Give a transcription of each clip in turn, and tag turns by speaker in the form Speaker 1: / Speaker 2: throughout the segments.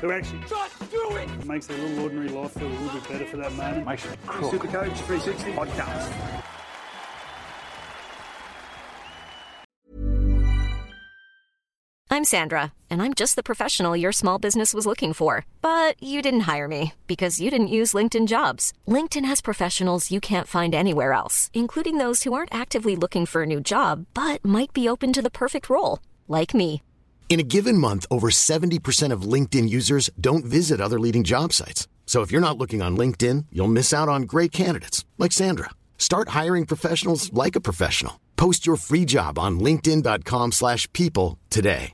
Speaker 1: who actually just do it, makes their little ordinary life feel a little bit better for that moment. Makes it cool. Super Coach 360 podcast.
Speaker 2: I'm Sandra, and I'm just the professional your small business was looking for. But you didn't hire me because you didn't use LinkedIn jobs. LinkedIn has professionals you can't find anywhere else, including those who aren't actively looking for a new job but might be open to the perfect role, like me.
Speaker 3: In a given month, over 70% of LinkedIn users don't visit other leading job sites. So if you're not looking on LinkedIn, you'll miss out on great candidates like Sandra. Start hiring professionals like a professional. Post your free job on linkedin.com/people slash people today.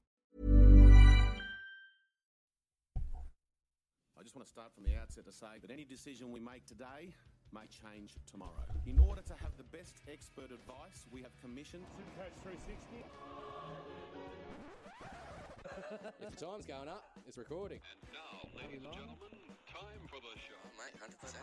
Speaker 4: I just want to start from the outset to say that any decision we make today may change tomorrow. In order to have the best expert advice, we have commissioned.
Speaker 5: If the time's going up, it's recording.
Speaker 6: And now, ladies and gentlemen, time for the show.
Speaker 7: Mate, hundred percent.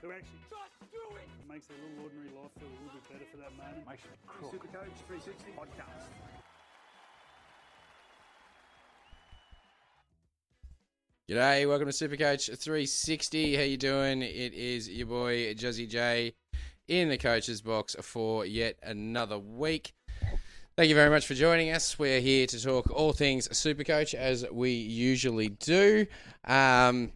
Speaker 1: who actually just do it, makes their little ordinary life feel a little bit better for that moment. Makes it cool. Super Coach 360 podcast.
Speaker 5: G'day, welcome to Supercoach 360. How you doing? It is your boy Juzzy J in the coach's box for yet another week. Thank you very much for joining us. We're here to talk all things Supercoach as we usually do. Um,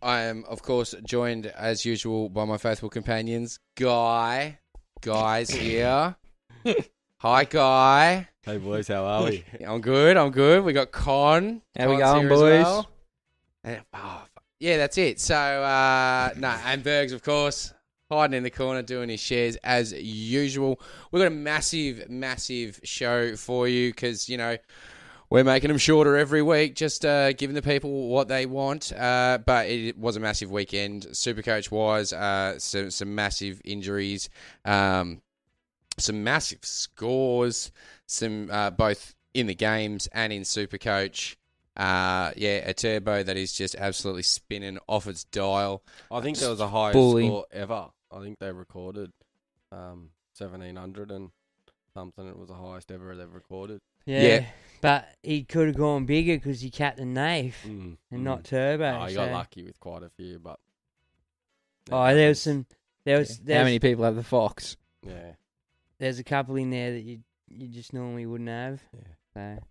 Speaker 5: I am, of course, joined as usual by my faithful companions, Guy. Guy's here. Hi, Guy.
Speaker 8: Hey boys, how are we?
Speaker 5: I'm good. I'm good. We got Con.
Speaker 9: How we
Speaker 5: Con's
Speaker 9: going,
Speaker 5: here as
Speaker 9: boys?
Speaker 5: well. And- oh, fu- yeah, that's it. So, uh, no, and Bergs, of course, hiding in the corner doing his shares as usual. We've got a massive, massive show for you because, you know, we're making them shorter every week, just uh, giving the people what they want. Uh, but it was a massive weekend, Supercoach wise. Uh, some, some massive injuries, um, some massive scores, some uh, both in the games and in Supercoach. Uh, yeah, a turbo that is just absolutely spinning off its dial.
Speaker 8: I think there was the highest
Speaker 9: Bully.
Speaker 8: score ever. I think they recorded um, seventeen hundred and something. It was the highest ever they've recorded.
Speaker 9: yeah.
Speaker 5: Yeah.
Speaker 9: But he could have gone bigger because he captained Nafe
Speaker 8: Mm.
Speaker 9: and not Turbo.
Speaker 8: Oh, you
Speaker 9: so-
Speaker 8: got lucky with quite a few, but
Speaker 9: Oh, there was some. There was, there
Speaker 10: How
Speaker 9: was-
Speaker 10: many people have the fox?
Speaker 8: yeah,
Speaker 9: There's a couple in there that you you just normally wouldn't have. Yeah. So.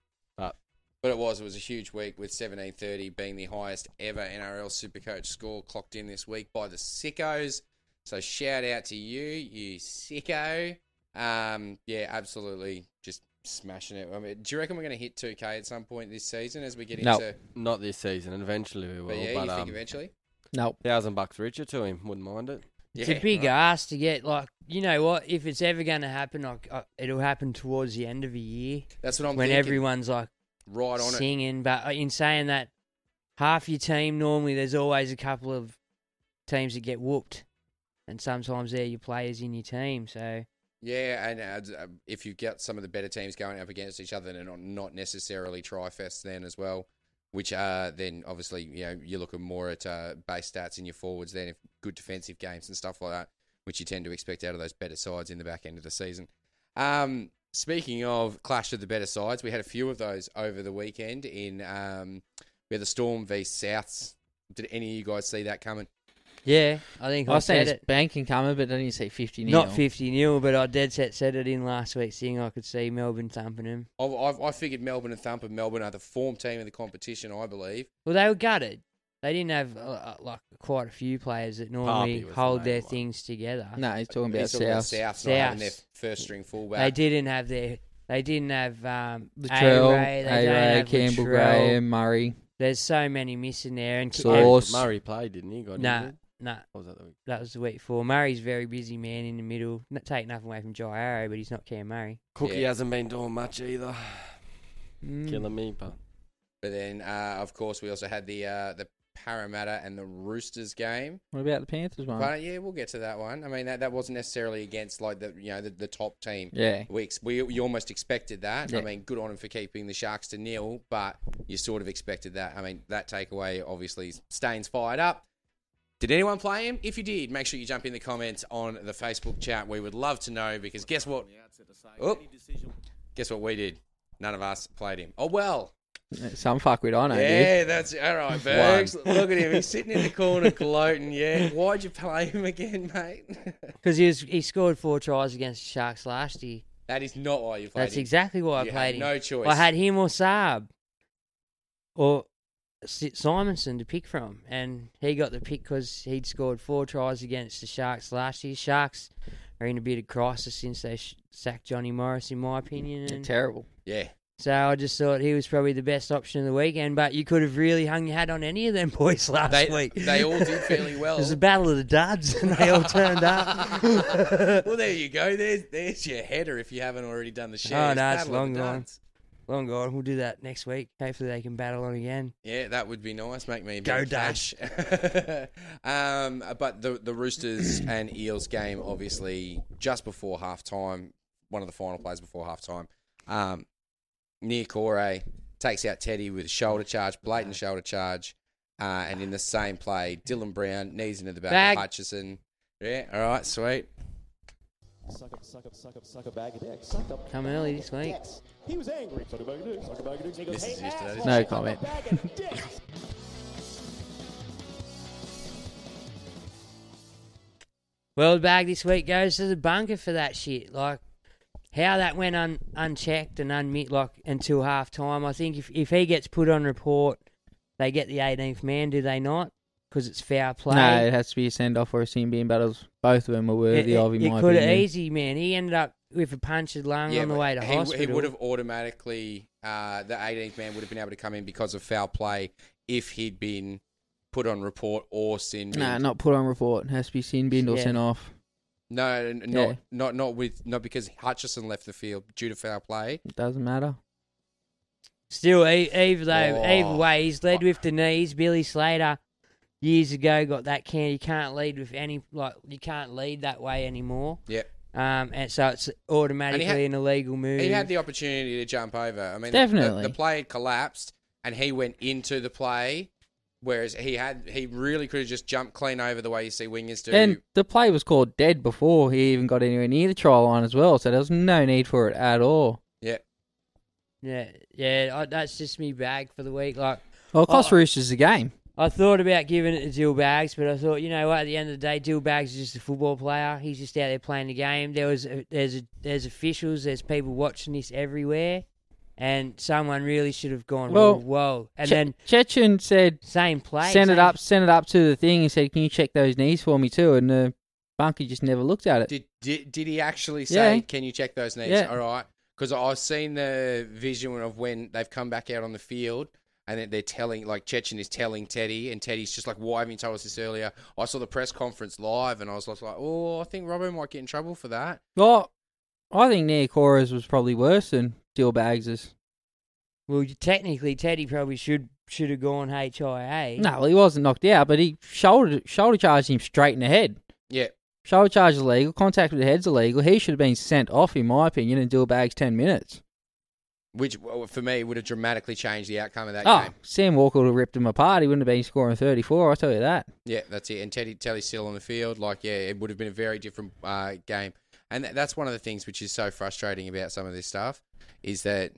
Speaker 5: But it was it was a huge week with 1730 being the highest ever NRL Supercoach score clocked in this week by the sickos. So shout out to you, you sicko. Um, yeah, absolutely, just smashing it. I mean, do you reckon we're going to hit 2K at some point this season as we get
Speaker 10: No.
Speaker 5: into?
Speaker 8: not this season. And eventually we will.
Speaker 5: but yeah,
Speaker 8: but
Speaker 5: you
Speaker 8: um,
Speaker 5: think eventually?
Speaker 10: Nope.
Speaker 8: thousand bucks richer to him. Wouldn't mind it.
Speaker 5: Yeah,
Speaker 9: It's a big ass to get. Like you know what? If it's ever going to happen, like uh, it'll happen towards the end of the year
Speaker 5: That's what I'm
Speaker 9: when
Speaker 5: thinking.
Speaker 9: everyone's like
Speaker 5: right on it.
Speaker 9: singing. But uh, in saying that, half your team normally there's always a couple of teams that get whooped, and sometimes they're your players in your team. So
Speaker 5: Yeah, and uh, if you've got some of the better teams going up against each other, and not, not necessarily Trifest then as well, which uh, then obviously you know you're looking more at uh, base stats in your forwards then if good defensive games and stuff like that, which you tend to expect out of those better sides in the back end of the season. Um, speaking of clash of the better sides, we had a few of those over the weekend. In um, we had the Storm v Souths. Did any of you guys see that coming?
Speaker 9: Yeah, I think I,
Speaker 2: I was
Speaker 9: said
Speaker 2: saying
Speaker 9: it.
Speaker 2: it's banking coming, but then you say 50 nil.
Speaker 9: Not 50 nil, but I dead set said it in last week's thing. I could see Melbourne thumping him.
Speaker 5: I've, I've, I figured Melbourne and Thumper. Melbourne are the form team of the competition, I believe.
Speaker 9: Well, they were gutted. They didn't have uh, uh, like quite a few players that normally
Speaker 5: was the
Speaker 9: hold
Speaker 5: main
Speaker 9: their things together.
Speaker 2: No, he's talking about
Speaker 5: He's talking about
Speaker 2: South.
Speaker 5: South not having their
Speaker 9: Souths.
Speaker 5: first string fullback.
Speaker 9: They didn't have their. They didn't have um,
Speaker 2: Latrell,
Speaker 9: A-Ray, they don't
Speaker 2: A-Ray,
Speaker 9: have
Speaker 2: Campbell,
Speaker 9: Latrell.
Speaker 2: Graham, Murray.
Speaker 9: There's so many missing there, and
Speaker 2: Sauce.
Speaker 9: and-
Speaker 2: Murray
Speaker 4: played, didn't he? Got
Speaker 9: nah,
Speaker 4: injured?
Speaker 9: nah.
Speaker 4: Or was that the week?
Speaker 9: That was the week before. Murray's a very busy man in the middle. Not take nothing away from Jai Arrow, but he's not Cam Murray.
Speaker 4: Cookie hasn't been doing much either. Killing me, but
Speaker 5: But then, uh, of course, we also had the uh, the Parramatta and the Roosters game.
Speaker 2: What about the Panthers one?
Speaker 5: But yeah, we'll get to that one. I mean, that, that wasn't necessarily against like the you know the, the top team.
Speaker 2: Yeah.
Speaker 5: we ex- we you almost expected that. I
Speaker 2: Yeah.
Speaker 5: mean, good on them for keeping the Sharks to nil, but you sort of expected that. I mean, that takeaway obviously Staines fired up. Did anyone play him? If you did, make sure you jump in the comments on the Facebook chat. We would love to know because guess what? Oh, guess what we did? None of us played him. Oh well.
Speaker 2: Some fuckwit I know,
Speaker 5: yeah,
Speaker 2: dude.
Speaker 5: that's all right,
Speaker 2: One.
Speaker 5: Bergs. Look at him. He's sitting in the corner gloating. Yeah, why'd you play him again, mate?
Speaker 9: Because he was he scored four tries against the Sharks last year.
Speaker 5: That is not why you played
Speaker 9: That's
Speaker 5: him.
Speaker 9: exactly why I
Speaker 5: You had
Speaker 9: played him.
Speaker 5: No choice.
Speaker 9: I had him or Saab or Si- Simonson to pick from, and he got the pick because he'd scored four tries against the Sharks last year. Sharks are in a bit of crisis since they sh- sacked Johnny Morris, in my opinion.
Speaker 2: They're
Speaker 9: and-
Speaker 2: terrible.
Speaker 5: Yeah.
Speaker 9: So I just thought he was probably the best option of the weekend, but you could have really hung your hat on any of them boys last
Speaker 5: They-
Speaker 9: week.
Speaker 5: they all did fairly well.
Speaker 9: it was a battle of the duds, and they all turned up.
Speaker 5: well, there you go. There's there's your header if you haven't already done the shares.
Speaker 9: oh no, it's
Speaker 5: Battle of
Speaker 9: long
Speaker 5: the
Speaker 9: gone.
Speaker 5: Duns.
Speaker 9: Long gone. We'll do that next week. Hopefully they can battle on again.
Speaker 5: Yeah, that would be nice. Make me a bit
Speaker 9: Go
Speaker 5: of cash. um, but the the Roosters and Eels game, obviously, just before half time, one of the final plays before half time. Um, near Corey takes out Teddy with a shoulder charge, blatant shoulder charge. Uh, and in the same play, Dylan Brown knees into the back
Speaker 8: Bag.
Speaker 5: of Hutchison. Yeah, all right, sweet.
Speaker 8: Suck up, suck up, suck up, suck a bag of dicks. Suck up.
Speaker 9: Come early this week.
Speaker 8: He was angry. Suck a bag of dicks. Suck a bag of dicks. He goes,
Speaker 5: This
Speaker 8: hey,
Speaker 5: is yesterday's.
Speaker 8: asshole,
Speaker 2: No
Speaker 8: suck a
Speaker 2: comment.
Speaker 8: bag of dicks."
Speaker 9: World bag this week goes to the bunker for that shit. Like how that went un- unchecked and unmit like until half time. I think if if he gets put on report, they get the 18th man, do they not? Because it's foul play.
Speaker 2: No, it has to be a send off or a sin bin, but it was, both of them were worthy of, in
Speaker 9: It
Speaker 2: my
Speaker 9: could have
Speaker 2: opinion.
Speaker 9: easy, man. He ended up with a punctured lung on the
Speaker 5: but
Speaker 9: way to
Speaker 5: he,
Speaker 9: hospital.
Speaker 5: He would have automatically, uh, the 18th man would have been able to come in because of foul play if he'd been put on report or sin.
Speaker 2: Nah,
Speaker 5: binned.
Speaker 2: not put on report. It has to be sin bin or
Speaker 5: Yeah.
Speaker 2: sent off.
Speaker 5: No, n- not
Speaker 2: Yeah.
Speaker 5: not not with not because Hutchison left the field due to foul play.
Speaker 2: It doesn't matter.
Speaker 9: Still, e- either though,
Speaker 5: Oh.
Speaker 9: either way, he's led with the knees. Billy Slater years ago got that can. You can't lead with any like you can't lead that way anymore.
Speaker 5: Yep.
Speaker 9: Um, and so it's automatically an illegal move.
Speaker 5: He had the opportunity to jump over. I mean, the-
Speaker 9: Definitely.
Speaker 5: the, the play had collapsed and he went into the play, whereas he had he really could have just jumped clean over the way you see wingers do.
Speaker 2: And the play was called dead before he even got anywhere near the try line as well, so there was no need for it at all.
Speaker 5: yeah,
Speaker 9: yeah, yeah. I, that's just me bag for the week. Like,
Speaker 2: Well, it cost
Speaker 9: I,
Speaker 2: Roosters the game.
Speaker 9: I thought about giving it to Dill Bags, but I thought, you know what? At the end of the day, Dill Bags is just a football player. He's just out there playing the game. There was a, there's a, there's officials, there's people watching this everywhere, and someone really should have gone,
Speaker 2: Well,
Speaker 9: whoa, whoa. and
Speaker 2: Che-
Speaker 9: then
Speaker 2: Chechen said,
Speaker 9: same eh? play,
Speaker 2: send it
Speaker 9: same-
Speaker 2: up, send it up to the thing. He said, can you check those knees for me too? And the bunker just never looked at it.
Speaker 5: Did did, did he actually say,
Speaker 2: Uh, Yeah.
Speaker 5: "Can you check those knees?"
Speaker 2: Yeah.
Speaker 5: All right, because I've seen the visual of when they've come back out on the field. And then they're telling, like Chechen is telling Teddy, and Teddy's just like, "Why haven't you told us this earlier?" I saw the press conference live, and I was like, "Oh, I think Robbo might get in trouble for that."
Speaker 2: Well, I think Nia Cora's was probably worse than Dill Baggs's.
Speaker 9: Well, you- technically, Teddy probably should should have gone HIA.
Speaker 2: No, well, he wasn't knocked out, but he shoulder shoulder charged him straight in the head.
Speaker 5: Yeah.
Speaker 2: Shoulder charge is illegal. Contact with the head's illegal. He should have been sent off, in my opinion, and Dill Baggs ten minutes.
Speaker 5: Which, well, for me, would have dramatically changed the outcome of that
Speaker 2: oh,
Speaker 5: game.
Speaker 2: Sam Walker would have ripped him apart. He wouldn't have been scoring thirty four. I tell you that.
Speaker 5: Yeah, that's it. And Teddy Teddy's still on the field. Like, yeah, it would have been a very different uh, game. And tha- that's one of the things which is so frustrating about some of this stuff is that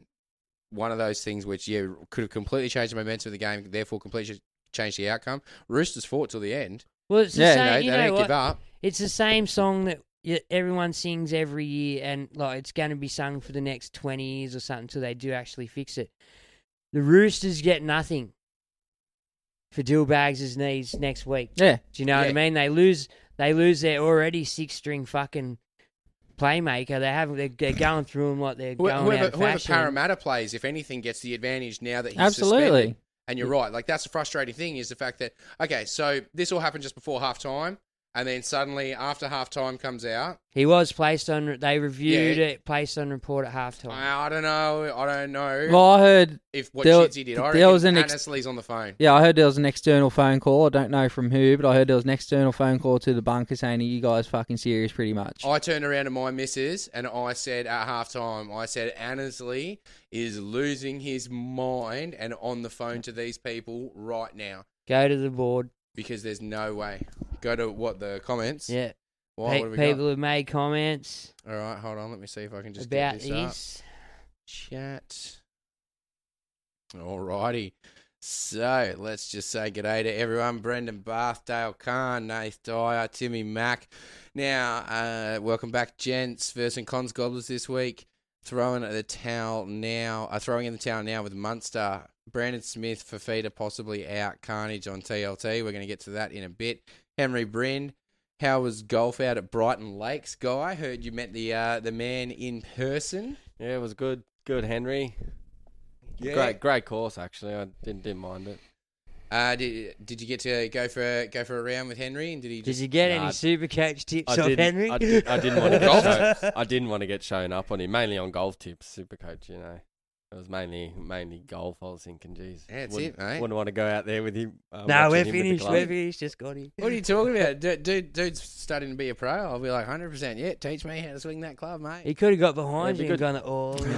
Speaker 5: one of those things which yeah could have completely changed the momentum of the game, therefore completely changed the outcome. Roosters fought till the end.
Speaker 2: Well, it's the
Speaker 5: Yeah,
Speaker 2: same.
Speaker 5: no,
Speaker 2: you
Speaker 5: they
Speaker 2: know
Speaker 5: don't
Speaker 2: what?
Speaker 5: give up.
Speaker 2: It's the same song that y- everyone sings every year, and like it's going to be sung for the next twenty years or something till they do actually fix it. The Roosters get nothing for Dill Bags' knees next week.
Speaker 9: Yeah.
Speaker 2: do you know what I
Speaker 9: Yeah.
Speaker 2: mean? They lose. They lose their already six-string fucking playmaker. They have. They're, they're going through them like they're
Speaker 5: Wh-
Speaker 2: going
Speaker 5: whoever,
Speaker 2: out of
Speaker 5: whoever
Speaker 2: fashion.
Speaker 5: Parramatta plays, if anything, gets the advantage now that he's
Speaker 9: Absolutely.
Speaker 5: suspended. And you're right. Like that's the frustrating thing is the fact that okay, so this all happened just before half time, and then suddenly after half time comes out.
Speaker 2: He was placed on. They reviewed
Speaker 5: Yeah.
Speaker 2: it. Placed on report at halftime.
Speaker 5: I, I don't know. I don't know.
Speaker 9: Well, I heard
Speaker 5: if what
Speaker 9: there-
Speaker 5: Chidzy did. I
Speaker 9: there
Speaker 5: reckon
Speaker 9: was an ex-
Speaker 5: Annesley's on the phone.
Speaker 9: Yeah, I heard there was an external phone call. I don't know from who, but I heard there was an external phone call to the bunker saying, "Are you guys fucking serious?" Pretty much.
Speaker 8: Oh.
Speaker 5: I turned around to my missus and I said at halftime, I said Annesley is losing his mind and on the phone to these people right now
Speaker 2: Go to the board.
Speaker 5: because there's no way. Go to what the comments.
Speaker 2: Yeah.
Speaker 5: Why?
Speaker 2: Pe-
Speaker 5: what have we got?
Speaker 2: people have made comments
Speaker 5: All right, hold on. Let me see if I can just
Speaker 2: about
Speaker 5: get this up.
Speaker 2: this.
Speaker 5: Chat. Alrighty. So let's just say good day to everyone. Brendan Bath, Dale Khan, Nath Dyer, Timmy Mack. Now, uh, welcome back, gents. First and cons gobblers this week. Throwing the towel now. Uh, throwing in the towel now with Munster. Brandon Smith, Fafita possibly out. Carnage on TLT. We're going to get to that in a bit. Henry Bryn. How was golf out at Brighton Lakes, guy? Heard you met the uh, the man in person.
Speaker 8: Yeah, it was good. Good, Henry.
Speaker 5: Yeah.
Speaker 8: Great, great course actually. I didn't didn't mind it.
Speaker 5: Uh, did, did you get to go for go for a round with Henry? And did he? Just,
Speaker 2: Did you get
Speaker 8: Nah,
Speaker 2: any super coach tips
Speaker 8: I
Speaker 2: off
Speaker 8: didn't,
Speaker 2: Henry?
Speaker 8: I, did, I didn't want to
Speaker 2: Golf
Speaker 8: get shown,
Speaker 2: tips.
Speaker 8: I didn't want to get shown up on him, mainly on golf tips. Super coach, you know, it was mainly mainly golf. I was thinking, geez,
Speaker 5: Yeah, that's
Speaker 8: wouldn't,
Speaker 5: it, mate.
Speaker 8: Wouldn't want to go out there with him. Uh,
Speaker 2: Nah, we're
Speaker 8: watching him with the
Speaker 2: finished.
Speaker 8: club.
Speaker 2: We're finished. Just got him.
Speaker 5: What are you talking about? Dude, dude, dude's studying to be a pro. I'll be like, hundred percent. Yeah, teach me how to swing that club, mate.
Speaker 2: He could have got behind
Speaker 5: It'd
Speaker 2: you
Speaker 5: be
Speaker 2: and
Speaker 5: good.
Speaker 2: gone all in.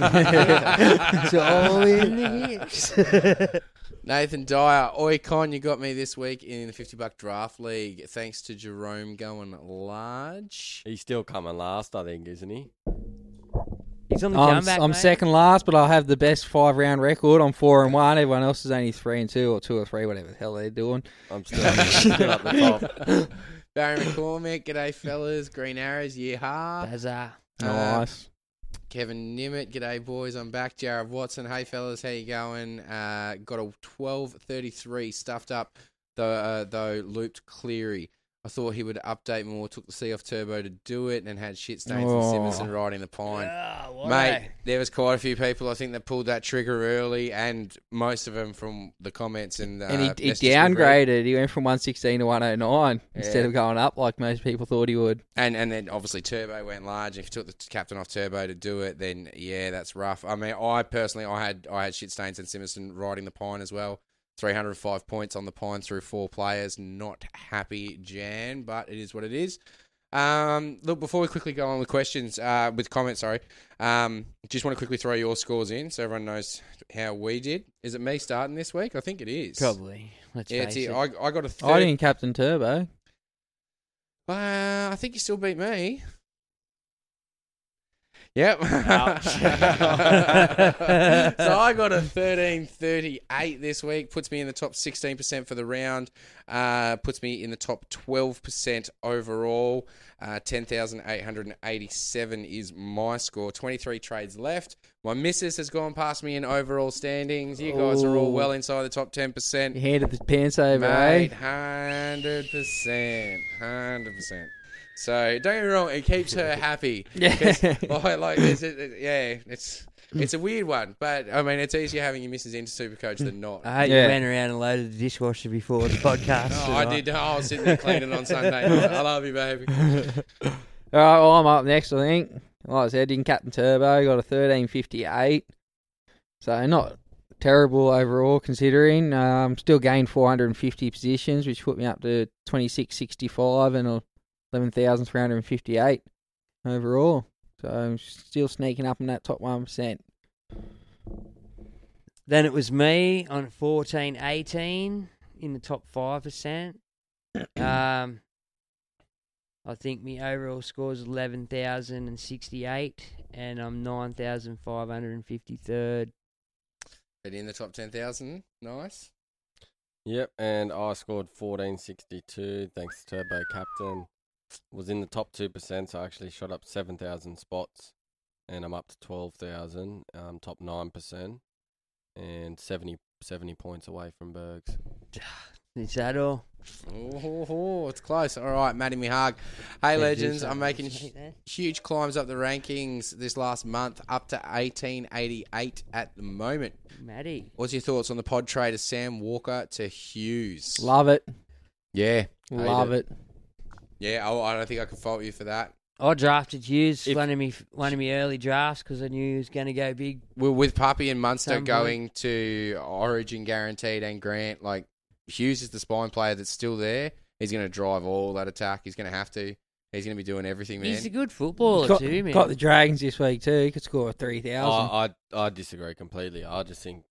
Speaker 2: it's all in the hips.
Speaker 5: Nathan Dyer, Oi Con, you got me this week in the fifty buck draft league. Thanks to Jerome going large.
Speaker 8: He's still coming last, I think, isn't he?
Speaker 2: He's on the
Speaker 9: I'm,
Speaker 2: comeback,
Speaker 9: I'm
Speaker 2: mate.
Speaker 9: second last, but I have the best five round record. I'm four and one. Everyone else is only three and two or two or three, whatever the hell they're doing.
Speaker 8: I'm still- still up the
Speaker 5: Barry McCormick, g'day fellas. Green Arrows, yeehaw.
Speaker 2: Huzzah.
Speaker 9: Nice.
Speaker 5: Uh, Kevin Nimmett, g'day boys. I'm back. Jared Watson, hey fellas, how you going? Uh, got a 12:33 stuffed up, though. Uh, though looped Cleary. I thought he would update more. Took the C off turbo to do it, and had shit stains
Speaker 9: Oh.
Speaker 5: and Simonson riding the pine.
Speaker 2: why?
Speaker 5: Mate, there was quite a few people I think that pulled that trigger early, and most of them from the comments and uh,
Speaker 9: and he, he
Speaker 5: messages we've read.
Speaker 9: downgraded. He went from 116 to 109 instead
Speaker 5: Yeah.
Speaker 9: of going up like most people thought he would.
Speaker 5: And and then obviously Turbo went large. If you took the captain off Turbo to do it, then yeah, that's rough. I mean, I personally, I had I had shit stains and Simonson riding the pine as well. Three hundred five points on the pine through four players. Not happy, Jan, but it is what it is. Um, look, before we quickly go on with questions, uh, with comments, sorry, um, just want to quickly throw your scores in so everyone knows how we did. Is it me starting this week? I think it is.
Speaker 2: Probably. Let's
Speaker 5: yeah,
Speaker 2: face
Speaker 5: it's-
Speaker 2: it.
Speaker 5: I, I got a third.
Speaker 9: I didn't captain Turbo.
Speaker 5: Uh, I think you still beat me. Yep. so
Speaker 8: Ouch.
Speaker 5: I got a thirteen thirty eight this week. Puts me in the top sixteen percent for the round. Uh, puts me in the top twelve percent overall. Uh, Ten thousand eight hundred and eighty seven is my score. Twenty three trades left. My missus has gone past me in overall standings. You guys are all
Speaker 9: Ooh.
Speaker 5: well inside the top ten percent.
Speaker 9: He handed the pants over, eh?
Speaker 5: Mate, hundred percent, hundred percent. So don't get me wrong, it keeps her happy.
Speaker 9: Yeah.
Speaker 5: 'Cause, like, like there's a, yeah, it's it's a weird one, but I mean, it's easier having your missus into Supercoach than not.
Speaker 8: Ah,
Speaker 2: I hope
Speaker 9: eh? Yeah.
Speaker 2: you went around and loaded the dishwasher before the podcast.
Speaker 5: Oh, I
Speaker 2: tonight.
Speaker 5: did. I was sitting there cleaning on Sunday. I love you, baby.
Speaker 9: All right, well, I'm up next, I think. Like I said, didn't captain Turbo, got a 13.58. So not terrible overall considering. Um, still gained 450 positions, which put me up to 26.65 and 11,358 overall. So I'm still sneaking up in that top 1%.
Speaker 2: Then it was me on fourteen eighteen in the top 5%. um, I think my overall score is 11,068 and I'm 9,553rd.
Speaker 5: But in the top ten thousand, nice.
Speaker 8: Yep, and I scored 1462 thanks to Turbo Captain. Was in the top 2%, so I actually shot up 7,000 spots and I'm up to 12,000, um, top 9%, and 70, 70 points away from Bergs.
Speaker 2: Is that all?
Speaker 5: Oh, it's close. All right, Matty Mihag. Hey,
Speaker 8: you,
Speaker 5: legends.
Speaker 8: sir.
Speaker 5: I'm making hu- huge climbs up the rankings this last month, up to 1888 at the moment.
Speaker 2: Matty.
Speaker 5: What's your thoughts on the pod trader Sam Walker to Hughes?
Speaker 9: Love it.
Speaker 5: Yeah.
Speaker 9: Love
Speaker 5: Hate
Speaker 9: it.
Speaker 5: Yeah, I, I don't think I can fault you for that.
Speaker 2: I drafted Hughes one of me one of me early drafts because I knew he was going to go big.
Speaker 5: Well, with Puppy and Munster
Speaker 2: Some point.
Speaker 5: going to Origin guaranteed and Grant, like Hughes is the spine player that's still there. He's going to drive all that attack. He's going to have to. He's going to be doing everything, man.
Speaker 2: He's a good footballer
Speaker 9: got,
Speaker 2: too, man.
Speaker 9: got the Dragons this week too. He could score three thousand.
Speaker 8: I, I, I disagree completely. I just think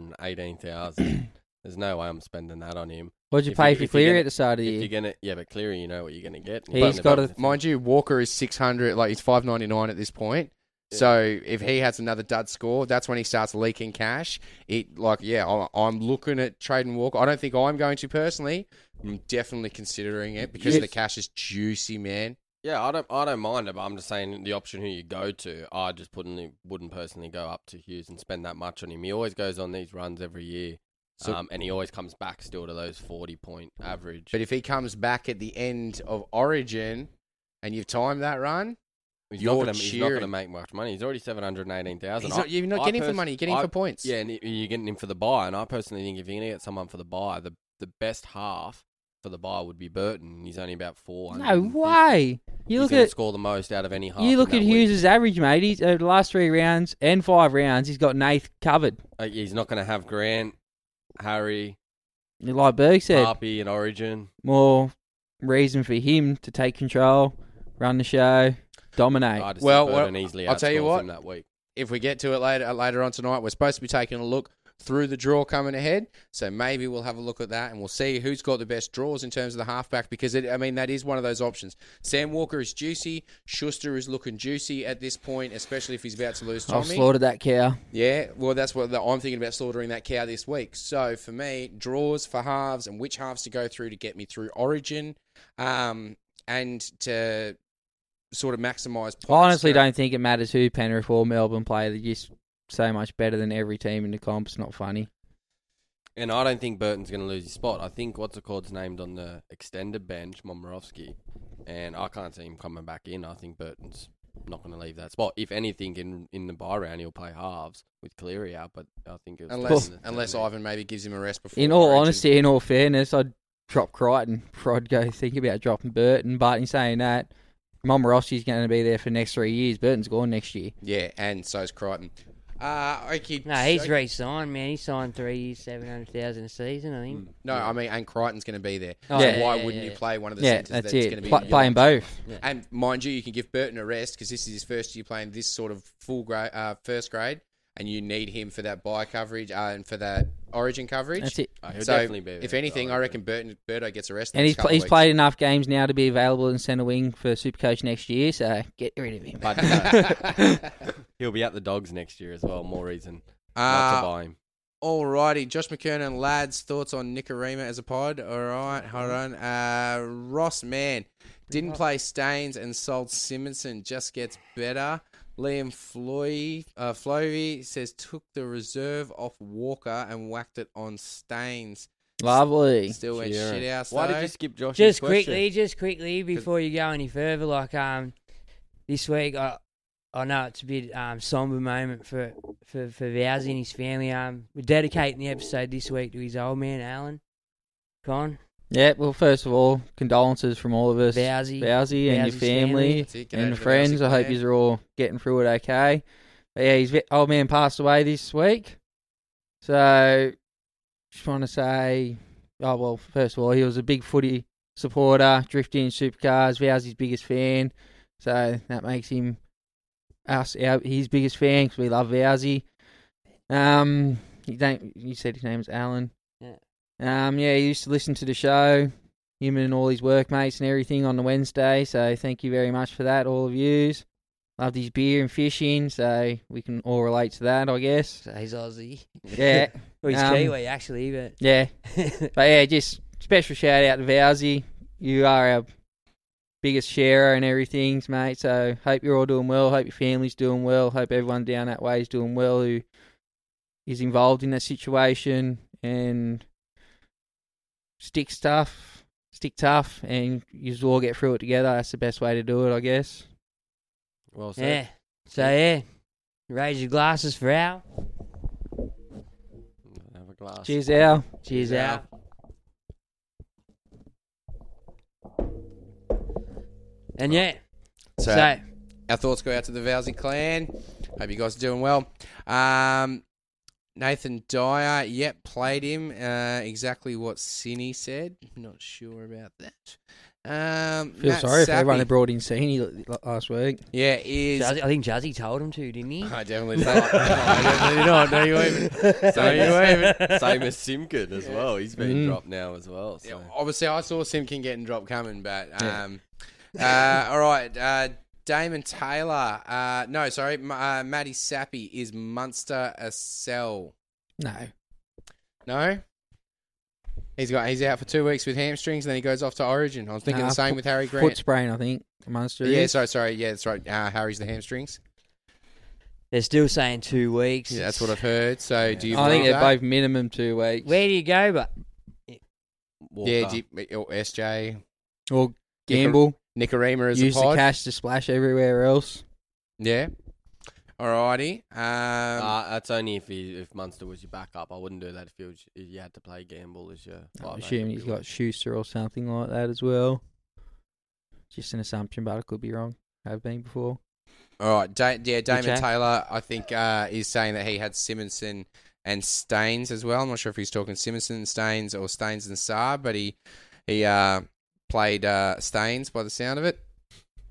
Speaker 8: 718,000. There's no way I'm spending that on him.
Speaker 9: What'd you
Speaker 8: If
Speaker 9: pay
Speaker 8: if
Speaker 9: for
Speaker 8: you're
Speaker 9: Cleary
Speaker 8: gonna-
Speaker 9: at the start of the
Speaker 8: if
Speaker 9: year?
Speaker 8: You're gonna, yeah, but Cleary, you know what you're going to get.
Speaker 9: He's got a-
Speaker 5: mind you, Walker is six hundred, like he's five ninety nine at this point. So if he has another dud score, that's when he starts leaking cash. It like yeah, I'm, I'm looking at trading Walker. I don't think I'm going to personally. I'm definitely considering it because
Speaker 8: Yes.
Speaker 5: the cash is juicy, man.
Speaker 8: Yeah, I don't, I don't mind it, but I'm just saying the option who you go to. I just wouldn't, wouldn't personally go up to Hughes and spend that much on him. He always goes on these runs every year,
Speaker 5: So-
Speaker 8: um, and he always comes back still to those forty point average.
Speaker 5: But if he comes back at the end of Origin, and you've timed that run,
Speaker 8: He's
Speaker 5: you're
Speaker 8: not, gonna, he's not
Speaker 5: cheering.
Speaker 8: gonna make much money. He's already seven hundred eighteen thousand.
Speaker 5: He's not- you're not getting him for money, you're getting him for points.
Speaker 8: Yeah, and y- you're getting him for the buy. And I personally think if you're gonna get someone for the buy, the the best half for the buy would be Burton. He's only about four.
Speaker 9: no way. You look at
Speaker 8: score the most out of any half.
Speaker 9: you
Speaker 8: in
Speaker 9: look
Speaker 8: that
Speaker 9: at
Speaker 8: week.
Speaker 9: Hughes' average, mate. He's over the last three rounds and five rounds, he's got Nath covered.
Speaker 8: Uh, he's not gonna have Grant, Harry,
Speaker 9: Like Berg said,
Speaker 8: Harpy, and Origin.
Speaker 9: more reason for him to take control, run the show, dominate.
Speaker 8: I just
Speaker 5: well,
Speaker 8: think
Speaker 5: well,
Speaker 8: Burton easily
Speaker 5: I'll tell you
Speaker 8: outscores
Speaker 5: what.
Speaker 8: him that week.
Speaker 5: If we get to it later uh, later on tonight, we're supposed to be taking a look through the draw coming ahead. So maybe we'll have a look at that and we'll see who's got the best draws in terms of the halfback because it, I mean that is one of those options. Sam Walker is juicy. Schuster is looking juicy at this point, especially if he's about to lose Tommy.
Speaker 9: I've slaughtered that cow.
Speaker 5: Yeah, well, that's what the, I'm thinking about slaughtering that cow this week. So for me, draws for halves and which halves to go through to get me through Origin, um, and to sort of maximise points.
Speaker 9: I honestly
Speaker 5: So-
Speaker 9: don't think it matters who Penrith or Melbourne play. They're just so much better than every team in the comp. It's not funny.
Speaker 8: And I don't think Burton's going to lose his spot. I think what's it called's named on the extended bench, Momorowski, and I can't see him coming back in. I think Burton's not going to leave that spot. If anything, in in the buy round, he'll play halves with Cleary out. But I think it's
Speaker 5: Unless unless Ivan maybe gives him a rest before.
Speaker 9: In all
Speaker 5: Origin.
Speaker 9: honesty, in all fairness, I'd drop Crichton before I'd go think about dropping Burton. But in saying that, Momorowski's going to be there for the next three years. Burton's gone next year.
Speaker 5: yeah, and so's Crichton. Uh, okay,
Speaker 2: No, he's re-signed, man. He signed three years, seven hundred thousand a season. I think.
Speaker 5: No, I mean, and Crichton's going to be there.
Speaker 2: Oh,
Speaker 5: so
Speaker 2: yeah,
Speaker 5: why
Speaker 2: yeah,
Speaker 5: wouldn't
Speaker 2: yeah,
Speaker 5: you
Speaker 2: yeah.
Speaker 5: play one of the
Speaker 9: Yeah,
Speaker 5: centres that's,
Speaker 9: that's it.
Speaker 5: going to be
Speaker 9: Pla- playing
Speaker 5: utilized?
Speaker 9: both.
Speaker 2: Yeah.
Speaker 5: And mind you, you can give Burton a rest because this is his first year playing this sort of full grade, uh, first grade, and you need him for that buy coverage uh, and for that Origin coverage.
Speaker 9: That's it.
Speaker 8: Oh, he'll
Speaker 5: so
Speaker 8: definitely be
Speaker 5: if
Speaker 8: there, Oh,
Speaker 5: anything, I reckon Burton Burto gets a rest.
Speaker 9: And
Speaker 5: next
Speaker 9: he's,
Speaker 5: couple
Speaker 9: pl-
Speaker 5: of
Speaker 9: he's
Speaker 5: weeks.
Speaker 9: played enough games now to be available in centre wing for Supercoach next year, so get rid of him.
Speaker 8: But, uh, he'll be at the Dogs next year as well. More reason not
Speaker 5: Uh,
Speaker 8: to buy him.
Speaker 5: Alrighty, Josh McKernan, lads, thoughts on Nicarima as a pod? All right, hold on. Uh, Ross Mann didn't play Staines and sold Simonson, just gets better. Liam Floy, uh, Flovey says took the reserve off Walker and whacked it on Staines.
Speaker 9: Lovely.
Speaker 5: Still went
Speaker 8: Kieran.
Speaker 5: shit out.
Speaker 8: Why did you skip Josh's
Speaker 2: just
Speaker 8: question?
Speaker 2: quickly, just quickly before you go any further, like um, this week I I know it's a bit um somber moment for for for Vowsy and his family. Um, we're dedicating the episode this week to his old man Alan, Con.
Speaker 9: Yeah, well, first of all, condolences from all of us.
Speaker 2: Vowsy.
Speaker 9: Vowsy and your
Speaker 2: Vowsy's family.
Speaker 9: family
Speaker 2: That's it, get
Speaker 9: and
Speaker 2: over
Speaker 9: the
Speaker 2: the
Speaker 9: friends.
Speaker 2: Vowsy
Speaker 9: I hope
Speaker 2: clan.
Speaker 9: you're all getting through it okay. But yeah, his ve- old man passed away this week. So, just want to say, oh, well, first of all, he was a big footy supporter, drifting supercars, Vowsy's biggest fan. So, that makes him us our, his biggest fan because we love Vowsy. Um, you don't. You said his name's Alan.
Speaker 2: Yeah.
Speaker 9: Um, yeah, he used to listen to the show, him and all his workmates and everything on the Wednesday. So thank you very much for that, all of yous. Loved his beer and fishing, so we can all relate to that, I guess.
Speaker 2: he's Aussie.
Speaker 9: Yeah.
Speaker 2: Well, he's
Speaker 9: Um,
Speaker 2: Kiwi, actually, but.
Speaker 9: Yeah. but yeah, just special shout out to Vowsy. You are our biggest sharer and everything, mate. So hope you're all doing well. Hope your family's doing well. Hope everyone down that way is doing well who is involved in that situation and stick stuff, stick tough, and you just all get through it together. That's the best way to do it, I guess.
Speaker 8: Well
Speaker 2: Yeah. So, yeah. Raise your glasses for Al.
Speaker 8: Have a glass.
Speaker 9: Cheers, Al.
Speaker 2: Cheers, Al. And yeah.
Speaker 5: So,
Speaker 2: So-
Speaker 5: our thoughts go out to the Vowsy clan. Hope you guys are doing well. Um, Nathan Dyer, yep, played him. Uh, exactly what Cinny said. Not sure about that. Um,
Speaker 9: Feel
Speaker 5: Nat
Speaker 9: sorry if everyone
Speaker 5: Sappy-
Speaker 9: had brought in Sini l- last week.
Speaker 5: Yeah, is
Speaker 2: Jazzy, I think Jazzy told him to, didn't he?
Speaker 5: I definitely did not. I definitely did not. No, you haven't. No, you haven't.
Speaker 8: Same as Simkin as well. He's been
Speaker 5: Mm.
Speaker 8: dropped now as well. So.
Speaker 5: Obviously, I saw Simkin getting dropped coming, but
Speaker 8: Yeah.
Speaker 5: um, uh, all right. Uh, Damon Taylor, uh, no, sorry, M- uh, Matty Sappy is Munster a sell?
Speaker 9: No.
Speaker 5: No, he's got he's out for two weeks with hamstrings, and then he goes off to Origin. I was thinking
Speaker 9: Nah,
Speaker 5: the same
Speaker 9: foot-
Speaker 5: with Harry Grant.
Speaker 9: Foot sprain, I think. Monster.
Speaker 5: yeah,
Speaker 9: is.
Speaker 5: sorry, sorry, yeah, that's right. Uh, Harry's the hamstrings.
Speaker 2: They're still saying two weeks.
Speaker 5: Yeah, that's what I've heard. So, do you?
Speaker 9: I think
Speaker 5: believe
Speaker 9: they're
Speaker 5: that?
Speaker 9: both minimum two weeks.
Speaker 2: Where do you go, but
Speaker 5: Yeah,
Speaker 9: Walker.
Speaker 5: do you- oh, or SJ
Speaker 9: Or gamble.
Speaker 5: Nico- Nicorima as
Speaker 9: Use
Speaker 5: a
Speaker 9: the
Speaker 5: pod.
Speaker 9: cash to splash everywhere else.
Speaker 5: Yeah. Alrighty. Um,
Speaker 8: uh, that's only if he, if Munster was your backup. I wouldn't do that if you was, if you had to play Gamble as your.
Speaker 9: I'm
Speaker 5: Oh,
Speaker 8: five eight.
Speaker 9: assuming he's got Schuster or something like that as well. Just an assumption, but I could be wrong. I've been before.
Speaker 5: All right, da- yeah, Damon
Speaker 9: Jack?
Speaker 5: Taylor, I think, uh, is saying that he had Simonson and Staines as well. I'm not sure if he's talking Simonson and Staines or Staines and Saab, but he he uh, played uh, Staines by the sound of it.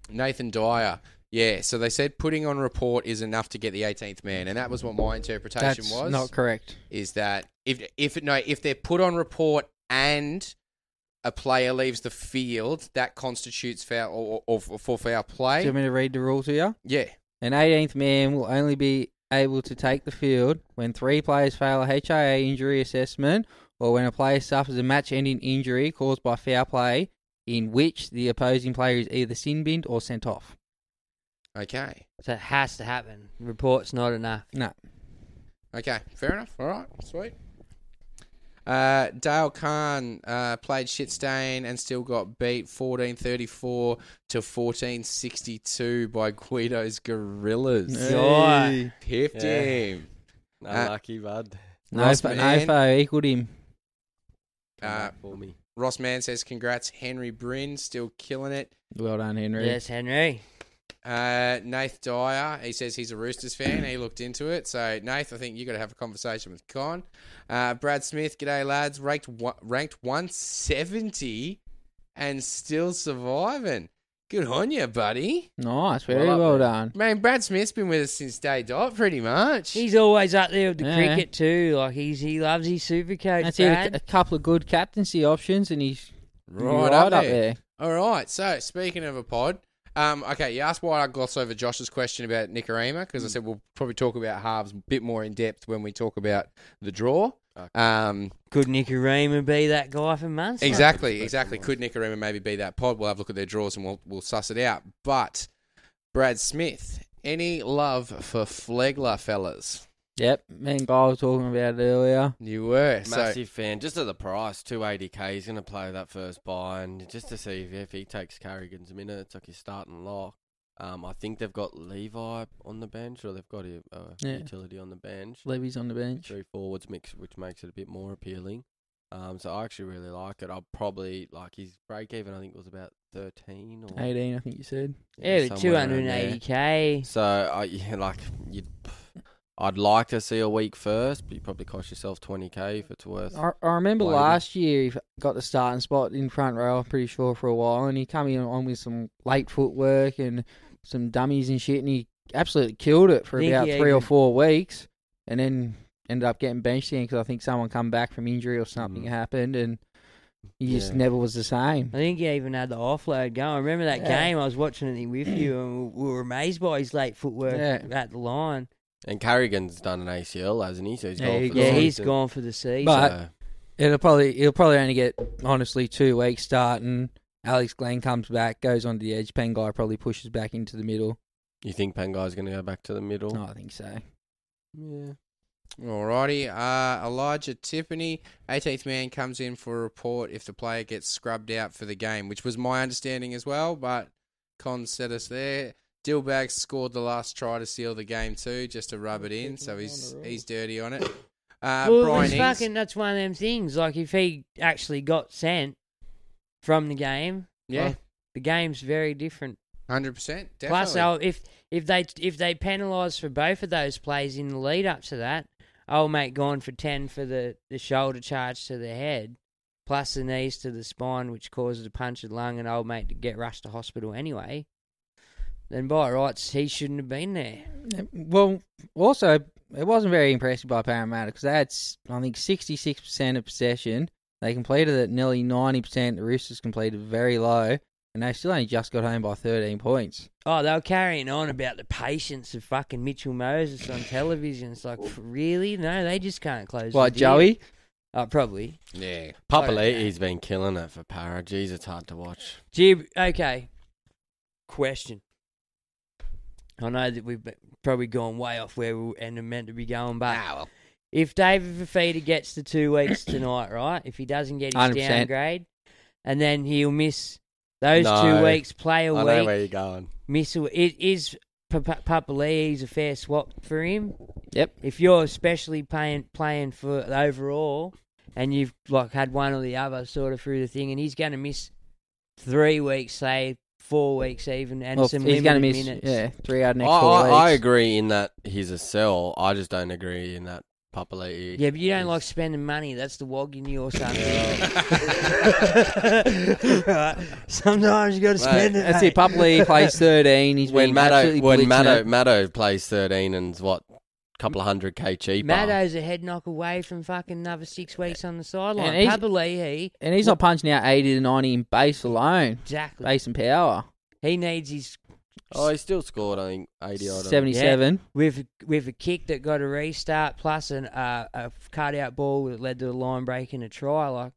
Speaker 5: Nathan Dyer, yeah. So they said putting on report is enough to get the 18th man, and that was what my interpretation
Speaker 9: That's
Speaker 5: was.
Speaker 9: not correct.
Speaker 5: Is that if if no if they're put on report and a player leaves the field, that constitutes foul or, or, or for foul
Speaker 9: Do you
Speaker 5: play?
Speaker 9: want me to read the rule to you?
Speaker 5: Yeah.
Speaker 9: An 18th man will only be able to take the field when three players fail a HIA injury assessment or when a player suffers a match ending injury caused by foul play in which the opposing player is either sin binned or sent off.
Speaker 5: Okay.
Speaker 2: So it has to happen. Report's not enough.
Speaker 9: No.
Speaker 5: Okay, fair enough. All right, sweet. Uh, Dale Khan uh, played shit stain and still got beat 1434 to 1462 by Guido's Gorillas.
Speaker 9: Hey.
Speaker 5: Piffed
Speaker 8: Yeah.
Speaker 5: him.
Speaker 9: Uh,
Speaker 8: Unlucky, bud.
Speaker 9: No,
Speaker 5: Ross
Speaker 9: but
Speaker 5: Mann-
Speaker 9: Nofo equaled him.
Speaker 5: uh,
Speaker 8: for me.
Speaker 5: Ross Mann says, Congrats, Henry Bryn, still killing it.
Speaker 9: Well done, Henry.
Speaker 2: Yes, Henry.
Speaker 5: Uh, Nath Dyer, he says he's a Roosters fan. He looked into it. So, Nath, I think you got to have a conversation with Con. Uh, Brad Smith, g'day lads. Ranked wa- ranked 170 and still surviving. Good on you, buddy.
Speaker 9: Nice, very
Speaker 5: Well
Speaker 9: well,
Speaker 5: up there.
Speaker 9: done.
Speaker 5: Man, Brad Smith's been with us since day dot, pretty much.
Speaker 2: He's always up there with the
Speaker 9: Yeah.
Speaker 2: cricket too. Like he's he loves his super coach.
Speaker 9: That's it. uh, A, a couple of good captaincy options, and he's
Speaker 5: right, up, there. All right. So speaking of a pod, um, okay, you asked why I gloss over Josh's question about Nicarima because I said we'll probably talk about halves a bit more in depth when we talk about the draw. Um,
Speaker 2: Could Nicarima be that guy for months?
Speaker 5: Exactly, exactly. Could Nicarima maybe be that pod? We'll have a look at their draws and we'll we'll suss it out. But Brad Smith, any love for Flegler, fellas?
Speaker 9: Yep, me and Guy were talking about it earlier.
Speaker 5: You were
Speaker 8: Massive fan, just at the price, two eighty k. He's going to play that first buy, and just to see if, if he takes Carrigan's minutes, like his starting lock. Um, I think they've got Levi on the bench, or they've got a, a
Speaker 9: Yeah.
Speaker 8: utility on the bench.
Speaker 9: Levy's on the bench.
Speaker 8: Three forwards mix, which makes it a bit more appealing. Um, so I actually really like it. I'll probably like his break even. I think was about thirteen or
Speaker 9: 18, I think you said.
Speaker 2: Yeah, two
Speaker 8: somewhere
Speaker 2: hundred
Speaker 8: around
Speaker 2: and
Speaker 8: there.
Speaker 2: eighty k.
Speaker 8: So I yeah, like you'd. I'd like to see a week first, but you probably cost yourself twenty k if it's worth.
Speaker 9: I, I remember
Speaker 8: waiting.
Speaker 9: last year he f- got the starting spot in front row, I'm pretty sure, for a while, and he come in on with some late footwork and some dummies and shit, and he absolutely killed it for
Speaker 2: Think
Speaker 9: about
Speaker 2: he
Speaker 9: three or
Speaker 2: even-
Speaker 9: four weeks, and then ended up getting benched again because I think someone come back from injury or something happened, and He just
Speaker 2: Yeah.
Speaker 9: never was the same.
Speaker 2: I think he even had the offload going. I remember that
Speaker 9: Yeah.
Speaker 2: game. I was watching it with you, and we we were amazed by his late footwork
Speaker 9: Yeah.
Speaker 2: at the line.
Speaker 8: And Carrigan's done an ACL, hasn't he? So he's
Speaker 2: Yeah,
Speaker 8: gone
Speaker 2: he-
Speaker 8: for the
Speaker 2: yeah,
Speaker 8: season.
Speaker 2: he's gone for the season.
Speaker 9: But
Speaker 8: So-
Speaker 9: it'll probably he'll probably only get honestly two weeks starting. Alex Glenn comes back, goes onto the edge. Pengai probably pushes back into the middle.
Speaker 8: You think Pangai's going to go back to the middle?
Speaker 9: No, I think so.
Speaker 8: Yeah.
Speaker 5: Alrighty, uh, Elijah Tiffany, 18th man comes in for a report if the player gets scrubbed out for the game, which was my understanding as well, but Con set us there. Dillbag scored the last try to seal the game too, just to rub it in, so he's he's dirty on it. Uh,
Speaker 2: well,
Speaker 5: Brian
Speaker 2: it's
Speaker 5: Ings,
Speaker 2: fucking that's one of them things. Like if he actually got sent from the game,
Speaker 5: Yeah.
Speaker 2: like, the game's very different.
Speaker 5: 100%,
Speaker 2: Plus,
Speaker 5: definitely.
Speaker 2: I'll, if if they if they penalise for both of those plays in the lead up to that, old mate gone for ten for the, the shoulder charge to the head, plus the knees to the spine, which causes a punctured lung, and old mate to get rushed to hospital anyway. Then by rights, he shouldn't have been there.
Speaker 9: Well, also it wasn't very impressive by Parramatta because they had s- I think sixty six percent of possession. They completed at nearly ninety percent. The Roosters completed very low, and they still only just got home by thirteen points.
Speaker 2: Oh, they were carrying on about the patience of fucking Mitchell Moses on television. It's like, f- really? No, they just can't close.
Speaker 9: What
Speaker 2: the deal.
Speaker 9: Joey?
Speaker 2: Uh, probably.
Speaker 5: Yeah.
Speaker 8: Papali'i's been killing it for Para. Jeez, it's hard to watch.
Speaker 2: Jib, okay. Question. I know that we've be- probably gone way off where we and meant to be going, but if David Fafita gets the two weeks tonight, right? If he doesn't get his
Speaker 9: 100%.
Speaker 2: downgrade, and then he'll miss those
Speaker 8: No.
Speaker 2: two weeks, play a
Speaker 8: I
Speaker 2: week,
Speaker 8: know where you're going.
Speaker 2: miss a it is Pa- Pa- Papali'i's a fair swap for him.
Speaker 9: Yep.
Speaker 2: If you're especially playing playing for the overall, and you've like had one or the other sort of through the thing, and he's going to miss three weeks, say four weeks even, and
Speaker 9: Well,
Speaker 2: some
Speaker 9: he's gonna
Speaker 2: limited
Speaker 9: miss
Speaker 2: minutes.
Speaker 9: yeah three out of next
Speaker 8: I,
Speaker 9: four
Speaker 8: I, I
Speaker 9: weeks.
Speaker 8: agree in that he's a sell. I just don't agree in that Papali'i.
Speaker 2: Yeah, but you don't like spending money. That's the wog in you or something. Right. Sometimes you got to spend it.
Speaker 9: That's
Speaker 2: mate.
Speaker 9: it. Papali plays thirteen. He's
Speaker 8: when
Speaker 9: been
Speaker 8: Maddo
Speaker 9: absolutely
Speaker 8: when
Speaker 9: blitzing
Speaker 8: Maddo
Speaker 9: it.
Speaker 8: Maddo plays thirteen and's what couple of hundred k cheaper.
Speaker 2: Maddo's a head knock away from fucking another six weeks on the sideline.
Speaker 9: And he's-
Speaker 2: Papali'i,
Speaker 9: and he's not punching out eighty to ninety in base alone.
Speaker 2: Exactly.
Speaker 9: Base and power.
Speaker 2: he needs his
Speaker 8: oh, he still scored I think eighty odd.
Speaker 9: Seventy-seven.
Speaker 2: with with a kick that got a restart plus an, uh, a cut out ball that led to the line break and a try. Like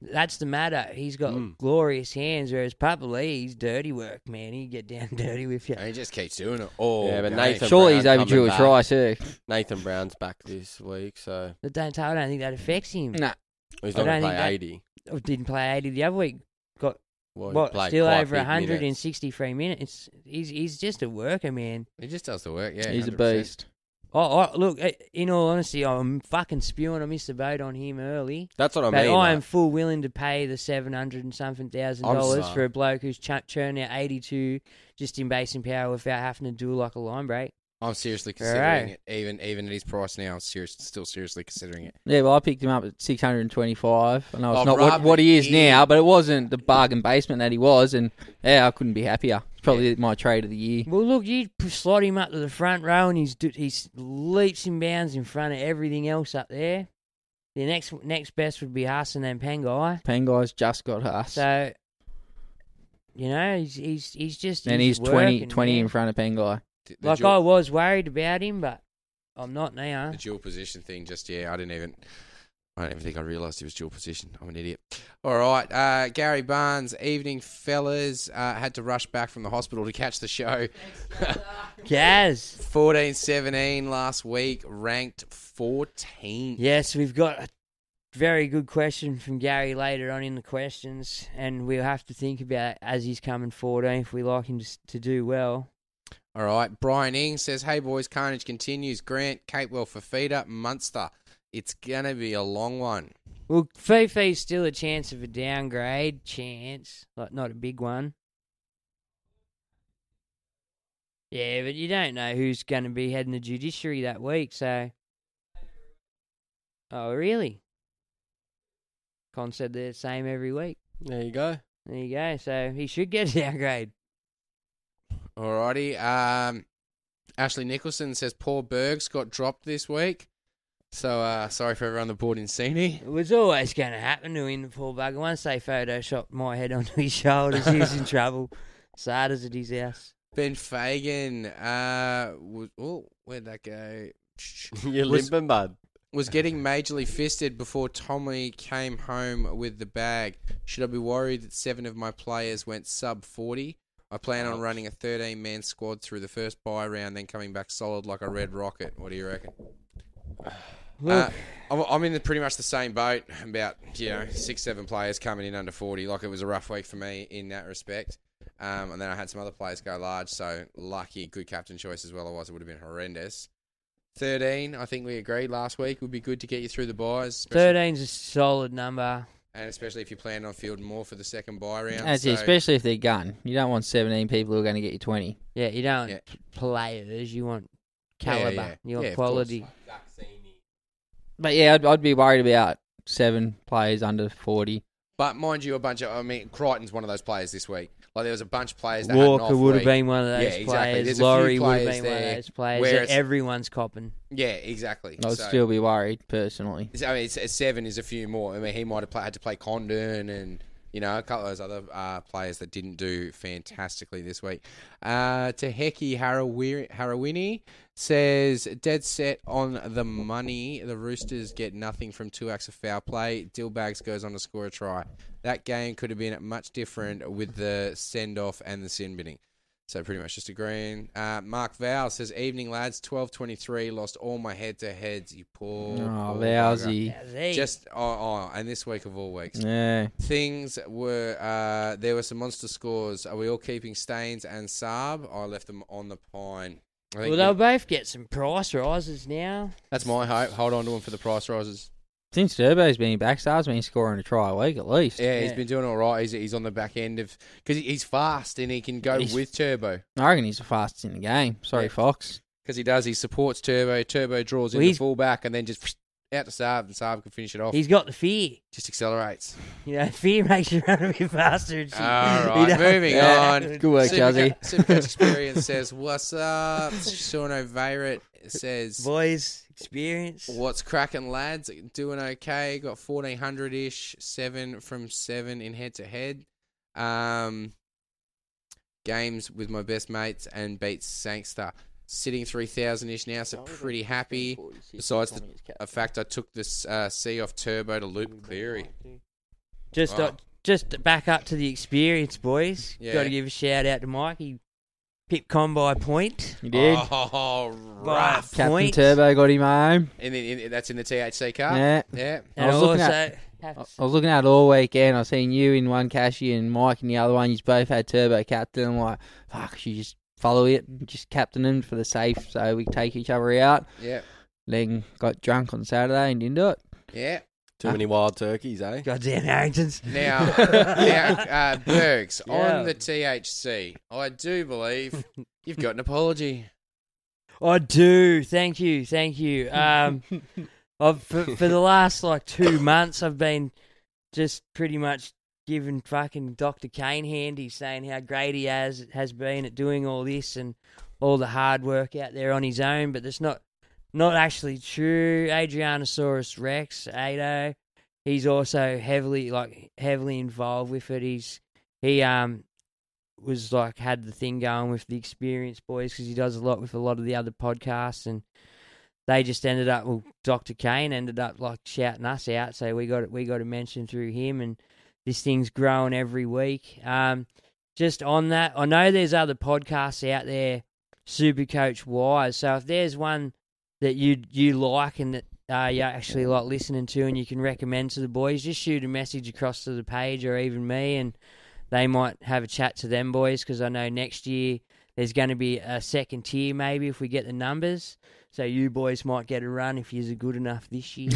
Speaker 2: that's the matter. He's got
Speaker 5: Mm.
Speaker 2: glorious hands, whereas Papali, he's dirty work, man. He get down dirty with you.
Speaker 5: And he just keeps doing it all.
Speaker 8: Yeah, but
Speaker 5: game.
Speaker 8: Nathan Brown
Speaker 9: Surely he's overdue
Speaker 8: coming
Speaker 9: a try
Speaker 8: back.
Speaker 9: too.
Speaker 8: Nathan Brown's back this week, so
Speaker 2: But don't tell. I don't think that affects him.
Speaker 9: Nah.
Speaker 8: he's
Speaker 2: I
Speaker 8: not gonna
Speaker 2: don't think
Speaker 8: play
Speaker 2: that-
Speaker 8: eighty.
Speaker 2: Oh, didn't play eighty the other week. Got
Speaker 8: Well, he
Speaker 2: what?
Speaker 8: played
Speaker 2: Still
Speaker 8: quite
Speaker 2: over
Speaker 8: big
Speaker 2: hundred and
Speaker 8: minutes.
Speaker 2: sixty-three minutes. He's he's just a worker, man.
Speaker 5: He just does the work, yeah.
Speaker 9: He's a
Speaker 5: 100%.
Speaker 9: beast.
Speaker 2: Oh, oh, look. eh, In all honesty, I'm fucking spewing. I missed the boat on him early.
Speaker 8: That's what I
Speaker 2: but
Speaker 8: mean.
Speaker 2: I am
Speaker 8: like-
Speaker 2: full willing to pay the seven hundred and something thousand
Speaker 8: I'm
Speaker 2: dollars
Speaker 8: sorry.
Speaker 2: for a bloke who's ch- churning out eighty two just in basing power without having to do like a line break.
Speaker 5: I'm seriously
Speaker 2: All right.
Speaker 5: considering it, even even at his price now. I'm serious, still seriously considering it.
Speaker 9: Yeah, well, I picked him up at 625. I know it's
Speaker 5: Oh,
Speaker 9: not what,
Speaker 5: rub
Speaker 9: what he is
Speaker 5: it
Speaker 9: now, but it wasn't the bargain basement that he was, and yeah, I couldn't be happier. It's probably my trade of the year.
Speaker 2: Well, look, you p- slot him up to the front row, and he's do- he's leaps and bounds in front of everything else up there. The next next best would be us and then Pengai.
Speaker 9: Pengai's just got us,
Speaker 2: So, you know, he's he's he's just
Speaker 9: and he's 20,
Speaker 2: working,
Speaker 9: 20
Speaker 2: man.
Speaker 9: in front of Pengai.
Speaker 5: the
Speaker 2: like
Speaker 5: dual-
Speaker 2: I was worried about him, but I'm not now.
Speaker 5: The dual position thing, just yeah, I didn't even, I don't even think I realised he was dual position. I'm an idiot. All right, uh, Gary Barnes, evening fellas. Uh, had to rush back from the hospital to catch the show.
Speaker 2: Gaz,
Speaker 5: fourteen seventeen last week, ranked 14.
Speaker 2: Yes, we've got a very good question from Gary later on in the questions, and we'll have to think about as he's coming forward eh, if we like him to, s- to do well.
Speaker 5: All right, Brian Ng says, "Hey boys, carnage continues. Grant, Capewell, Fafita, Munster. It's gonna be a long one.
Speaker 2: Well, Fifi's still a chance of a downgrade chance, like not a big one. Yeah, but you don't know who's going to be heading the judiciary that week, so. Oh, really? Con said they're the same every week.
Speaker 8: There you go.
Speaker 2: There you go. So he should get a downgrade.
Speaker 5: Alrighty. Um, Ashley Nicholson says poor Bergs got dropped this week. So uh, sorry for everyone that bought Insini.
Speaker 2: It was always going to happen to him, the poor bugger. Once they photoshopped my head onto his shoulders, he was in trouble. Sad as it is, house.
Speaker 5: Ben Fagan, uh, was, oh, where'd that go?
Speaker 8: You're
Speaker 5: Was-
Speaker 8: limping, bud.
Speaker 5: Was getting majorly fisted before Tommy came home with the bag. Should I be worried that seven of my players went sub 40? I plan on running a 13 man squad through the first buy round, then coming back solid like a red rocket. What do you reckon? Uh,
Speaker 2: Look.
Speaker 5: I'm, I'm in the, pretty much the same boat. About you know six, seven players coming in under forty. Like it was a rough week for me in that respect. Um, and then I had some other players go large. So lucky, good captain choice as well. Otherwise, it would have been horrendous. Thirteen, I think we agreed last week would be good to get you through the buys. especially-
Speaker 2: 13's a solid number.
Speaker 5: and especially if you plan on fielding more for the second buy round.
Speaker 9: That's it,
Speaker 5: So-
Speaker 9: especially if they're gun. You don't want 17 people who are going to get you 20.
Speaker 2: Yeah, you don't p- players, you want
Speaker 9: Yeah,
Speaker 2: caliber,
Speaker 9: yeah.
Speaker 2: you want
Speaker 9: Yeah, of course.
Speaker 2: quality.
Speaker 9: But yeah, I'd, I'd be worried about seven players under 40.
Speaker 5: But mind you, a bunch of I mean, Crichton's one of those players this week. Like there was a bunch of players. That had an
Speaker 2: Walker
Speaker 5: off
Speaker 2: would have
Speaker 5: week.
Speaker 2: been one of
Speaker 5: Yeah,
Speaker 2: those
Speaker 5: exactly.
Speaker 2: players.
Speaker 5: There's a few
Speaker 2: Laurie would have
Speaker 5: players
Speaker 2: been one of
Speaker 5: there
Speaker 2: those players
Speaker 5: where
Speaker 2: that
Speaker 5: it's-
Speaker 2: everyone's copping.
Speaker 5: Yeah, exactly.
Speaker 9: I'd
Speaker 5: So-
Speaker 9: still be worried, personally.
Speaker 5: It's- I mean, it's, it's seven is a few more. I mean, he might have play, had to play Condon and you know a couple of those other uh, players that didn't do fantastically this week. Uh, Teheki Harawiri- Harawini says dead set on the money. The Roosters get nothing from two acts of foul play. Dillbags goes on to score a try. That game could have been much different with the send off and the sin binning. So pretty much just agreeing. Uh, Mark Vow says, "Evening lads, twelve twenty-three. Lost all my head-to-heads. You poor,
Speaker 9: Oh,
Speaker 5: poor
Speaker 9: Vowsy.
Speaker 5: bugger.
Speaker 2: Vowsy.
Speaker 5: Just oh, oh, and this week of all weeks,
Speaker 9: Yeah.
Speaker 5: Things were uh, there were some monster scores. Are we all keeping Stains and Saab? I left them on the pine. I think
Speaker 2: Well, they'll both get some price rises now.
Speaker 5: that's my hope. Hold on to them for the price rises.
Speaker 9: Since Turbo's been back, Star's been scoring a try a week at least.
Speaker 5: Yeah, he's been doing all right. He's, he's on the back end of because he's fast and he can go
Speaker 9: He's-
Speaker 5: with Turbo
Speaker 9: I reckon he's the fastest in the game. Sorry,
Speaker 5: Yeah.
Speaker 9: Fox.
Speaker 5: because he does. He supports Turbo. Turbo draws
Speaker 9: Well,
Speaker 5: in the
Speaker 9: he's-
Speaker 5: full back and then just out to Saab and Saab can finish it off.
Speaker 2: He's got the fear.
Speaker 5: just accelerates.
Speaker 2: You know, fear makes you run a bit faster. And shit.
Speaker 5: All
Speaker 2: You
Speaker 5: right,
Speaker 2: know?
Speaker 5: moving on.
Speaker 9: Good work,
Speaker 5: Supercoach-
Speaker 9: Jazzy.
Speaker 5: Supercoach Experience says, "What's up?" Sean O'Veirat says,
Speaker 2: "Boys, experience.
Speaker 5: What's cracking, lads? Doing okay. Got fourteen hundred ish, seven from seven in head to head. Um, games with my best mates and beats Sangster. Sitting three thousand ish now, so pretty happy. Besides the a fact, I took this uh, C off Turbo to Loop Cleary.
Speaker 2: Just,
Speaker 5: Wow.
Speaker 2: uh, just back up to the experience, boys.
Speaker 5: Yeah.
Speaker 2: Got to give a shout out to Mike. He pipped con by a point.
Speaker 9: He did.
Speaker 5: Oh,
Speaker 2: By a
Speaker 5: rough.
Speaker 9: Captain
Speaker 2: point.
Speaker 9: Turbo got him home.
Speaker 5: And then in, that's in the THC car.
Speaker 9: Yeah.
Speaker 5: yeah.
Speaker 9: I was, looking at, I I was looking at it all weekend. I seen you in one cashier and Mike in the other one. You both had Turbo Captain. I'm like, fuck, you just follow it. and Just captain him for the safe so we take each other out.
Speaker 5: Yeah.
Speaker 9: Then got drunk on Saturday and didn't do it.
Speaker 5: Yeah.
Speaker 8: Too many wild turkeys, eh?
Speaker 2: Goddamn Harringtons.
Speaker 5: Now, now uh, Bergs,
Speaker 2: Yeah.
Speaker 5: on the THC, I do believe you've got an apology.
Speaker 2: I do. Thank you. Thank you. Um, I've, for, for the last like two months, I've been just pretty much giving fucking Dr. Kane handy, saying how great he has has been at doing all this and all the hard work out there on his own. But that's not not actually true. Adrianosaurus Rex, Ado, he's also heavily like heavily involved with it. He's he um was like had the thing going with the experience boys because he does a lot with a lot of the other podcasts and they just ended up well dr kane ended up like shouting us out so we got it we got a mention through him and this thing's growing every week um just on that i know there's other podcasts out there super coach wise so if there's one that you you like and that uh, you actually like listening to and you can recommend to the boys just shoot a message across to the page or even me and they might have a chat to them boys because I know next year there's going to be a second tier maybe if we get the numbers. So you boys might get a run if you're good enough this year.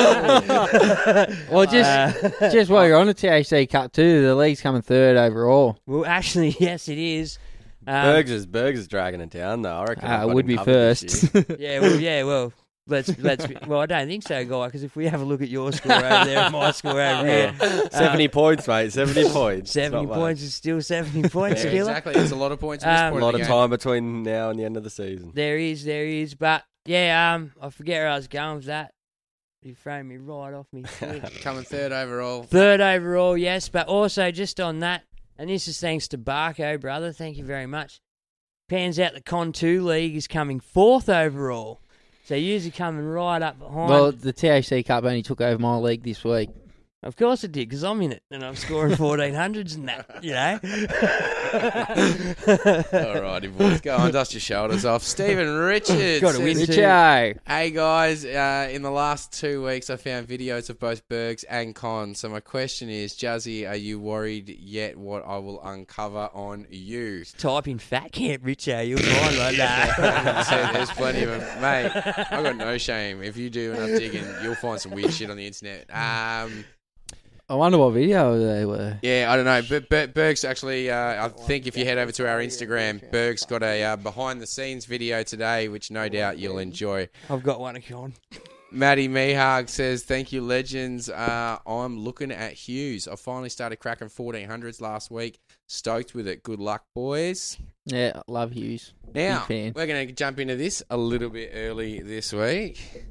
Speaker 2: Uh,
Speaker 9: Well, just
Speaker 2: uh,
Speaker 9: just while you're on the THC Cup too, the league's coming third overall.
Speaker 2: well, actually, yes, it is. Um,
Speaker 8: Bergs is Bergs is dragging it down though. I reckon.
Speaker 9: Uh,
Speaker 8: I've
Speaker 9: it
Speaker 8: got
Speaker 9: would
Speaker 8: him
Speaker 9: be
Speaker 8: covered this
Speaker 9: first.
Speaker 8: year.
Speaker 2: Yeah, well, yeah, well, let's let's. be- Well, I don't think so, guy. Because if we have a look at your score over there and my score over here, uh,
Speaker 8: Seventy points, mate. Seventy points.
Speaker 2: seventy
Speaker 8: Not
Speaker 2: points is still seventy points.
Speaker 5: Yeah,
Speaker 2: killer.
Speaker 5: exactly. It's a lot of points. at this
Speaker 2: Um,
Speaker 8: bad. A
Speaker 5: point
Speaker 8: lot
Speaker 5: in
Speaker 8: of
Speaker 5: the
Speaker 8: time between now and the end of the season.
Speaker 2: There is, there is, but Yeah, um, I forget where I was going with that. You framed me right off me. shit.
Speaker 5: Coming third overall.
Speaker 2: Third overall, yes, but also just on that, and this is thanks to Barco, brother. Thank you very much. Pans out the Con Two League is coming fourth overall, so you're coming right up behind.
Speaker 9: Well, the THC Cup only took over my league this week.
Speaker 2: Of course it did, because I'm in it and I'm scoring 1400s and that, you know.
Speaker 5: Alrighty, boys, go on, dust your shoulders off. Stephen Richards.
Speaker 2: Gotta win
Speaker 5: says,
Speaker 2: too. Richo.
Speaker 5: Hey guys, uh, in the last two weeks, I found videos of both Bergs and Con. So my question is, Jazzy, are you worried yet what I will uncover on you?
Speaker 2: Type in fat camp, Richo, you'll find like that.
Speaker 5: So there's plenty of 'em. mate. I got no shame. If you do enough digging, you'll find some weird shit on the internet. Um,
Speaker 9: I wonder what video they were.
Speaker 5: Yeah, I don't know, but, but Berg's actually. Uh, I think if you head over to our Instagram, Berg's got a uh, behind-the-scenes video today, which no doubt you'll enjoy.
Speaker 2: I've got one of Con.
Speaker 5: Maddie Mehag says, "Thank you, legends. Uh, I'm looking at Hughes. I finally started cracking 1400s last week. Stoked with it. Good luck, boys.
Speaker 9: Yeah, love Hughes.
Speaker 5: Now
Speaker 9: Big fan.
Speaker 5: we're going to jump into this a little bit early this week.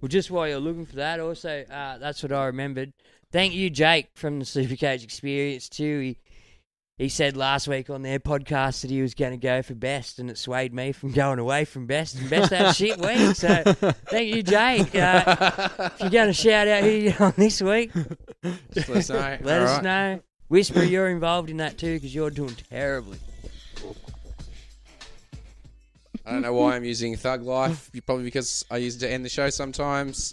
Speaker 2: Well, just while you're looking for that, also uh, that's what I remembered. Thank you, Jake, from the Supercoach Experience too. He he said last week on their podcast that he was going to go for best, and it swayed me from going away from best. And best that shit week. So thank you, Jake. Uh, if you're going to shout out who you're on this week,
Speaker 5: Just let us know.
Speaker 2: Let
Speaker 5: All
Speaker 2: us
Speaker 5: right.
Speaker 2: know. Whisper, you're involved in that too because you're doing terribly.
Speaker 5: I don't know why I'm using Thug Life. Probably because I use it to end the show sometimes.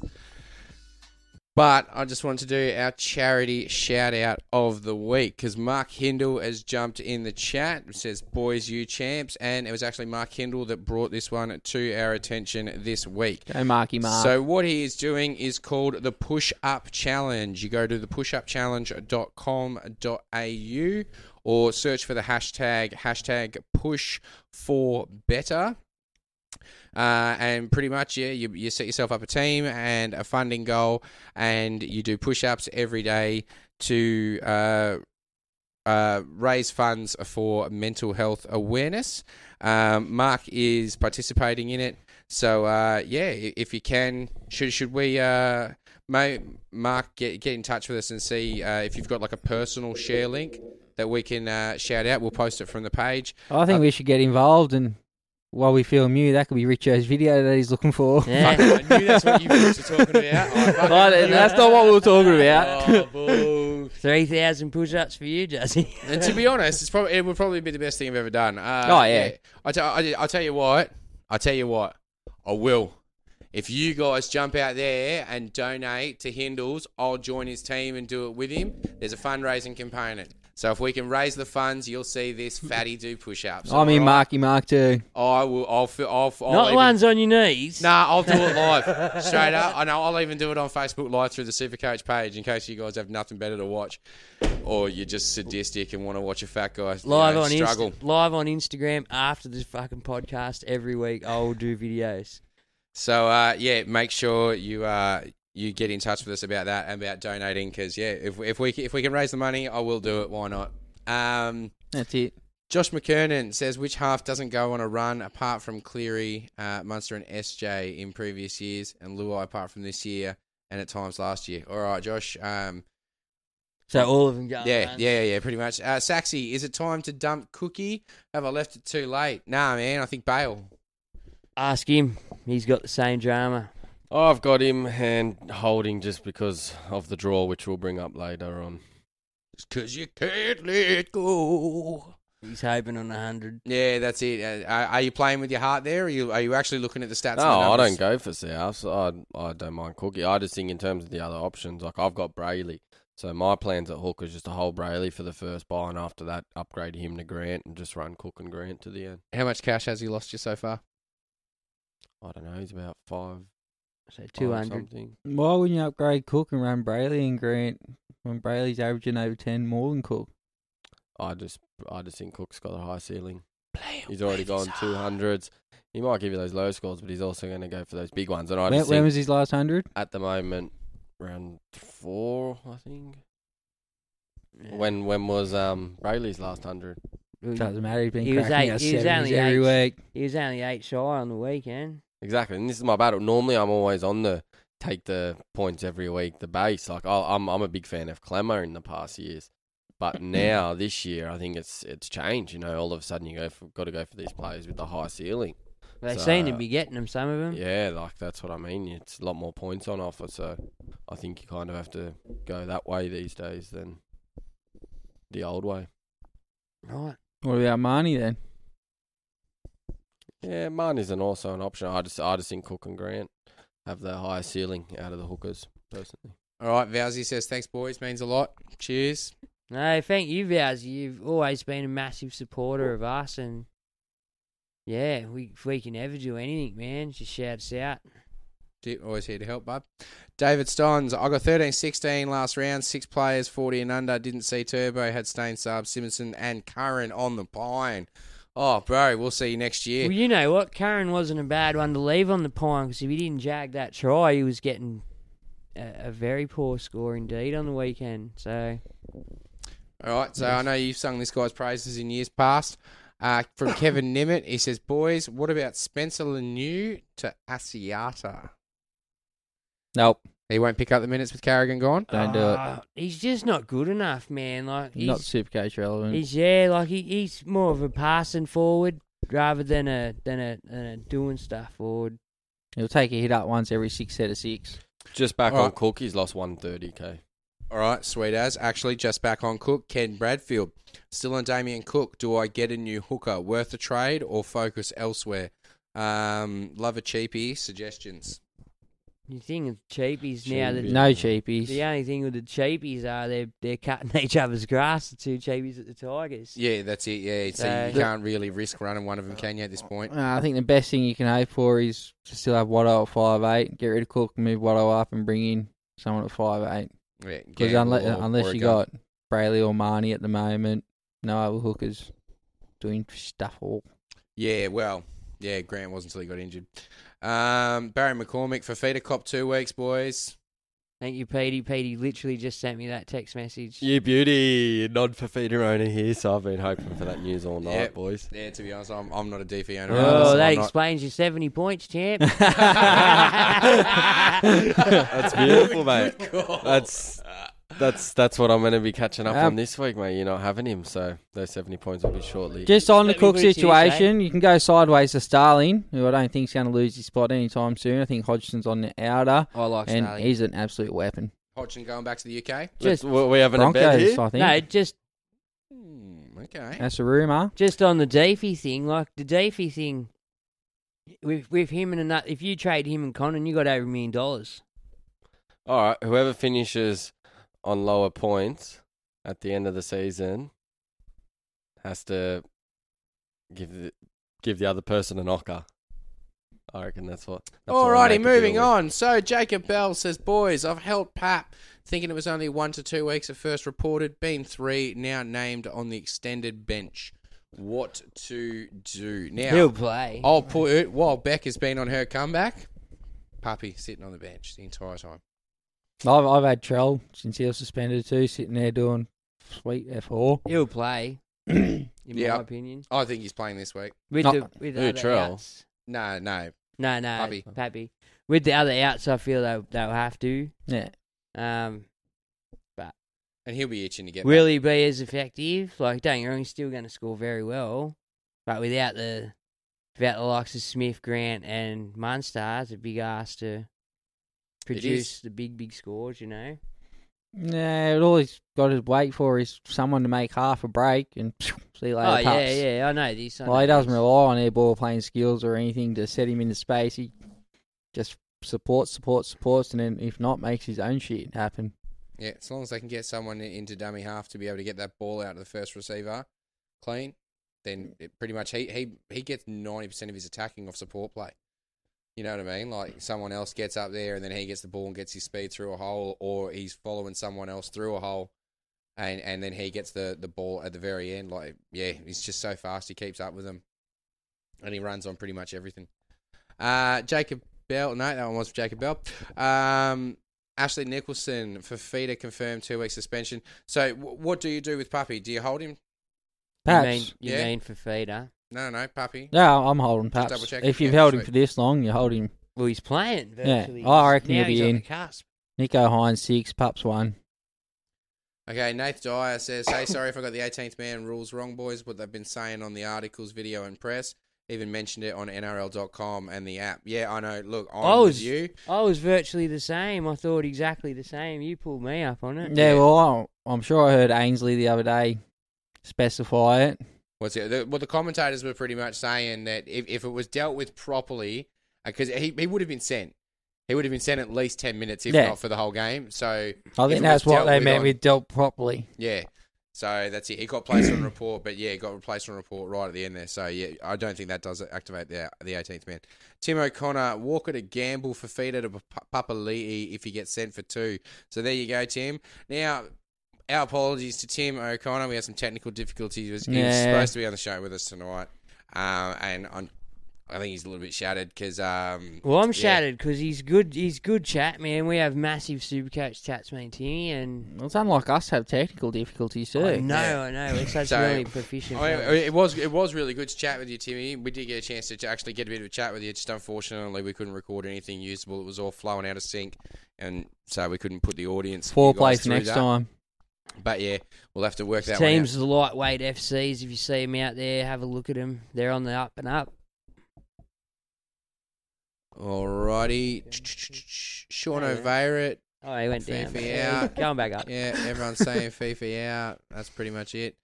Speaker 5: But I just wanted to do our charity shout out of the week because Mark Hindle has jumped in the chat. It says, Boys, you champs. And it was actually Mark Hindle that brought this one to our attention this week.
Speaker 9: Go Marky Mark.
Speaker 5: So what he is doing is called the Push Up Challenge. You go to the pushupchallenge.com.au or search for the hashtag hashtag push for better. Uh, and pretty much, yeah, you, you set yourself up a team and a funding goal, and you do push ups every day to uh, uh, raise funds for mental health awareness. Um, Mark is participating in it, so uh, yeah, i- if you can, should should we, uh, may, Mark, get get in touch with us and see uh, if you've got like a personal share link that we can uh, shout out. We'll post it from the page.
Speaker 9: Oh, I think we should get involved and while we film you, that could be Richo's video that he's looking for.
Speaker 5: Fuck, I knew that's what you were talking about. I fucking
Speaker 9: Right,
Speaker 5: knew
Speaker 9: that's
Speaker 5: it.
Speaker 9: not what we were talking about.
Speaker 5: Oh, boo.
Speaker 2: Three thousand push-ups for you, Jazzy.
Speaker 5: And to be honest, it's probably it would probably be the best thing I've ever done. Uh,
Speaker 9: Oh, yeah.
Speaker 5: I tell I, I'll tell you what. I tell you what. I will. If you guys jump out there and donate to Hindles, I'll join his team and do it with him. There's a fundraising component. So if we can raise the funds, you'll see this fatty do push-ups.
Speaker 9: I'm in
Speaker 5: alright?
Speaker 9: Marky Mark too.
Speaker 5: I will. I'll. fi- I'll, I'll
Speaker 2: Not
Speaker 5: even-
Speaker 2: ones on your knees.
Speaker 5: Nah, I'll do it live, straight up. I know I'll even do it on Facebook Live through the Supercoach page in case you guys have nothing better to watch, or you're just sadistic and want to watch a fat guy you
Speaker 2: live
Speaker 5: know,
Speaker 2: on
Speaker 5: struggle.
Speaker 2: Insta- live on Instagram after this fucking podcast every week. I will do videos.
Speaker 5: So uh, yeah, make sure you uh, you get in touch with us about that and about donating because yeah, if if we if we can raise the money, I will do it. Why not? Um,
Speaker 9: That's it.
Speaker 5: Josh McKernan says which half doesn't go on a run apart from Cleary, uh, Munster, and SJ in previous years, and Luai apart from this year and at times last year. All right, Josh. Um,
Speaker 2: So all of them go.
Speaker 5: yeah,
Speaker 2: man.
Speaker 5: yeah, yeah, pretty much. Uh, Saxy, is it time to dump Cookie? Have I left it too late? Nah, man. I think Bale.
Speaker 2: Ask him. He's got the same drama.
Speaker 8: I've got him hand holding just because of the draw, which we'll bring up later on.
Speaker 5: Because you can't let go.
Speaker 2: He's hoping on a hundred.
Speaker 5: Yeah, that's it. Uh, are are you playing with your heart there? Or are you are you actually looking at the stats? and the
Speaker 8: no, I
Speaker 5: numbers?
Speaker 8: don't go for Souths. I I don't mind Cookie. I just think in terms of the other options, like I've got Brayley. So my plans at hook is just to hold Brayley for the first buy, and after that, upgrade him to Grant and just run Cook and Grant to the end.
Speaker 5: How much cash has he lost you so far?
Speaker 8: I don't know. He's about five.
Speaker 2: So
Speaker 9: two hundred. Why wouldn't you upgrade Cook and run Brayley and Grant when Brayley's averaging over ten more than Cook?
Speaker 8: I just I just think Cook's got a high ceiling. He's already gone
Speaker 9: ah.
Speaker 8: two hundreds. He might give you those low scores, but he's also going to go for those big ones. And I
Speaker 9: When,
Speaker 8: just
Speaker 9: when
Speaker 8: think
Speaker 9: was his last hundred?
Speaker 8: at the moment round four, I think. When when was um Brayley's last hundred?
Speaker 9: Doesn't matter. He's been
Speaker 2: He was
Speaker 9: cracking
Speaker 2: eight.
Speaker 9: us
Speaker 2: He was
Speaker 9: seventies
Speaker 2: only
Speaker 9: every
Speaker 2: eight.
Speaker 9: week.
Speaker 2: He was only eight shy on the weekend.
Speaker 8: Exactly, and this is my battle. Normally, I'm always on the take the points every week, the base. Like I'll, I'm, I'm a big fan of Clemmer in the past years, but now this year, I think it's it's changed. You know, all of a sudden you go for, got to go for these players with the high ceiling.
Speaker 9: They seem to be getting them. Some of them.
Speaker 8: Yeah, like that's what I mean. It's a lot more points on offer, so I think you kind of have to go that way these days than the old way.
Speaker 9: Right.
Speaker 6: What about Marnie then?
Speaker 8: Yeah, mine isn't also an option. I just I just think Cook and Grant have the higher ceiling out of the hookers personally.
Speaker 5: All right, Vowsy says thanks, boys. Means a lot. Cheers.
Speaker 9: No, thank you, Vaz. You've always been a massive supporter of us, and yeah, we if we can ever do anything, man, just shout us out.
Speaker 5: Di- Always here to help, bub. David Stons, I got 13 16 last round, six players, 40 and under. Didn't see Turbo, had Stain Sub, Simonson, and Curran on the pine. Oh, bro, we'll see you next year.
Speaker 9: Well, you know what? Curran wasn't a bad one to leave on the pine because if he didn't jag that try, he was getting a, a very poor score indeed on the weekend. So,
Speaker 5: All right, so I know you've sung this guy's praises in years past. Uh, from Kevin Nimmett, he says, Boys, what about Spencer Lanew to Asiata?
Speaker 6: Nope.
Speaker 5: He won't pick up the minutes with Carrigan gone?
Speaker 6: Don't do it.
Speaker 9: Uh, he's just not good enough, man. Like he's,
Speaker 6: Not Supercoach relevant.
Speaker 9: He's yeah, like he, he's more of a passing forward rather than a than a than a doing stuff forward.
Speaker 6: He'll take a hit up once every six set of six.
Speaker 8: Just back
Speaker 5: All
Speaker 8: on
Speaker 5: right.
Speaker 8: Cook, he's lost one thirty k.
Speaker 5: All right, sweet as. Actually, just back on Cook, Ken Bradfield. Still on Damien Cook. Do I get a new hooker? Worth a trade or focus elsewhere? Um, love a cheapie. Suggestions.
Speaker 9: You think of cheapies now that
Speaker 6: No cheapies.
Speaker 9: The only thing with the cheapies are they're they're cutting each other's grass. The two cheapies at the Tigers.
Speaker 5: Yeah, that's it. Yeah, so
Speaker 9: So-
Speaker 5: you can't really risk running one of them, can you, at this point?
Speaker 6: Uh, I think the best thing you can hope for is to still have Watto at five eight. Get rid of Cook, move Watto up, and bring in someone at five eight.
Speaker 5: Yeah,
Speaker 6: because
Speaker 5: Gamble
Speaker 6: unless,
Speaker 5: or- or
Speaker 6: unless
Speaker 5: a
Speaker 6: you
Speaker 5: gun.
Speaker 6: got Brayley or Marnie at the moment, no other hookers doing stuff all.
Speaker 5: Yeah, well, yeah, Grant was until he got injured. Um, Barry McCormick for feeder cop two weeks, boys.
Speaker 9: Thank you, Petey. Petey literally just sent me that text message.
Speaker 8: You beauty, nod for Federona here. So I've been hoping for that news all night,
Speaker 5: Yeah,
Speaker 8: boys.
Speaker 5: Yeah, to be honest, I'm, I'm not a DP owner. either,
Speaker 9: Oh,
Speaker 5: so
Speaker 9: that
Speaker 5: I'm not-
Speaker 9: explains your seventy points, champ.
Speaker 8: that's beautiful, mate.
Speaker 5: call.
Speaker 8: That's that's that's what I'm going to be catching up
Speaker 6: Um,
Speaker 8: on this week, mate. You're not having him, so those seventy points will be shortly.
Speaker 6: Just on the Cook
Speaker 9: put it to you,
Speaker 6: situation,
Speaker 8: eh?
Speaker 6: you can go sideways to Starling, who I don't think is going to lose his spot anytime soon. I think Hodgson's on the outer.
Speaker 9: I like
Speaker 6: and
Speaker 9: Starling.
Speaker 6: he's an absolute weapon.
Speaker 5: Hodgson going back to the UK.
Speaker 8: Just- we we having a bet
Speaker 6: Broncos,
Speaker 8: here.
Speaker 6: I think.
Speaker 9: no, just
Speaker 5: Hmm, okay.
Speaker 6: That's a rumor.
Speaker 9: just on the Deafy thing, like the Deafy thing with with him and another. If you trade him and Conan, you got over a million dollars.
Speaker 8: All right, whoever finishes on lower points at the end of the season has to give the give the other person a knocker. I reckon that's what. That's what I
Speaker 5: Alrighty,
Speaker 8: made the
Speaker 5: moving
Speaker 8: deal with.
Speaker 5: on. So Jacob Bell says, "Boys, I've held Pap, thinking it was only one to two weeks at first reported, been three, now named on the extended bench. What to do now?
Speaker 9: He'll play.
Speaker 5: I'll put it while Beck has been on her comeback. Puppy sitting on the bench the entire time.
Speaker 6: I've, I've had Trell since he was suspended too, sitting there doing sweet F4.
Speaker 9: He'll play, in my opinion.
Speaker 5: I think he's playing this week.
Speaker 9: With
Speaker 6: No.
Speaker 9: the with
Speaker 8: Who,
Speaker 9: the other
Speaker 8: Trell?
Speaker 9: outs.
Speaker 5: No, no,
Speaker 9: No, no,
Speaker 5: Pappy.
Speaker 9: Pappy. With the other outs, I feel they'll they'll have to.
Speaker 6: Yeah.
Speaker 9: Um,
Speaker 5: and he'll be itching to get.
Speaker 9: will he be as effective? Like, don't get me wrong, he's still going to score very well, but without the without the likes of Smith, Grant, and Munster, it's a big ask to
Speaker 5: is.
Speaker 9: produce the big big scores. You know.
Speaker 6: Yeah, all he's got to wait for is someone to make half a break and see you later.
Speaker 9: oh yeah,
Speaker 6: pups.
Speaker 9: yeah, I know these. I
Speaker 6: Well, he
Speaker 9: know
Speaker 6: doesn't
Speaker 9: these.
Speaker 6: rely on air ball playing skills or anything to set him into space. He just supports, supports, supports, and then if not, makes his own shit happen.
Speaker 5: back. Yeah, as long as they can get someone in- into dummy half to be able to get that ball out of the first receiver clean, then it pretty much he he he gets ninety percent of his attacking off support play. You know what I mean? Like someone else gets up there and then he gets the ball and gets his speed through a hole, or he's following someone else through a hole, and and then he gets the the ball at the very end. Like yeah, he's just so fast. He keeps up with them, and he runs on pretty much everything. Uh, Jacob Bell. No, that one was Jacob Bell. Um, Ashley Nicholson for feeder confirmed two week suspension. So, w- what do you do with Puppy? Do you hold him?
Speaker 9: You mean,
Speaker 6: Perhaps.
Speaker 9: you
Speaker 5: Yeah.
Speaker 9: mean for feeder?
Speaker 5: No, no, no, puppy.
Speaker 2: No, I'm holding
Speaker 5: Just
Speaker 2: Paps.
Speaker 5: double-check.
Speaker 2: If you've
Speaker 5: Yeah,
Speaker 2: held him
Speaker 5: sweet.
Speaker 2: for this long, you hold him.
Speaker 9: Well, he's playing.
Speaker 2: Yeah,
Speaker 9: Virtually.
Speaker 2: I reckon
Speaker 9: now
Speaker 2: he'll be
Speaker 9: he's On
Speaker 2: in.
Speaker 9: the cusp.
Speaker 2: Nico Hines six, Paps one.
Speaker 5: Okay, Nath Dyer says, "Hey, sorry if I got the 18th man rules wrong, boys. What they've been saying on the articles, video, and press. Even mentioned it on NRL.com and the app. Yeah, I know. Look, I'm
Speaker 2: Oh,
Speaker 9: I
Speaker 5: with
Speaker 9: was
Speaker 5: you.
Speaker 9: I was virtually the same. I thought exactly the same. You pulled me up on it.
Speaker 2: Yeah, well, I'm, I'm sure I heard Ainsley the other day specify it.
Speaker 5: What's it? The, well, the commentators were pretty much saying that if, if it was dealt with properly, because he, he would have been sent. He would have been sent at least 10 minutes, if
Speaker 2: Yeah.
Speaker 5: not for the whole game. So
Speaker 2: I
Speaker 5: if
Speaker 2: think
Speaker 5: it
Speaker 2: that's
Speaker 5: was
Speaker 2: what
Speaker 5: dealt
Speaker 2: they
Speaker 5: with
Speaker 2: meant
Speaker 5: on-
Speaker 2: with dealt properly.
Speaker 5: Yeah. So that's it. It got placed on report, but yeah, it got replaced on report right at the end there. So yeah, I don't think that does activate the the 18th man. Tim O'Connor, Walker to gamble for feeder to P- Papa Lee if he gets sent for two. So there you go, Tim. Now, our apologies to Tim O'Connor. We had some technical difficulties. He was, he was
Speaker 2: Yeah.
Speaker 5: supposed to be on the show with us tonight, um, and i I think he's a little bit shattered because. Um,
Speaker 9: Well, I'm
Speaker 5: yeah.
Speaker 9: shattered because he's good. He's good chat, man. We have massive supercoach chats, me and Timmy, and
Speaker 2: Well, it's unlike us to have technical difficulties too.
Speaker 9: I know, I know. We're such
Speaker 5: So-
Speaker 9: really proficient.
Speaker 5: I-
Speaker 9: fellas.
Speaker 5: it was it was really good to chat with you, Timmy. We did get a chance to actually get a bit of a chat with you. Just unfortunately, we couldn't record anything usable. It was all flowing out of sync, and so we couldn't put the audience you
Speaker 2: Four
Speaker 5: guys
Speaker 2: plays
Speaker 5: through
Speaker 2: next
Speaker 5: that.
Speaker 2: time.
Speaker 5: But yeah, we'll have to work that one out.
Speaker 9: Teams the lightweight FCs. If you see them out there, have a look at them. They're on the up and up.
Speaker 5: Alrighty, Sean
Speaker 9: Yeah.
Speaker 5: O'Veira.
Speaker 9: Oh, he went down.
Speaker 5: Fifi
Speaker 9: Yeah,
Speaker 5: out.
Speaker 9: going back up.
Speaker 5: Yeah, everyone's saying Fifi out. That's pretty much it.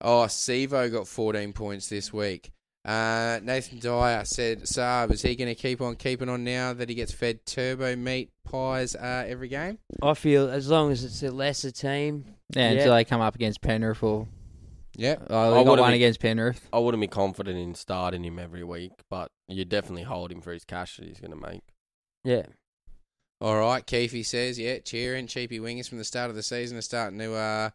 Speaker 5: Oh, Sevo got 14 points this week. Uh, Nathan Dyer said, Saab, is he going to keep on keeping on now that he gets fed turbo meat pies uh, every game?
Speaker 9: I feel as long as it's a lesser team.
Speaker 2: Yeah, until they come up against Penrith or
Speaker 5: yeah,
Speaker 2: oh, they got one against Penrith.
Speaker 8: I wouldn't be confident in starting him every week, but you definitely hold him for his cash that he's going to make.
Speaker 9: Yeah.
Speaker 5: All right, Keefe says, yeah, cheering. Cheapy wingers from the start of the season are starting to uh,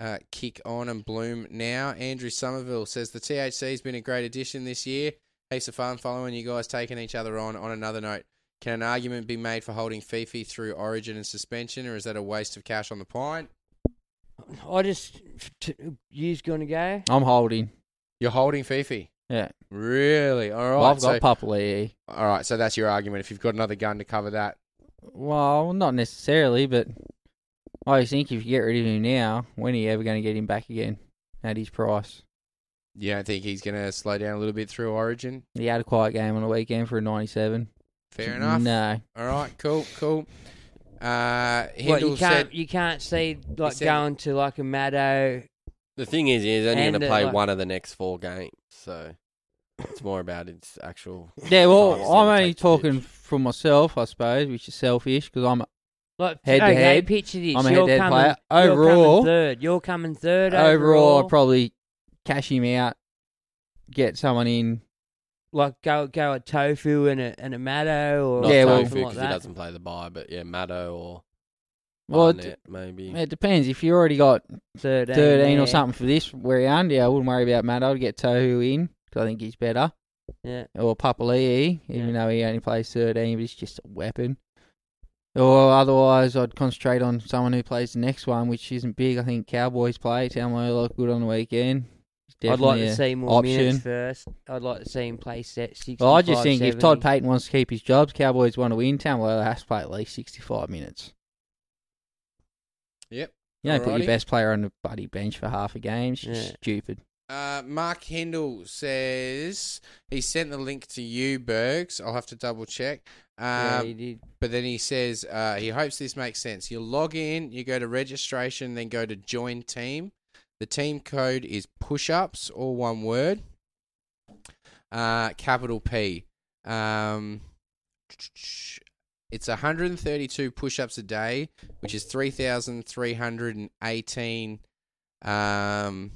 Speaker 5: uh, kick on and bloom now. Andrew Somerville says, the THC's been a great addition this year. Heaps of fun following you guys taking each other on. On another note, can an argument be made for holding Fifi through origin and suspension, or is that a waste of cash on the pint?
Speaker 9: I just t- you's gonna go.
Speaker 2: I'm holding.
Speaker 5: You're holding Fifi?
Speaker 2: Yeah.
Speaker 5: Really? All right.
Speaker 2: Well, I've
Speaker 5: so-
Speaker 2: got Papa Lee.
Speaker 5: All right, so that's your argument. If you've got another gun to cover that,
Speaker 2: Well, not necessarily, but I always think if you get rid of him now, when are you ever going to get him back again at his price?
Speaker 5: you don't think he's going to slow down a little bit through origin?
Speaker 2: He had a quiet game on the weekend for a 97.
Speaker 5: Fair enough.
Speaker 2: No.
Speaker 5: All right. Cool. Cool. Uh,
Speaker 9: What, you
Speaker 5: Hindle said.
Speaker 9: can't you can't see like
Speaker 5: said-
Speaker 9: going to like a Maddo.
Speaker 8: The thing is, he's only going
Speaker 9: And,
Speaker 8: to
Speaker 9: uh,
Speaker 8: play
Speaker 9: like-
Speaker 8: one of the next four games, so it's more about its actual.
Speaker 2: Yeah,
Speaker 8: time
Speaker 2: well,
Speaker 8: that
Speaker 2: I'm
Speaker 8: it
Speaker 2: only
Speaker 8: takes to
Speaker 2: talking for myself, I suppose, which is selfish because I'm
Speaker 9: Like
Speaker 2: head
Speaker 9: okay,
Speaker 2: to head.
Speaker 9: picture this.
Speaker 2: I'm a
Speaker 9: you're
Speaker 2: head to head
Speaker 9: coming,
Speaker 2: player.
Speaker 9: you're coming
Speaker 2: Overall,
Speaker 9: third. You're coming third
Speaker 2: overall,
Speaker 9: overall.
Speaker 2: I'd probably cash him out, get someone in.
Speaker 9: like go go a tofu and a and a Maddo or
Speaker 8: Not
Speaker 2: Yeah,
Speaker 8: yeah,
Speaker 2: well-
Speaker 9: something like
Speaker 8: because he
Speaker 9: that.
Speaker 8: doesn't play the bye, but yeah, Maddo or
Speaker 2: Well, it-
Speaker 8: Barnett, maybe.
Speaker 2: It depends. If you already got
Speaker 9: 13,
Speaker 2: 13
Speaker 9: yeah.
Speaker 2: or something for this round, yeah, I wouldn't worry about Matt. I'd get Tohu in 'cause I think he's better.
Speaker 9: Yeah.
Speaker 2: Or Papali'i, even though he only plays 13, but he's just a weapon. Or otherwise, I'd concentrate on someone who plays the next one, which isn't big. I think Cowboys play. Tamalolo look good on the weekend. He's
Speaker 9: I'd like
Speaker 2: definitely
Speaker 9: to
Speaker 2: a
Speaker 9: see more minutes
Speaker 2: option.
Speaker 9: first. I'd like to see him play set sixty.
Speaker 2: Well, I just think if Todd Payton wants to keep his jobs, Cowboys want to win, Tamalolo has to play at least 65 minutes.
Speaker 5: Yep.
Speaker 2: You don't put
Speaker 5: Alrighty.
Speaker 2: your best player on the bloody bench for half a game. It's just stupid.
Speaker 5: Uh, Mark Hindle says he sent the link to you, Bergs. I'll have to double check. Um,
Speaker 9: Yeah, he did.
Speaker 5: But then he says uh, he hopes this makes sense. You log in, you go to registration, then go to join team. The team code is push ups, all one word. Uh, capital P. Um, it's 132 push ups a day, which is 3,318. Um,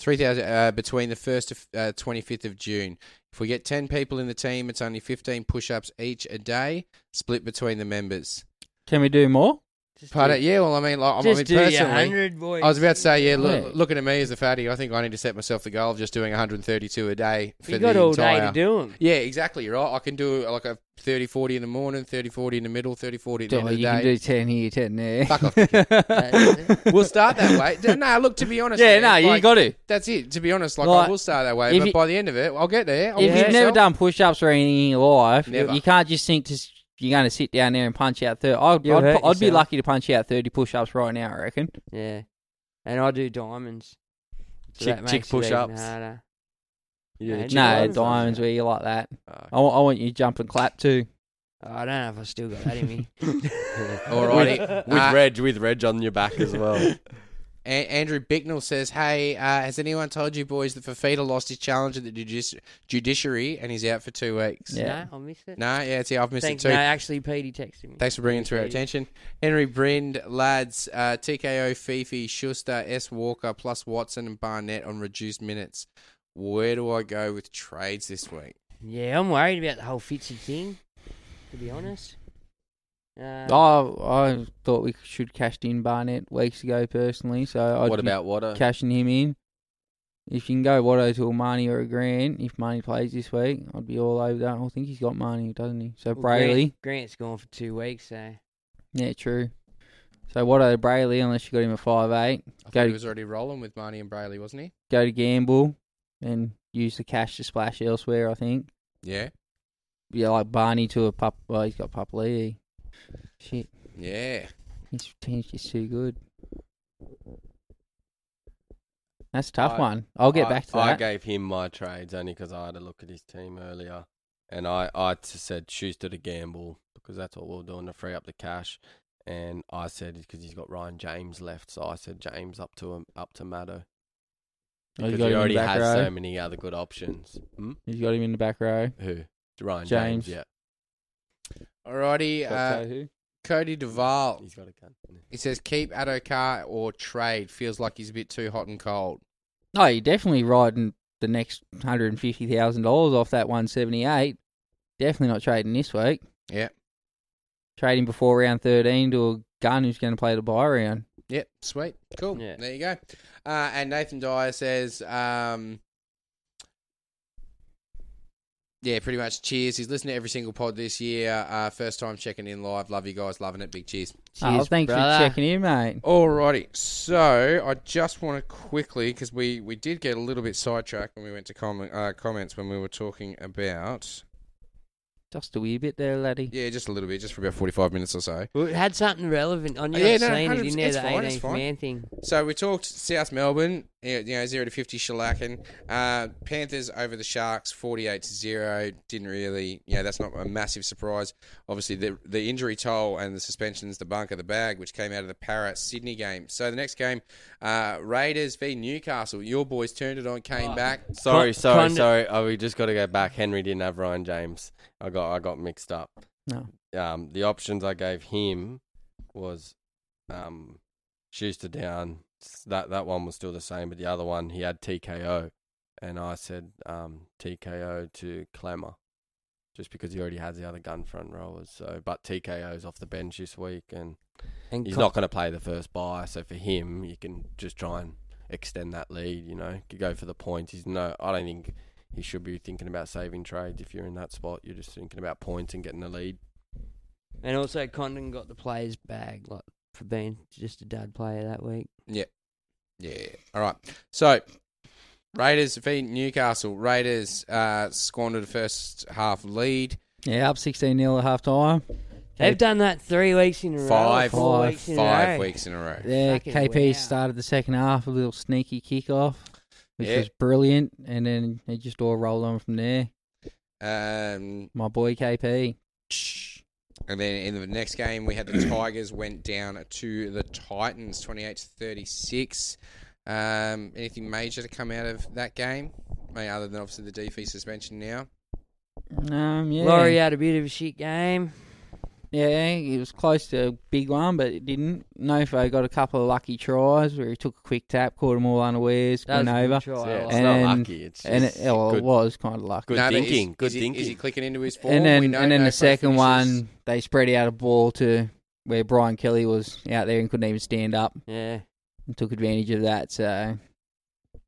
Speaker 5: 3,000 uh, between the 1st to uh, 25th of June. If we get 10 people in the team, it's only 15 push ups each a day, split between the members.
Speaker 2: Can we do more? Just
Speaker 5: Pardon?
Speaker 2: do-
Speaker 5: Yeah, well, I mean, like, I'm-
Speaker 2: just
Speaker 5: I mean,
Speaker 2: do your
Speaker 5: personally,
Speaker 2: 100, boys.
Speaker 5: I was about to say, yeah, look,
Speaker 2: Yeah.
Speaker 5: looking at me as the fatty, I think I need to set myself the goal of just doing 132 a day for
Speaker 2: You got
Speaker 5: the
Speaker 2: all day
Speaker 5: entire...
Speaker 2: to do 'em.
Speaker 5: Yeah, exactly. You're right. I can do like a 30, 40 in the morning, 30, 40 in the middle, 30, 40 at the
Speaker 9: Oh,
Speaker 5: end of the
Speaker 9: you
Speaker 5: day.
Speaker 9: can do 10 here, 10 there.
Speaker 5: Fuck off.
Speaker 9: we'll
Speaker 5: start that way. D- No, look, to be honest.
Speaker 9: Yeah,
Speaker 5: man,
Speaker 9: no, you
Speaker 5: like,
Speaker 9: got to.
Speaker 5: That's it. To be honest, like,
Speaker 9: Like,
Speaker 5: I will start that way,
Speaker 9: if
Speaker 5: but
Speaker 9: you-
Speaker 5: by the end of it, I'll get there. I'll
Speaker 9: If
Speaker 5: give
Speaker 9: you've never
Speaker 5: myself-
Speaker 9: done push ups or anything in your life, you-
Speaker 5: Never.
Speaker 9: you can't just think just you're going to sit down there and punch out 30. I'd,
Speaker 2: You'll
Speaker 9: I'd,
Speaker 2: hurt
Speaker 9: I'd be
Speaker 2: yourself.
Speaker 9: lucky to punch out 30 push ups right now, I reckon.
Speaker 2: Yeah. And I do diamonds. So
Speaker 9: Chick-
Speaker 2: that
Speaker 9: chick
Speaker 2: makes it even
Speaker 9: push-ups.
Speaker 2: harder.
Speaker 9: Yeah,
Speaker 2: Yeah,
Speaker 9: no,
Speaker 2: diamonds.
Speaker 9: diamonds where you like that. I, wa- I want you to jump and clap too.
Speaker 2: I don't know if I still got that in me.
Speaker 8: Alrighty. With- with Reg- with Reg on your back as well.
Speaker 5: Uh, A- Andrew Bicknell says, "Hey, uh, has anyone told you boys that Fafita lost his challenge at the judici- judiciary and he's out for two weeks?
Speaker 2: Yeah. No, I missed it.
Speaker 5: No, yeah, see, I've missed
Speaker 2: Thanks-
Speaker 5: it too.
Speaker 2: No, actually, Petey texted me.
Speaker 5: Thanks for bringing it to our attention. Henry Brind, lads, uh, TKO, Fifi, Schuster, S. Walker, plus Watson and Barnett on reduced minutes. Where do I go with trades this week?
Speaker 2: Yeah, I'm worried about the whole Fitzy thing, to be honest.
Speaker 9: Oh,
Speaker 2: Uh,
Speaker 9: I I thought we should cashed in Barnett weeks ago personally. So I'd
Speaker 8: What
Speaker 9: be
Speaker 8: about Watto?
Speaker 9: Cashing him in. If you can go Watto to a Marnie or a Grant, if Marnie plays this week, I'd be all over that. I think he's got Marnie, doesn't he? So
Speaker 2: well, Grant-
Speaker 9: Brayley,
Speaker 2: Grant's gone for two weeks, so.
Speaker 9: yeah, true. So Watto Brayley, unless you got him at five eight,
Speaker 5: I thought
Speaker 9: go
Speaker 5: he
Speaker 9: to,
Speaker 5: was already rolling with Marnie and Brayley, wasn't he?
Speaker 9: go to Gamble and use the cash to splash elsewhere. I think.
Speaker 5: Yeah.
Speaker 9: Yeah, like Barney to a pup. Well, he's got Pup Lee. Shit,
Speaker 5: Yeah.
Speaker 9: his team's just too good. That's a tough
Speaker 8: I-
Speaker 9: one. I'll get
Speaker 8: I-
Speaker 9: back to
Speaker 8: I
Speaker 9: that.
Speaker 8: gave him my trades only because I had a look at his team earlier, and I I t- said Schuster to gamble because that's what we we're doing to free up the cash, and I said because he's got Ryan James left, so I said James up to him up to Maddo.
Speaker 9: Oh, you
Speaker 8: Because
Speaker 9: got him in
Speaker 8: he
Speaker 9: the
Speaker 8: already
Speaker 9: back
Speaker 8: has
Speaker 9: row?
Speaker 8: so many other good options. Hmm?
Speaker 9: He's got him in the back row.
Speaker 8: Who? Ryan James.
Speaker 9: James.
Speaker 8: yeah.
Speaker 5: Alrighty.
Speaker 8: Got
Speaker 5: Uh, Cody Duval.
Speaker 8: He's got a gun.
Speaker 5: He says, keep Adokar or trade. Feels like he's a bit too hot and cold.
Speaker 9: No, you're definitely riding the next hundred and fifty thousand dollars off that one seventy eight. Definitely not trading this week.
Speaker 5: Yeah.
Speaker 9: Trading before round thirteen to a gun who's going to play the buy round.
Speaker 5: Yep, sweet, cool. There you go. Uh, and Nathan Dyer says, um, yeah, pretty much. Cheers. He's listened to every single pod this year. Uh, first time checking in live. Love you guys. Loving it. Big cheers.
Speaker 9: oh, thanks for checking in, mate.
Speaker 5: Alrighty, so I just want to quickly because we we did get a little bit sidetracked when we went to com- uh, comments when we were talking about
Speaker 9: Just a wee bit there, laddie.
Speaker 5: yeah, just a little bit, just for about forty five minutes or so.
Speaker 2: Well, it had something relevant on
Speaker 5: Oh,
Speaker 2: your yeah,
Speaker 5: no,
Speaker 2: scene,
Speaker 5: 100%,
Speaker 2: didn't it?
Speaker 5: it's
Speaker 2: The
Speaker 5: fine, it's
Speaker 2: 18th
Speaker 5: fine.
Speaker 2: man thing.
Speaker 5: So we talked South Melbourne, you know, zero to fifty shellacking. Uh, Panthers over the Sharks, forty-eight to zero. Didn't really, you know, that's not a massive surprise. Obviously, the the injury toll and the suspensions, the bunk of the bag, which came out of the Para Sydney game. So the next game, uh, Raiders v Newcastle. Your boys turned it on, came back.
Speaker 8: Sorry, sorry,
Speaker 5: Con-
Speaker 8: sorry. Oh, we just got to go back. Henry didn't have Ryan James. I got I got mixed up.
Speaker 9: No.
Speaker 8: Um, the options I gave him was, um, Schuster down. S- That that one was still the same, but the other one he had TKO, and I said um TKO to Clammer, just because he already has the other gun front rowers. So, but TKO's off the bench this week, and,
Speaker 2: And
Speaker 8: he's
Speaker 2: Con-
Speaker 8: not going to play the first buy. So for him, you can just try and extend that lead. You know, you go for the points. He's no, I don't think he should be thinking about saving trades. If you're in that spot, you're just thinking about points and getting the lead.
Speaker 2: And also, Condon got the players' bag like for being just a dud player that week.
Speaker 5: Yeah. Yeah. All right. So Raiders v Newcastle. Raiders uh, squandered a first half lead.
Speaker 9: Yeah, up sixteen 0 at half time.
Speaker 2: They've done that three weeks in a row.
Speaker 5: Five-
Speaker 2: four
Speaker 5: five-
Speaker 2: weeks in
Speaker 5: five
Speaker 2: a row.
Speaker 5: weeks in a row.
Speaker 9: Yeah,
Speaker 2: Fucking
Speaker 9: KP
Speaker 2: wow.
Speaker 9: started the second half, a little sneaky kickoff, which
Speaker 5: Yeah.
Speaker 9: was brilliant, and then it just all rolled on from there.
Speaker 5: Um,
Speaker 9: My boy KP.
Speaker 5: And then in the next game, we had the Tigers went down to the Titans, twenty-eight to thirty-six. Um, anything major to come out of that game, I mean, other than obviously the DV suspension now?
Speaker 9: Um, yeah.
Speaker 2: Laurie had a bit of a shit game.
Speaker 9: Yeah, it was close to a big one, but it didn't. Nofo got a couple of lucky tries where he took a quick tap, caught them all unawares,
Speaker 2: That was
Speaker 9: went
Speaker 2: a good
Speaker 9: over.
Speaker 2: try, Yeah, I like
Speaker 8: it's not lucky, it's
Speaker 9: and it,
Speaker 8: just
Speaker 9: oh, it
Speaker 8: good-
Speaker 9: was kind of lucky.
Speaker 8: good
Speaker 5: No, but is-
Speaker 8: thinking. good
Speaker 5: is he-
Speaker 8: thinking.
Speaker 5: Is he clicking into his form?
Speaker 9: And then,
Speaker 5: We know
Speaker 9: and then
Speaker 5: no
Speaker 9: the second
Speaker 5: finishes.
Speaker 9: one, they spread out a ball to
Speaker 6: where Brian Kelly was out there and couldn't even stand up.
Speaker 9: Yeah.
Speaker 6: And took advantage of that. So.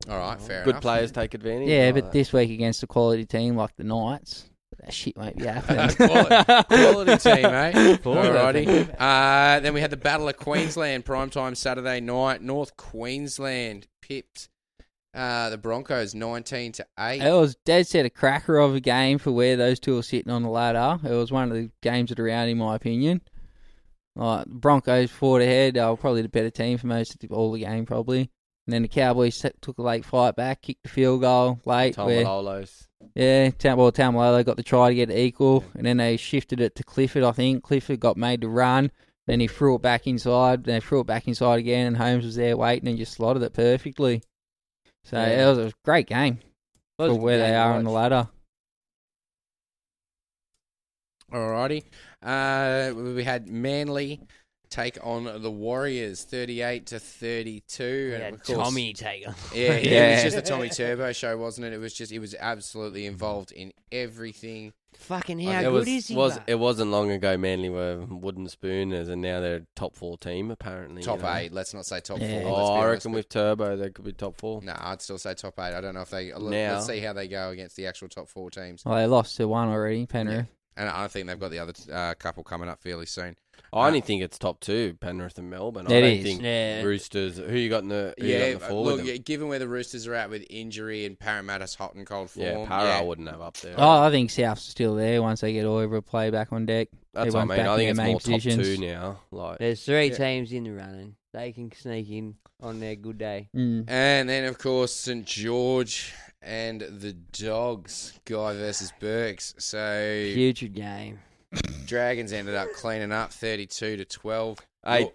Speaker 5: All right, fair
Speaker 8: Good
Speaker 5: enough.
Speaker 8: players take advantage.
Speaker 6: Yeah,
Speaker 8: like
Speaker 6: but
Speaker 8: that.
Speaker 6: this week against a quality team like the Knights, that shit won't be happening.
Speaker 5: Quali- Quality team, mate.
Speaker 6: Quality.
Speaker 5: Alrighty. Uh, then we had the Battle of Queensland, primetime Saturday night. North Queensland pipped uh, the Broncos 19 to 8.
Speaker 6: It was dead set a cracker of a game for where those two were sitting on the ladder. It was one of the games that around, in my opinion. Like Broncos fought ahead. They were probably the better team for most of the, all the game, probably. And then the Cowboys t- took a late fight back, kicked the field goal late. where-
Speaker 8: Tamalolo's.
Speaker 6: Yeah, Tam- well, Tamalolo got the try to get it equal, and then they shifted it to Clifford, I think. Clifford got made to run, then he threw it back inside, then they threw it back inside again, and Holmes was there waiting and just slotted it perfectly. So
Speaker 9: Yeah.
Speaker 6: it was a great game
Speaker 9: Was
Speaker 6: for
Speaker 9: a
Speaker 6: where
Speaker 9: game
Speaker 6: they
Speaker 9: to
Speaker 6: are on the
Speaker 9: watch.
Speaker 6: ladder.
Speaker 5: Alrighty. Uh, we had Manly take on the Warriors 38 to 32.
Speaker 9: Yeah,
Speaker 5: of course-
Speaker 9: Tommy take on.
Speaker 5: Yeah, it- it
Speaker 9: Yeah.
Speaker 5: was just a Tommy Turbo show, wasn't it? It was just, it was absolutely involved in everything.
Speaker 9: Fucking
Speaker 5: I
Speaker 9: how
Speaker 5: think-
Speaker 9: good
Speaker 8: Oh, it was,
Speaker 9: is he?
Speaker 8: was
Speaker 9: mate?
Speaker 8: it wasn't long ago Manly were wooden spooners and now they're top four team apparently. you
Speaker 5: Top
Speaker 8: know.
Speaker 5: eight. Let's not say top
Speaker 8: Yeah.
Speaker 5: four.
Speaker 8: Oh,
Speaker 5: let's be
Speaker 8: I
Speaker 5: honest,
Speaker 8: reckon with Turbo they could be top four.
Speaker 5: No, I'd still say top eight. I don't know if they. Let,
Speaker 8: Now.
Speaker 5: us see how they go against the actual top four teams.
Speaker 9: Oh,
Speaker 6: Well, they lost to one already, Penrith.
Speaker 5: And I think they've got the other uh, couple coming up fairly soon.
Speaker 8: I only think it's top two, Penrith and Melbourne. I
Speaker 6: It
Speaker 8: don't
Speaker 6: is.
Speaker 8: think
Speaker 6: Yeah.
Speaker 8: Roosters. Who you got in the? Who you got in the
Speaker 5: but
Speaker 8: forward?
Speaker 5: look, yeah, given where the Roosters are at with injury and Parramatta's hot and cold form,
Speaker 8: Yeah, Parra I wouldn't have up there.
Speaker 6: Oh, I think South's still there once they get all over play back on deck.
Speaker 8: That's what I
Speaker 6: Everyone's
Speaker 8: mean.
Speaker 6: back
Speaker 8: I
Speaker 6: in
Speaker 8: think it's
Speaker 6: their
Speaker 8: more
Speaker 6: main
Speaker 8: top
Speaker 6: positions.
Speaker 8: two now. Like
Speaker 9: There's three
Speaker 5: Yeah.
Speaker 9: teams in the running. They can sneak in on their good day.
Speaker 5: And then, of course, St George and the Dogs, Guy versus Burks. So
Speaker 9: Huge game.
Speaker 5: Dragons ended up cleaning up thirty-two to twelve.
Speaker 8: Hey,
Speaker 5: Well,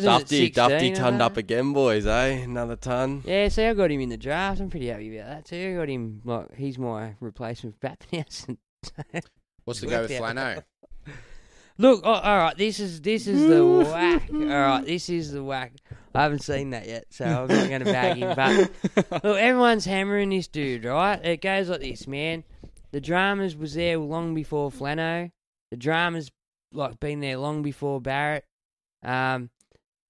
Speaker 9: Wasn't
Speaker 8: Mm,
Speaker 9: it
Speaker 8: Dufty,
Speaker 9: 16
Speaker 8: Dufty
Speaker 9: or
Speaker 8: turned up
Speaker 9: something?
Speaker 8: again, boys. Eh, another ton.
Speaker 9: Yeah, see, I got him in the draft. I'm pretty happy about that too. I got him. Like, he's my replacement for Pappenhausen.
Speaker 5: What's the go with Flano?
Speaker 9: Look, oh, all right, this is this is the whack. All right, this is the whack. I haven't seen that yet, so I'm not going to bag him. But look, everyone's hammering this dude, right? It goes like this, man. The dramas was there long before Flano. The dramas like been there long before Barrett. Um,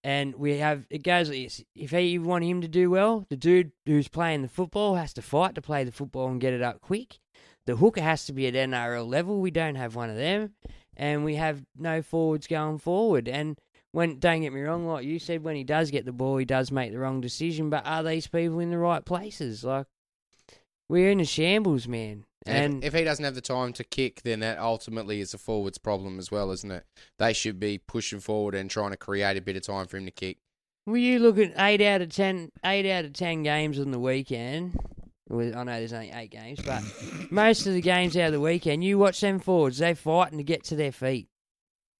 Speaker 9: and we have it goes like this. If he, you want him to do well, the dude who's playing the football has to fight to play the football and get it up quick. The hooker has to be at NRL level. We don't have one of them, and we have no forwards going forward. And when don't get me wrong, like you said, when he does get the ball, he does make the wrong decision. But are these people in the right places? Like we're in a shambles, man.
Speaker 5: And,
Speaker 9: And
Speaker 5: if, if he doesn't have the time to kick, then that ultimately is a forward's problem as well, isn't it? They should be pushing forward and trying to create a bit of time for him to kick.
Speaker 9: Were you looking eight out of ten? Eight out of ten games on the weekend. Well, I know there's only eight games, but most of the games out of the weekend, you watch them forwards. They're fighting to get to their feet,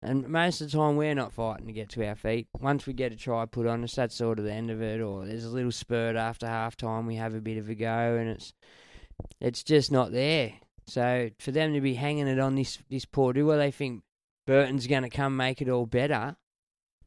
Speaker 9: and most of the time we're not fighting to get to our feet. Once we get a try put on us, that's sort of the end of it. Or there's a little spurt after half time. We have a bit of a go, and it's it's just not there. So for them to be hanging it on this this poor do where they think Burton's going to come make it all better,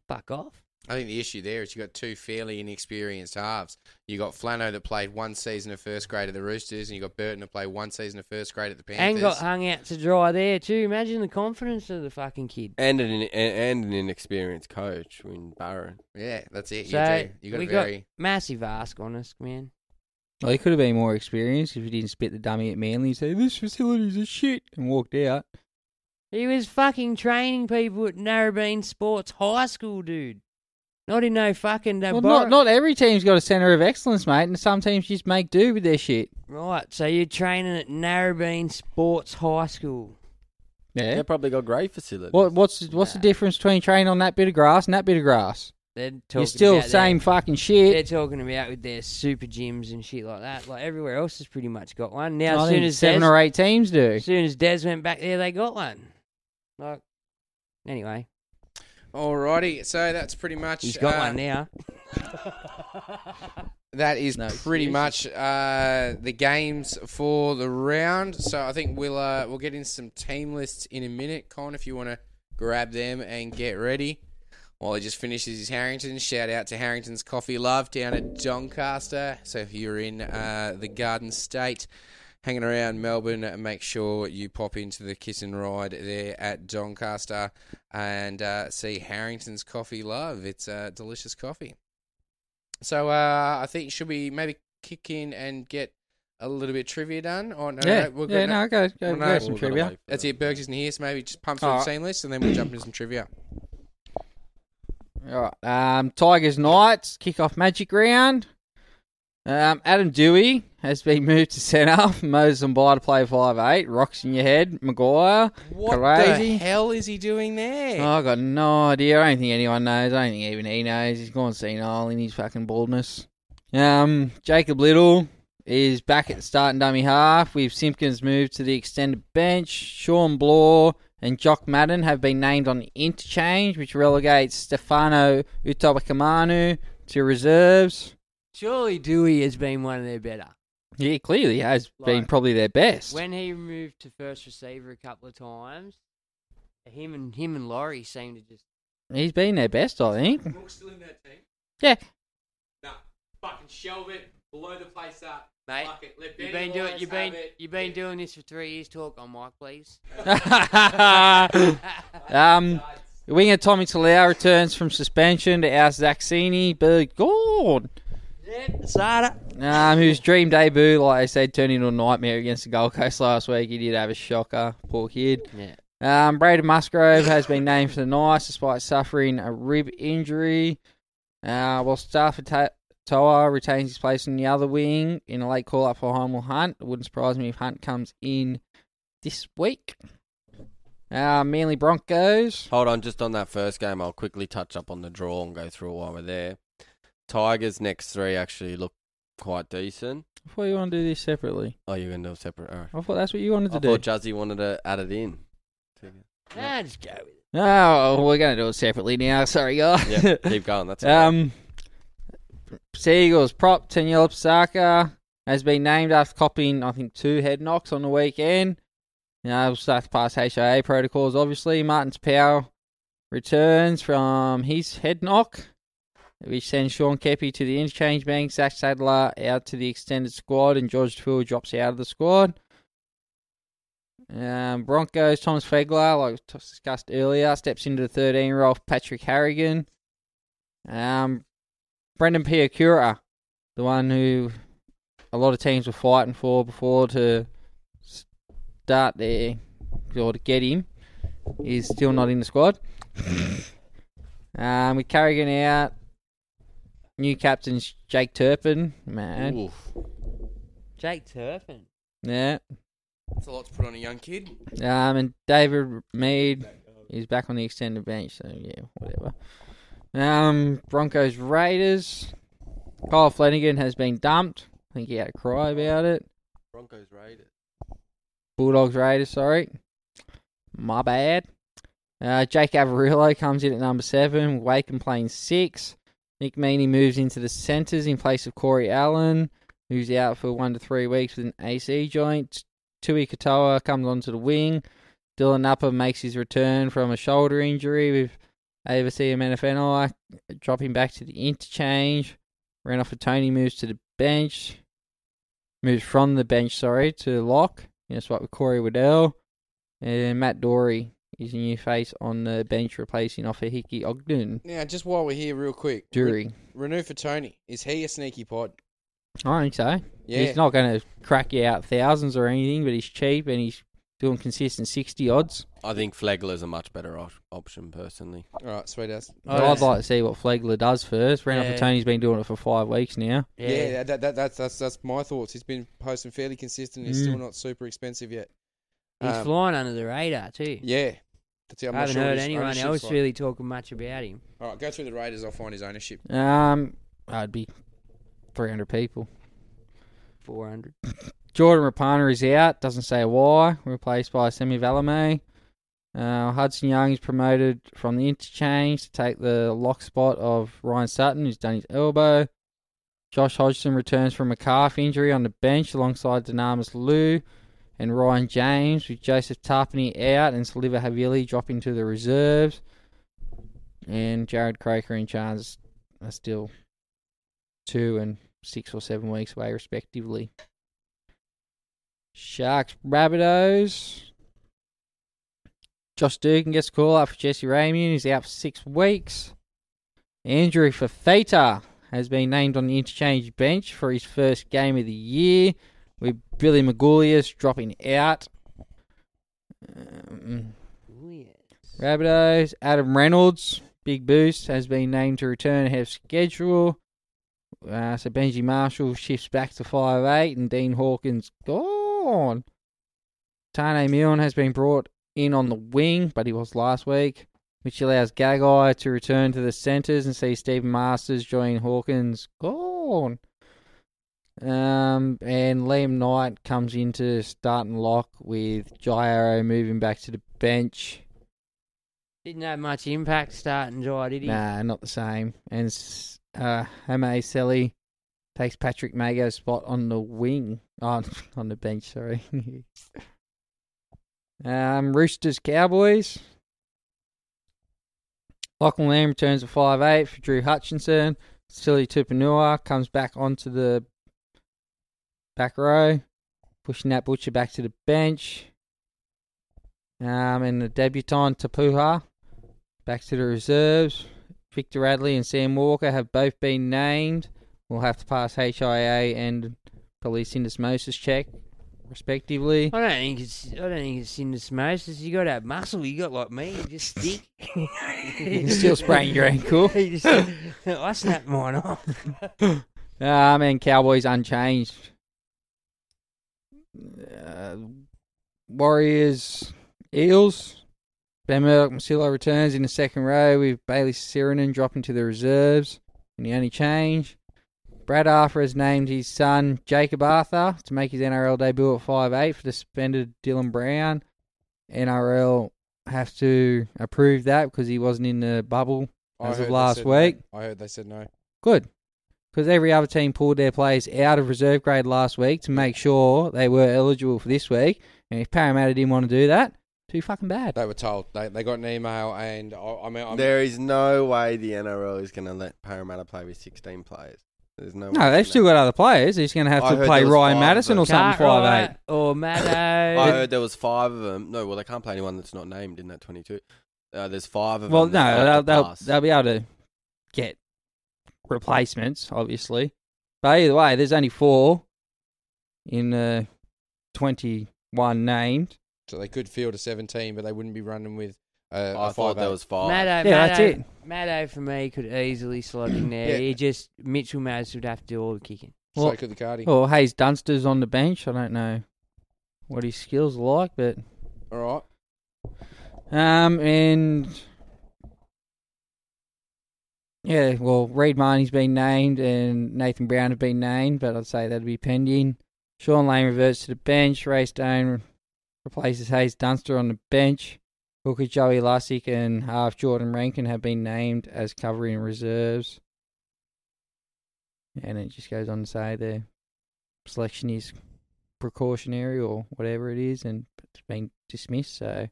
Speaker 9: fuck off.
Speaker 5: I think the issue there is you got two fairly inexperienced halves. You got Flano that played one season of first grade at the Roosters, and you got Burton that played one season of first grade at the Panthers.
Speaker 9: And got hung out to dry there too. Imagine the confidence of the fucking kid.
Speaker 8: and an and- and an inexperienced coach in Barron.
Speaker 5: Yeah, that's it.
Speaker 9: so
Speaker 5: got
Speaker 9: we
Speaker 5: a very-
Speaker 9: got massive ask on us, man.
Speaker 6: Well, he could have been more experienced if he didn't spit the dummy at Manly and say, this facility's a shit, and walked out.
Speaker 9: He was fucking training people at Narrabeen Sports High School, dude. Not in no fucking
Speaker 6: Well,
Speaker 9: Deborah-
Speaker 6: not, not every team's got a centre of excellence, mate, and some teams just make do with their shit.
Speaker 9: right. So you're training at Narrabeen Sports High School.
Speaker 6: Yeah.
Speaker 8: They probably got great facilities.
Speaker 6: What, what's what's the difference between training on that bit of grass and that bit of grass?
Speaker 9: They're talking
Speaker 6: You're still
Speaker 9: about their-
Speaker 6: same fucking shit.
Speaker 9: They're talking about with their super gyms and shit like that. Like everywhere else has pretty much got one now.
Speaker 6: I
Speaker 9: As
Speaker 6: think
Speaker 9: soon as
Speaker 6: seven
Speaker 9: Des-
Speaker 6: or eight teams do.
Speaker 9: as soon as Des went back there, they got one. Like anyway.
Speaker 5: Alrighty, so that's pretty much.
Speaker 9: He's got
Speaker 5: uh,
Speaker 9: one now.
Speaker 5: That is
Speaker 9: No,
Speaker 5: pretty much uh, the games for the round. So I think we'll uh, we'll get in some team lists in a minute, Con. If you want to grab them and get ready. While he just finishes his Harrington, shout out to Harrington's Coffee Love down at Doncaster. So if you're in uh, the Garden State, hanging around Melbourne, make sure you pop into the Kiss and Ride there at Doncaster and uh, see Harrington's Coffee Love. It's uh, delicious coffee. So uh, I think should we maybe kick in and get a little bit of trivia done? Or no,
Speaker 9: Yeah.
Speaker 5: no, we're
Speaker 9: Yeah,
Speaker 5: good now.
Speaker 9: no, go- go-
Speaker 5: Oh,
Speaker 9: go some We've gotta trivia. wait for
Speaker 5: That's it. Bergs isn't here, so maybe just pump through the
Speaker 9: Alright.
Speaker 5: scene list and then we'll jump into some trivia.
Speaker 9: All right. Um, Tigers Knights kickoff magic round. Um, Adam Dewey has been moved to centre. Moses and to play five eight. Rocks in your head. Maguire.
Speaker 5: What the
Speaker 9: crazy.
Speaker 5: hell is he doing there?
Speaker 9: Oh, I got no idea. I don't think anyone knows. I don't think even he knows. He's gone senile in his fucking baldness. Um, Jacob Little is back at the starting dummy half. We've Simpkins moved to the extended bench. Sean Blaw and Jock Madden have been named on the interchange, which relegates Stefano Utabakamanu to reserves.
Speaker 2: Surely Dewey has been one of their better.
Speaker 9: He clearly has been probably their best.
Speaker 2: When he moved to first receiver a couple of times, him and him and Laurie seemed to just
Speaker 9: He's been their best, I think.
Speaker 5: still in that team?
Speaker 9: Yeah.
Speaker 5: Nah. Fucking shelve it. Blow the place up.
Speaker 2: mate.
Speaker 5: Fuck it. Let
Speaker 2: You've
Speaker 5: Benny
Speaker 2: been doing
Speaker 5: Lawrence
Speaker 2: you've been
Speaker 5: have it.
Speaker 2: you've been doing this for three years. Talk on mic, please.
Speaker 9: um, winger Tommy Talau returns from suspension to our Zaxini Bird Gord. Um, whose dream debut, like I said, turned into a nightmare against the Gold Coast last week. He did have a shocker, poor kid.
Speaker 2: Yeah.
Speaker 9: Um, Braden Musgrove has been named for the Knights despite suffering a rib injury. Uh, while Stafford Ta- Toa retains his place on the other wing in a late call up for Heimel Hunt. It wouldn't surprise me if Hunt comes in this week. Uh, Manly Broncos.
Speaker 8: Hold on, just on that first game, I'll quickly touch up on the draw and go through while we're there. Tigers' next three actually look quite decent.
Speaker 9: I thought you want to do this separately.
Speaker 8: Oh, you're going to do a separate. All right.
Speaker 9: I thought that's what you wanted to
Speaker 8: I
Speaker 9: do.
Speaker 8: thought Juzzy wanted to add it in.
Speaker 2: Nah, just go with it.
Speaker 9: Oh, we're going to do it separately now. Sorry, guys.
Speaker 8: Yeah, keep going, that's all right.
Speaker 9: um, Seagulls prop Taniela Psaka has been named after copying, I think, two head knocks on the weekend. You know, we'll start to pass HIA protocols, obviously. Martin's Powell returns from his head knock, which sends Sean Kepi to the interchange bank. Zach Sadler out to the extended squad, and George Tool drops out of the squad. Um, Broncos, Thomas Fegler, like t- discussed earlier, steps into the 13 role for Patrick Harrigan. Um, Brendan Piacura, the one who a lot of teams were fighting for before to start there or to get him, is still not in the squad. um, with Carrigan out, new captain's Jake Turpin. Man,
Speaker 2: Jake Turpin.
Speaker 9: yeah.
Speaker 5: That's a lot to put on a young kid.
Speaker 9: Um, and David Mead is back on the extended bench, so yeah, whatever. Um, Broncos Raiders. Kyle Flanagan has been dumped. I think he had a cry about it.
Speaker 8: Broncos Raiders.
Speaker 9: Bulldogs Raiders, sorry. My bad. Uh, Jake Averillo comes in at number seven. Wakem playing six. Nick Meaney moves into the centres in place of Corey Allen, who's out for one to three weeks with an AC joint. Tui Katoa comes onto the wing. Dylan Upper makes his return from a shoulder injury with AVC and Manafenai dropping back to the interchange. Ran off Tony moves to the bench moves from the bench, sorry, to lock. You know, swap with Corey Waddell. And Matt Dory is a new face on the bench replacing off of Hickey Ogden.
Speaker 5: Now, just while we're here, real quick.
Speaker 9: Jury.
Speaker 5: Re- renew for Tony. Is he a sneaky pod?
Speaker 9: I think so.
Speaker 5: Yeah.
Speaker 9: He's not going to crack you out thousands or anything, but he's cheap and he's doing consistent 60 odds.
Speaker 8: I think Flagler's a much better op- option, personally.
Speaker 5: All right, sweet ass.
Speaker 9: But I'd like to see what Flagler does first. Ran off
Speaker 5: Oh, Yeah.
Speaker 9: of Tony's been doing it for five weeks now.
Speaker 5: Yeah, that, that, that's that's that's my thoughts. He's been posting fairly consistent. He's still
Speaker 9: Mm.
Speaker 5: not super expensive yet.
Speaker 2: He's
Speaker 5: Um,
Speaker 2: flying under the radar too.
Speaker 5: Yeah, that's it. I'm
Speaker 2: I
Speaker 5: not
Speaker 2: haven't
Speaker 5: sure what
Speaker 2: heard
Speaker 5: his
Speaker 2: anyone
Speaker 5: ownership's
Speaker 2: else
Speaker 5: like.
Speaker 2: really talking much about him.
Speaker 5: All right, go through the Raiders. I'll find his ownership.
Speaker 9: Um, I'd be 300 people.
Speaker 2: 400.
Speaker 9: Jordan Rapana is out, doesn't say why, replaced by Semi Valame. Uh, Hudson Young is promoted from the interchange to take the lock spot of Ryan Sutton, who's done his elbow. Josh Hodgson returns from a calf injury on the bench alongside Dynamis Lou and Ryan James, with Joseph Tarpany out and Saliva Havili dropping to the reserves. And Jared Croker and Charles are still two and six or seven weeks away, respectively. Sharks, Rabbitohs. Josh Dugan gets a call up for Jesse Ramian. He's out for six weeks. Andrew Fafita has been named on the interchange bench for his first game of the year, with Billy Magulius dropping out. Um, Rabbitohs, Adam Reynolds, big boost, has been named to return ahead of schedule. Uh, so Benji Marshall shifts back to five eight, and Dean Hawkins gone. Tane Milne has been brought in on the wing, but he was last week, which allows Gagai to return to the centres and see Stephen Masters join Hawkins gone. Um, and Liam Knight comes into starting lock with Jairo moving back to the bench.
Speaker 2: Didn't have much impact starting Jai, did he?
Speaker 9: Nah, not the same. And s- uh, Hame Selly takes Patrick Mago's spot on the wing, on on the bench. Sorry. um, Roosters Cowboys. Lachlan Lamb returns at five eight for Drew Hutchinson. Silly Tupanua comes back onto the back row, pushing that butcher back to the bench. Um, and the debutant Tapuha back to the reserves. Victor Radley and Sam Walker have both been named. We'll have to pass HIA and police indosmosis check, respectively.
Speaker 2: I don't think it's. I don't think it's in the syndesmosis. You got to have muscle. You got like me. You just stick. you
Speaker 9: can still sprain your ankle.
Speaker 2: just- I snapped mine off.
Speaker 9: Um, and Cowboys unchanged. Uh, Warriors, Eels. Ben Murdoch Masilo returns in the second row with Bailey Sirenen dropping to the reserves. And the only change, Brad Arthur has named his son Jacob Arthur to make his NRL debut at 5'8 for the suspended Dylan Brown. NRL have to approve that because he wasn't in the bubble
Speaker 5: I
Speaker 9: as
Speaker 5: heard
Speaker 9: of
Speaker 5: they
Speaker 9: last
Speaker 5: said no.
Speaker 9: week.
Speaker 5: I heard they said no.
Speaker 9: Good. Because every other team pulled their players out of reserve grade last week to make sure they were eligible for this week. And if Parramatta didn't want to do that, too fucking bad.
Speaker 5: They were told. They, they got an email, and I, I mean, I'm,
Speaker 8: There is no way the NRL is going to let Parramatta play with 16 players. There's no. way
Speaker 9: No, they've still got other players. They're just going to have
Speaker 8: I
Speaker 9: to
Speaker 8: heard
Speaker 9: play
Speaker 8: there was
Speaker 9: Ryan
Speaker 8: five
Speaker 9: Madison
Speaker 8: of
Speaker 9: or
Speaker 8: them.
Speaker 9: something,
Speaker 2: Cartwright
Speaker 9: five eight.
Speaker 2: or Maddo.
Speaker 8: I heard there was five of them. No, well, they can't play anyone that's not named in that 22. Uh, there's five of
Speaker 9: Well,
Speaker 8: them. that
Speaker 9: no, they'll,
Speaker 8: got the
Speaker 9: they'll,
Speaker 8: pass.
Speaker 9: they'll be able to get replacements, obviously. But either way, there's only four in uh, 21 named.
Speaker 5: so they could field a 17, but they wouldn't be running with. Uh,
Speaker 8: I
Speaker 5: a
Speaker 8: thought there
Speaker 5: 5'8".
Speaker 8: was five.
Speaker 2: Maddo, Maddo,
Speaker 9: Yeah, that's it.
Speaker 2: Maddo for me could easily slot in there.
Speaker 5: Yeah.
Speaker 2: He just Mitchell Madison would have to do all the kicking.
Speaker 5: So
Speaker 9: Well-
Speaker 5: could the Cardi.
Speaker 9: Well, Hayes Dunster's on the bench. I don't know what his skills are like, but
Speaker 5: All right.
Speaker 9: um, and yeah, well, Reid Marnie's been named and Nathan Brown have been named, but I'd say that'd be pending. Sean Lane reverts to the bench. Ray Stone replaces Hayes Dunster on the bench. Hooker Joey Lussick and half Jordan Rankin have been named as covering reserves. And it just goes on to say their selection is precautionary or whatever it is, and it's been dismissed. So,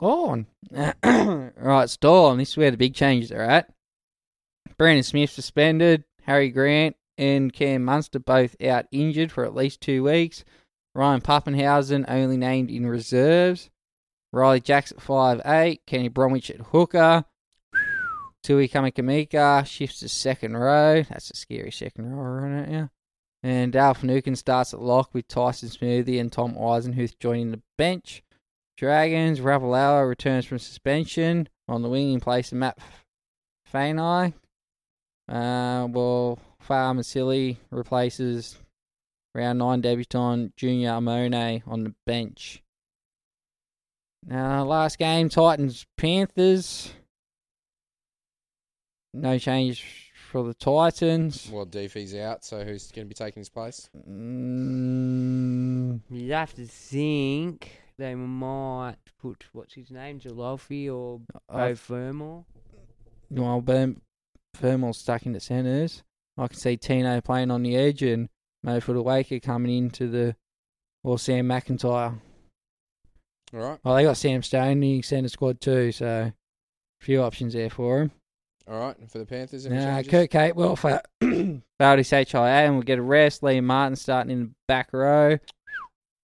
Speaker 9: gone. right, Storm. This is where the big changes are at. Brandon Smith suspended. Harry Grant and Cam Munster both out injured for at least two weeks. Ryan Pappenhausen only named in reserves. Riley Jacks at 5'8. Kenny Bromwich at hooker. Tui Kamikamika shifts to second row. That's a scary second row right now. And Dale Finucane starts at lock with Tyson Smoothie and Tom Eisenhuth joining the bench. Dragons, Ravalawa returns from suspension on the wing in place of Matt Fainai. Uh, well, Farm and Silly replaces round nine debutant Junior Amone on the bench. Now, last game, Titans Panthers. No change for the Titans.
Speaker 5: Well, Deefy's out, so who's going to be taking his place?
Speaker 9: Mm,
Speaker 2: You'd have to think they might put what's his name, Jalofi or
Speaker 9: I-
Speaker 2: Bo Fermor.
Speaker 9: well, Burm, Thermal's stuck in the centres. I can see Tino playing on the edge and Mofoot Waker coming into the. Or Sam McIntyre.
Speaker 5: All right.
Speaker 9: Well, they got Sam Stone in the centre squad too, so a few options there for him.
Speaker 5: All right. And for the Panthers, any
Speaker 9: Now,
Speaker 5: changes?
Speaker 9: Kurt Capewell for Valdis HIA and we'll get a rest. Liam Martin starting in the back row.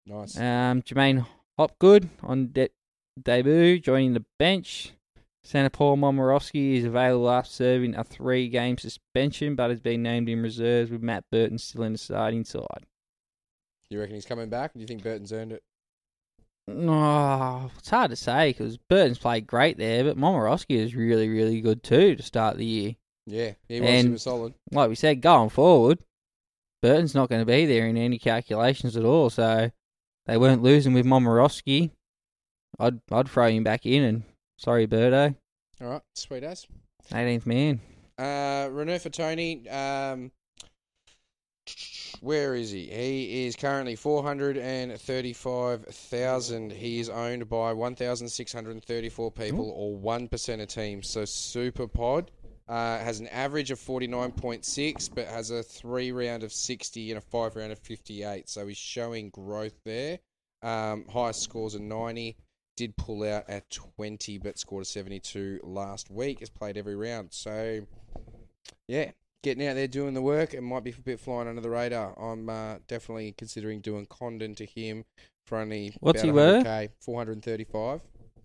Speaker 5: Nice.
Speaker 9: Um, Jermaine Hopgood on de- debut, joining the bench. Santa Paul Momorowski is available after serving a three game suspension, but has been named in reserves with Matt Burton still in the starting side.
Speaker 5: You reckon he's coming back? Do you think Burton's earned it?
Speaker 9: Oh, it's hard to say because Burton's played great there, but Momorowski is really, really good too to start the year.
Speaker 5: Yeah, he was. he
Speaker 9: And
Speaker 5: was solid.
Speaker 9: Like we said, going forward, Burton's not going to be there in any calculations at all. So they weren't losing with Momorowski. I'd I'd throw him back in and sorry, Birdo,
Speaker 5: All right, sweet as.
Speaker 9: 18th man.
Speaker 5: Uh, Renault for Tony. Um, where is he? He is currently four hundred and thirty-five thousand. He is owned by one thousand six hundred and thirty-four people, or one percent of teams. So super pod. Uh, has an average of 49.6, but has a three round of 60 and a five round of 58. So he's showing growth there. Um, highest scores are 90. Did pull out at 20, but scored a 72 last week. Has played every round. So, yeah, getting out there doing the work. It might be a bit flying under the radar. I'm uh, definitely considering doing Condon to him for only
Speaker 9: What's
Speaker 5: about
Speaker 9: he worth?
Speaker 5: 100K, 435.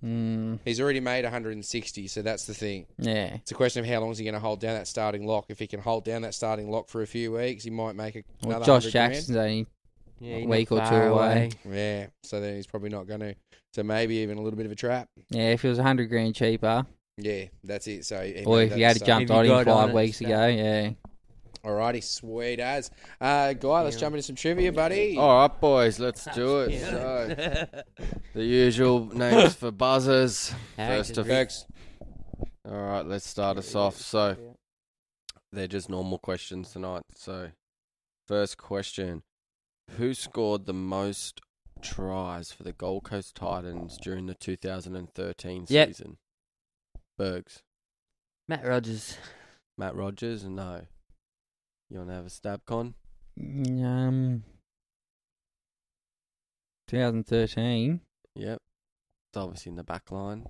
Speaker 9: Mm,
Speaker 5: He's already made 160, so that's the thing.
Speaker 9: Yeah.
Speaker 5: It's a question of how long is he going to hold down that starting lock. If he can hold down that starting lock for a few weeks, he might make a,
Speaker 9: well,
Speaker 5: another
Speaker 9: Josh
Speaker 5: 100 grand.
Speaker 9: Jackson's only
Speaker 8: Yeah,
Speaker 9: a
Speaker 8: he's
Speaker 9: week or
Speaker 8: not
Speaker 9: two
Speaker 8: far
Speaker 9: away.
Speaker 5: Yeah, so then he's probably not going to. So maybe even a little bit of a trap.
Speaker 9: Yeah, if it was 100 grand cheaper,
Speaker 5: Yeah, that's it. So he
Speaker 9: or
Speaker 5: made
Speaker 9: if
Speaker 5: that
Speaker 9: you had
Speaker 5: mistake.
Speaker 9: jumped on him five weeks ago, yeah.
Speaker 5: Alrighty, sweet as. Uh, guy, let's jump into some trivia,
Speaker 9: uh,
Speaker 5: buddy.
Speaker 8: All right, boys, let's do it.
Speaker 5: Yeah.
Speaker 8: So, the usual names for buzzers.
Speaker 5: Thanks,
Speaker 8: First of
Speaker 5: Hendrix.
Speaker 8: All right, let's start us off. So, they're just normal questions tonight. So, first question Who scored the most tries for the Gold Coast Titans during the 2013
Speaker 2: Yep.
Speaker 8: season? Bergs.
Speaker 2: Matt Rogers.
Speaker 8: Matt Rogers? No. You want to have a stab, Con?
Speaker 9: Um, 2013.
Speaker 8: Yep. It's obviously in the back line.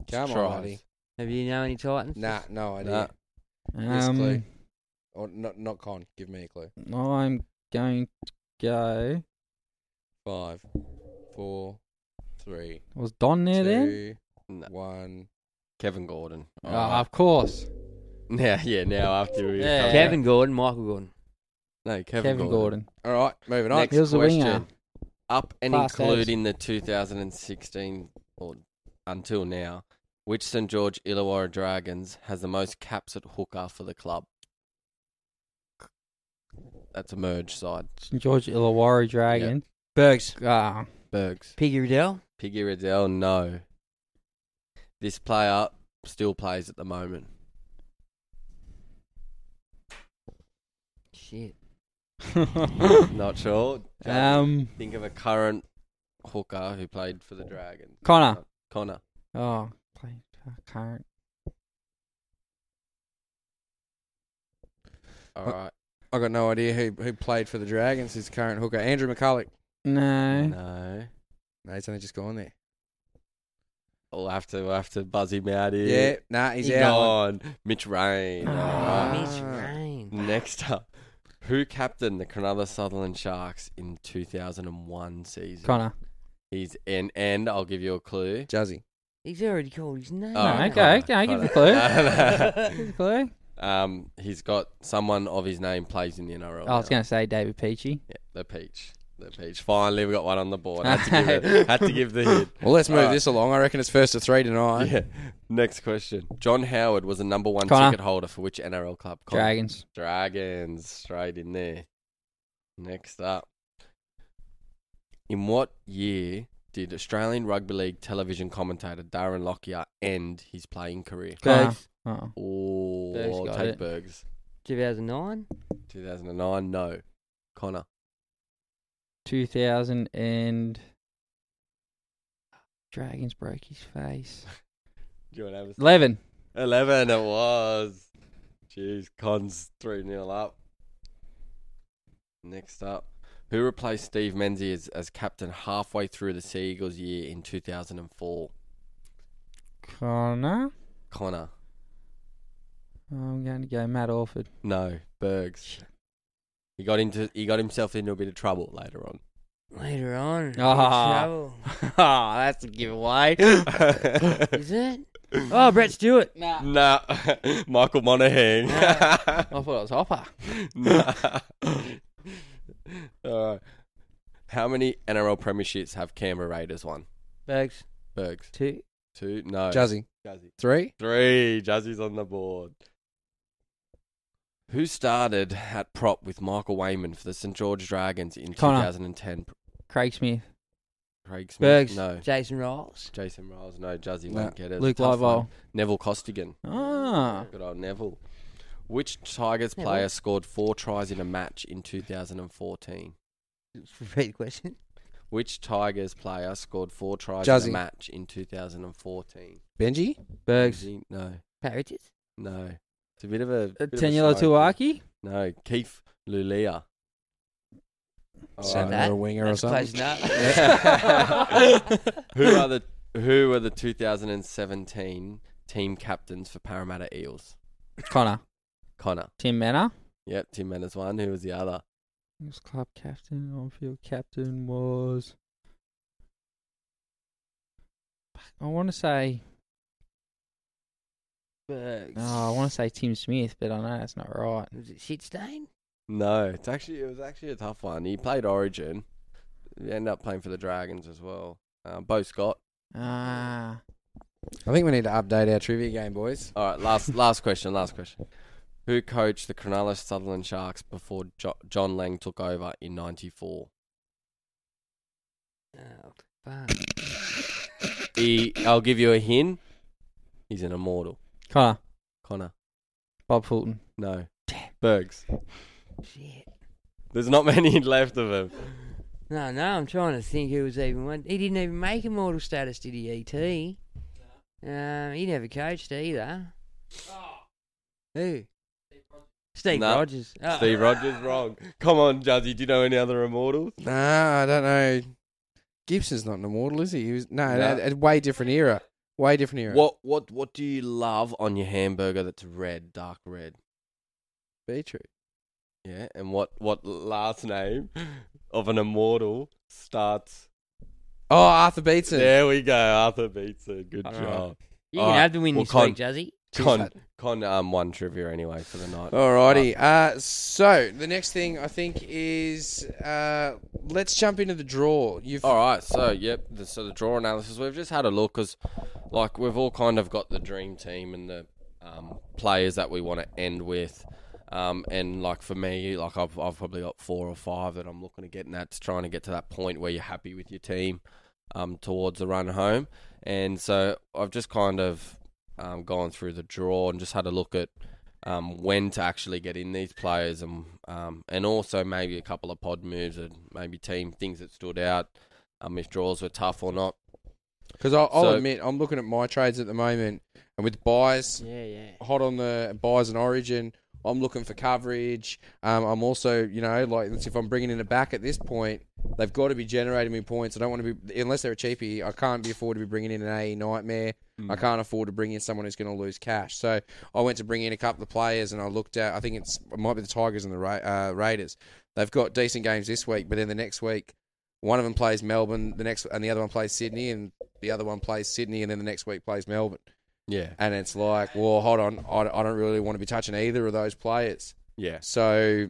Speaker 8: It's
Speaker 5: Come on,
Speaker 8: tries.
Speaker 5: buddy.
Speaker 2: Have you know any Titans?
Speaker 5: Nah, no idea.
Speaker 8: Nah.
Speaker 5: Yes, clue.
Speaker 9: Um,
Speaker 5: Or not, not con. Give me a clue.
Speaker 9: I'm going to go.
Speaker 5: Five, four, three,
Speaker 9: Was Don there then?
Speaker 5: two, one.
Speaker 8: Kevin Gordon.
Speaker 9: Oh,
Speaker 8: Alright.
Speaker 9: of course.
Speaker 8: Yeah, yeah. Now after we
Speaker 9: Yeah.
Speaker 2: Kevin Gordon, Michael Gordon.
Speaker 8: no Kevin,
Speaker 9: Kevin
Speaker 8: Gordon.
Speaker 9: Gordon.
Speaker 5: All right, moving on.
Speaker 8: Next
Speaker 9: He was the
Speaker 8: question.
Speaker 9: winger.
Speaker 8: Up and
Speaker 9: Fast edge.
Speaker 8: including the 2016 or until now, which St George Illawarra Dragons has the most caps at hooker for the club? That's a merge side.
Speaker 9: St. George Illawarra Dragon. Bergs. Ah,
Speaker 8: Bergs.
Speaker 2: Piggy Riddell.
Speaker 8: Piggy Riddell, no. This player still plays at the moment.
Speaker 2: Shit.
Speaker 8: Not sure.
Speaker 9: Um,
Speaker 8: think of a current hooker who played for the Dragons.
Speaker 9: Connor.
Speaker 8: Connor.
Speaker 9: Oh, play- I can't.
Speaker 8: All right.
Speaker 5: I got no idea who who played for the Dragons. His current hooker, Andrew McCulloch.
Speaker 9: No.
Speaker 8: No.
Speaker 5: No, he's only just gone there.
Speaker 8: We'll have to we'll have to buzz him out here.
Speaker 5: Yeah, nah, he's
Speaker 8: He's
Speaker 5: out.
Speaker 8: gone. Mitch Rain. All
Speaker 9: Ah.
Speaker 8: right.
Speaker 2: Mitch Rain.
Speaker 8: Next up, who captained the Cronulla Sutherland Sharks in 2001 season?
Speaker 9: Connor.
Speaker 8: He's and and I'll give you a clue.
Speaker 5: Juzzy.
Speaker 2: He's already called his name.
Speaker 8: Oh,
Speaker 9: No,
Speaker 8: Alright,
Speaker 9: okay,
Speaker 8: Connor,
Speaker 9: okay, give a clue.
Speaker 8: Connor.
Speaker 9: Give a clue.
Speaker 8: Um, he's got someone of his name plays in the NRL.
Speaker 9: I was
Speaker 8: now.
Speaker 9: going to say David Peachy.
Speaker 8: Yeah, the peach. The peach. Finally, we got one on the board. Had to give, it, had to give the hit.
Speaker 5: Well, let's move
Speaker 8: All right.
Speaker 5: this along. I reckon it's first to three tonight.
Speaker 8: Yeah. Next question. John Howard was a number one
Speaker 9: Connor.
Speaker 8: ticket holder for which NRL club? Connor.
Speaker 9: Dragons.
Speaker 8: Dragons. Straight in there. Next up. In what year did Australian Rugby League television commentator Darren Lockyer end his playing career?
Speaker 9: Connor.
Speaker 2: Bergs.
Speaker 9: Oh. Bergs
Speaker 8: Oh,
Speaker 9: got
Speaker 8: take
Speaker 9: it.
Speaker 8: Bergs.
Speaker 2: 2009.
Speaker 8: 2009. No. Connor.
Speaker 9: 2000 and Dragons broke his face.
Speaker 8: Do you want to have a
Speaker 9: 11.
Speaker 8: 11 it was. Jeez, Con's 3 0 up. Next up. Who replaced Steve Menzies as captain halfway through the Sea Eagles year in 2004?
Speaker 9: Connor.
Speaker 8: Connor.
Speaker 9: I'm going to go Matt Orford.
Speaker 8: No. Bergs. He got into he got himself into a bit of trouble later on.
Speaker 2: Later on. big
Speaker 9: Oh, that's a giveaway.
Speaker 2: trouble. Is it? Oh, Brett Stewart.
Speaker 9: Nah.
Speaker 8: Nah, Michael Monaghan.
Speaker 9: I
Speaker 2: Oh.
Speaker 9: thought it was Hopper.
Speaker 8: Nah. Alright. How many NRL premierships have Canberra Raiders won?
Speaker 2: Bags.
Speaker 8: Bergs.
Speaker 9: Two.
Speaker 8: Two. No.
Speaker 5: Juzzy.
Speaker 8: Juzzy.
Speaker 5: Three?
Speaker 8: Three. Juzzy's on the board. Who started at prop with Michael Wayman for the St George Dragons in
Speaker 9: Connor.
Speaker 8: 2010?
Speaker 9: Craig Smith.
Speaker 8: Craig Smith.
Speaker 9: Bergs.
Speaker 8: No.
Speaker 2: Jason Rolls.
Speaker 8: Jason Riles. No. Juzzy
Speaker 9: No.
Speaker 8: won't get it.
Speaker 9: Luke
Speaker 8: Tough one.
Speaker 9: Livewell.
Speaker 8: Neville Costigan.
Speaker 9: Ah.
Speaker 8: Good old Neville. Which Tigers
Speaker 9: Neville.
Speaker 8: player scored four tries in a match in 2014?
Speaker 2: Repeat the question.
Speaker 8: Which Tigers player scored four tries in
Speaker 5: Juzzy.
Speaker 8: a match in 2014?
Speaker 5: Benji?
Speaker 9: Bergs.
Speaker 8: Zing- No,
Speaker 2: Pat Richards.
Speaker 8: no. It's a bit of a. bit of a
Speaker 9: Tenula
Speaker 8: slow one.
Speaker 9: Tuwaki.
Speaker 8: No, Keith Lulia.
Speaker 5: Send
Speaker 8: Alright.
Speaker 5: her Oh, a winger or
Speaker 2: That's
Speaker 5: something.
Speaker 2: close enough.
Speaker 8: who are the Who are the 2017 team captains for Parramatta Eels?
Speaker 9: Connor.
Speaker 8: Connor.
Speaker 9: Tim Manor.
Speaker 8: Yep, Tim Menace one. Who was the other?
Speaker 9: He was club captain. On-field captain was. I want to say.
Speaker 2: Bergs.
Speaker 9: Oh, I want to say Tim Smith, but I know that's not right.
Speaker 2: Was it shit stain?
Speaker 8: No, it's actually it was actually a tough one. He played Origin. He ended up playing for the Dragons as well. Um, Bo Scott.
Speaker 9: Ah,
Speaker 5: I think we need to update our trivia game, boys.
Speaker 8: All right, last last question. Last question. Who coached the Cronulla Sutherland Sharks before jo- John Lang took over in '94?
Speaker 2: Oh, fuck.
Speaker 8: He, I'll give you a hint. He's an immortal.
Speaker 9: Connor.
Speaker 8: Connor.
Speaker 9: Bob Fulton.
Speaker 8: No. Bergs.
Speaker 2: Shit.
Speaker 8: There's not many left of him.
Speaker 2: No, no, I'm trying to think who was even one. He didn't even make immortal status, did he, E.T.? Um, he never coached either.
Speaker 9: Oh.
Speaker 2: Who? Steve
Speaker 8: No.
Speaker 2: Rogers. Oh.
Speaker 8: Steve Rogers, wrong. Come on, Judgy. Do you know any other immortals?
Speaker 5: Nah, I don't know. Gibson's not an immortal, is he? he was, no,
Speaker 8: No.
Speaker 5: no. a way different era. Way different era.
Speaker 8: What what what do you love on your hamburger that's red, dark red?
Speaker 5: Beetroot.
Speaker 8: Yeah, and what what last name of an immortal starts?
Speaker 5: Oh, Arthur Beetson.
Speaker 8: There we go, Arthur Beetson. Good
Speaker 9: All right.
Speaker 8: job.
Speaker 2: You
Speaker 8: All
Speaker 2: can
Speaker 8: right,
Speaker 2: have the win
Speaker 8: well,
Speaker 2: this
Speaker 8: con,
Speaker 2: week, Juzzy.
Speaker 8: Con, con um, one trivia anyway for the night.
Speaker 5: Alrighty. Uh, so the next thing I think is uh, let's jump into the draw. You've
Speaker 8: All right, so yep, the, so the draw analysis we've just had a look because, like, we've all kind of got the dream team and the um, players that we want to end with, um, and like for me, like I've I've probably got four or five that I'm looking to get, and that's trying to get to that point where you're happy with your team, um, towards the run home, and so I've just kind of um, gone through the draw and just had a look at um, when to actually get in these players and um, and also maybe a couple of pod moves and maybe team things that stood out, um, if draws were tough or not.
Speaker 5: Because I'll, I'll
Speaker 8: So-
Speaker 5: admit, I'm looking at my trades at the moment, and with buys, yeah, yeah, hot on the buys and Origin. I'm looking for coverage. Um, I'm also, you know, like let's- if I'm bringing in a back at this point, they've got to be generating me points. I don't want to be unless they're a cheapie. I can't be afford to be bringing in an AE nightmare. I can't afford to bring in someone who's going to lose cash. So I went to bring in a couple of players, and I looked at. I think it's it might be the Tigers and the Ra- uh, Raiders. They've got decent games this week, but then the next week one of them plays Melbourne, the next, and the other one plays Sydney, and the other one plays Sydney, and then the next week plays Melbourne.
Speaker 8: Yeah,
Speaker 5: And it's like, well, hold on, I, I don't really want to be touching either of those players.
Speaker 8: yeah.
Speaker 5: So,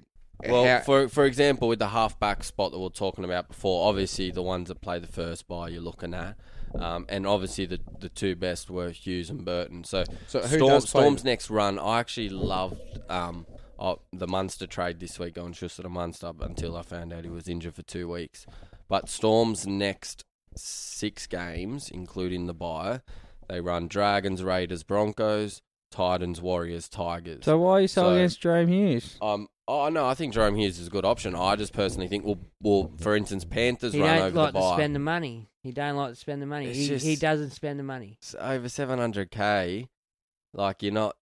Speaker 8: Well,
Speaker 5: how-
Speaker 8: for for example, with the halfback spot that we are talking about before, obviously the ones that play the first buy you're looking at, um, and obviously the the two best were Hughes and Burton. So,
Speaker 5: So who
Speaker 8: Storm,
Speaker 5: does play
Speaker 8: Storm's next run, I actually loved um, uh, the Munster trade this week going just to the Munster until I found out he was injured for two weeks. But Storm's next six games, including the buy, they run Dragons, Raiders, Broncos, Titans, Warriors, Tigers.
Speaker 9: so why are you so,
Speaker 8: So-
Speaker 9: against Jerome Hughes?
Speaker 8: Um, oh no, I think Jerome Hughes is a good option. I just personally think, well, well for instance, Panthers
Speaker 2: He
Speaker 8: run
Speaker 2: don't
Speaker 8: over
Speaker 2: like
Speaker 8: the
Speaker 2: to
Speaker 8: buy
Speaker 2: spend the money. He don't like to spend the money.
Speaker 8: It's
Speaker 2: He,
Speaker 8: just-
Speaker 2: he doesn't spend the money.
Speaker 8: It's over seven hundred k. Like you're not.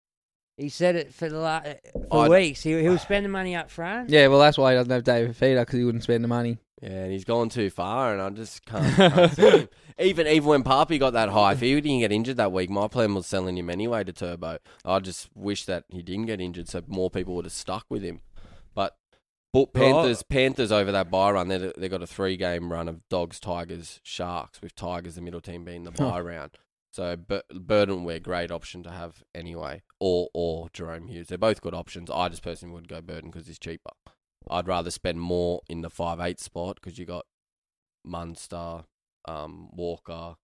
Speaker 2: He said it for the la- uh, for
Speaker 8: I'd-
Speaker 2: weeks. He, he'll spend the money up front.
Speaker 9: Yeah, well that's why he doesn't have David Feeder because he wouldn't spend the money.
Speaker 8: Yeah, and he's gone too far, and I just can't. can't see him. Even even when Papi got that high, if he didn't get injured that week, my plan was selling him anyway to Turbo. I just wish that he didn't get injured, so more people would have stuck with him. But But
Speaker 9: Right.
Speaker 8: Panthers, Panthers over that bye run, they they got a three game run of Dogs, Tigers, Sharks, with Tigers the middle team being the
Speaker 9: Huh.
Speaker 8: bye round. So Bur- Burden were a great option to have anyway, or or Jerome Hughes. They're both good options. I just personally would go Burden because he's cheaper. I'd rather spend more in the five eight spot because you got Munster, um, Walker,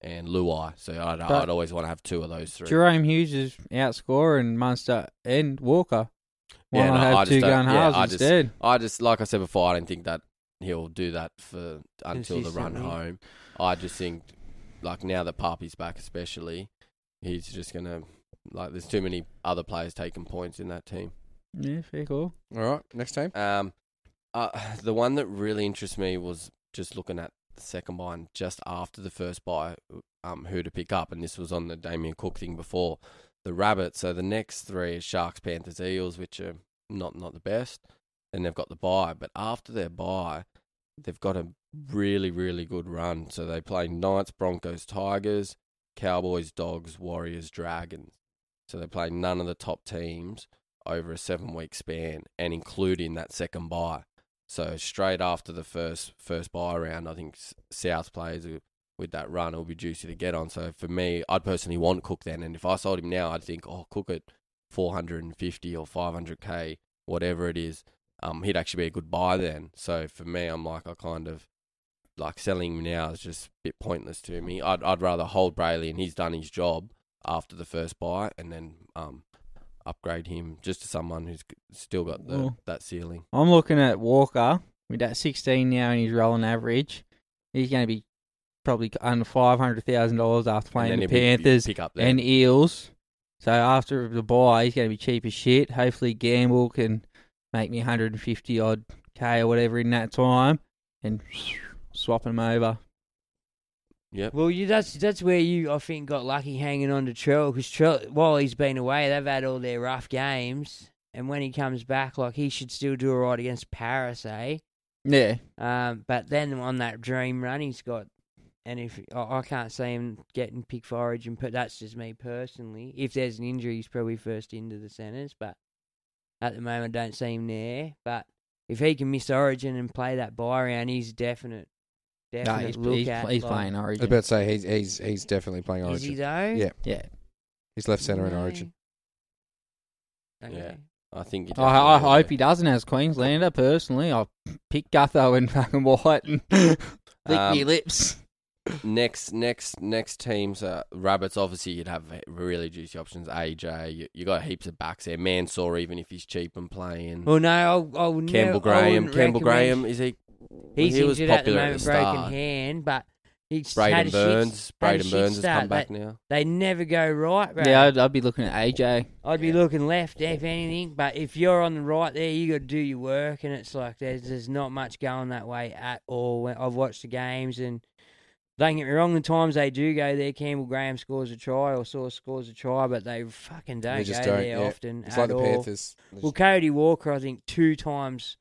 Speaker 8: and Luai. So I'd,
Speaker 9: But-
Speaker 8: I'd always want to have two of those three.
Speaker 9: Jerome Hughes is outscoring Munster and Walker. Why
Speaker 8: Yeah,
Speaker 9: not
Speaker 8: no, I
Speaker 9: have
Speaker 8: just
Speaker 9: two
Speaker 8: don't-
Speaker 9: gun
Speaker 8: yeah,
Speaker 9: halves
Speaker 8: I just,
Speaker 9: instead?
Speaker 8: I just, like I said before, I don't think that he'll do that for until the run
Speaker 9: Consistently.
Speaker 8: home. I just think, like now that Papi's back, especially, he's just gonna like. There's too many other players taking points in that team.
Speaker 9: yeah, fair call.
Speaker 8: All right, next team. Um, uh, the one that really interests me was just looking at the second buy and just after the first buy, um, who to pick up, and this was on the Damien Cook thing before the Rabbits. So the next three is Sharks, Panthers, Eels, which are not not the best. Then they've got the buy, but after their buy, they've got a really really good run. So they play Knights, Broncos, Tigers, Cowboys, Dogs, Warriors, Dragons. So they play none of the top teams over a seven week span and including that second buy. So straight after the first first buy round, I think S- South players who- with that run will be juicy to get on. So for me, I'd personally want Cook then, and if I sold him now, I'd think, oh, Cook at 450 or 500k, whatever it is, um, he'd actually be a good buy then. So for me, I'm like, I kind of like selling him now is just a bit pointless to me. I'd I'd rather hold Brayley and he's done his job after the first buy, and then um upgrade him just to someone who's g- still got the,
Speaker 9: Well,
Speaker 8: that ceiling.
Speaker 9: I'm looking at Walker with that 16 now and his rolling average. He's going to be probably under five hundred thousand dollars after playing
Speaker 8: then
Speaker 9: the
Speaker 8: he'll be- be-
Speaker 9: Panthers
Speaker 8: pick up then.
Speaker 9: and Eels. So after the buy, he's going to be cheap as shit. Hopefully, Gamble can make me 150 odd k or whatever in that time, and swap him over.
Speaker 8: Yep.
Speaker 2: Well, you, that's that's where you I think got lucky hanging on to Trell because Trell, while he's been away, they've had all their rough games, and when he comes back, like he should still do all right against Paris, eh?
Speaker 9: Yeah,
Speaker 2: Um, but then on that dream run he's got, and if I, I can't see him getting pick for origin, but that's just me personally. If there's an injury, he's probably first into the centres, but at the moment don't see him there. But if he can miss origin and play that buy round, he's definite. Definite
Speaker 9: he's-
Speaker 2: look
Speaker 9: he's-
Speaker 2: at,
Speaker 9: he's
Speaker 2: like-
Speaker 9: playing
Speaker 5: I was
Speaker 9: Origin.
Speaker 5: about to say he's he's he's definitely playing
Speaker 2: Is
Speaker 5: Origin.
Speaker 2: he though?
Speaker 5: Yeah,
Speaker 9: yeah.
Speaker 5: He's left centre in
Speaker 2: No.
Speaker 5: Origin.
Speaker 8: Yeah, I think.
Speaker 9: I, I hope he doesn't as Queenslander. Personally, I pick Gutho and fucking White and lick
Speaker 8: Um,
Speaker 9: your lips.
Speaker 8: next next next teams uh, rabbits obviously you'd have really juicy options aj you, you got heaps of backs there mansour even if he's cheap and playing
Speaker 2: Well, no, I'll, I'll never-
Speaker 8: campbell
Speaker 2: I
Speaker 8: graham
Speaker 2: wouldn't
Speaker 8: campbell
Speaker 2: recommend-
Speaker 8: graham is he
Speaker 2: He's
Speaker 8: he was
Speaker 2: injured at the
Speaker 8: popular
Speaker 2: moment,
Speaker 8: at the
Speaker 2: broken
Speaker 8: start
Speaker 2: hand, but he's
Speaker 8: Braden
Speaker 2: had a shit-
Speaker 8: Burns-
Speaker 2: had a
Speaker 8: Braden
Speaker 2: shit
Speaker 8: Burns has come
Speaker 2: start.
Speaker 8: back
Speaker 2: They-
Speaker 8: now.
Speaker 2: They never go right, bro.
Speaker 9: Yeah, I'd, I'd be looking at AJ.
Speaker 2: I'd be looking left if anything, but if you're on the right there, you got to do your work, and it's like there's there's not much going that way at all. When- I've watched the games, and don't get me wrong, the times they do go there, Campbell Graham scores a try or Saw scores a try, but they fucking don't
Speaker 5: They just
Speaker 2: go
Speaker 5: don't,
Speaker 2: there
Speaker 5: yeah.
Speaker 2: often.
Speaker 5: It's
Speaker 2: at
Speaker 5: like the
Speaker 2: all.
Speaker 5: Panthers. They
Speaker 2: Well, Cody Walker, I think two times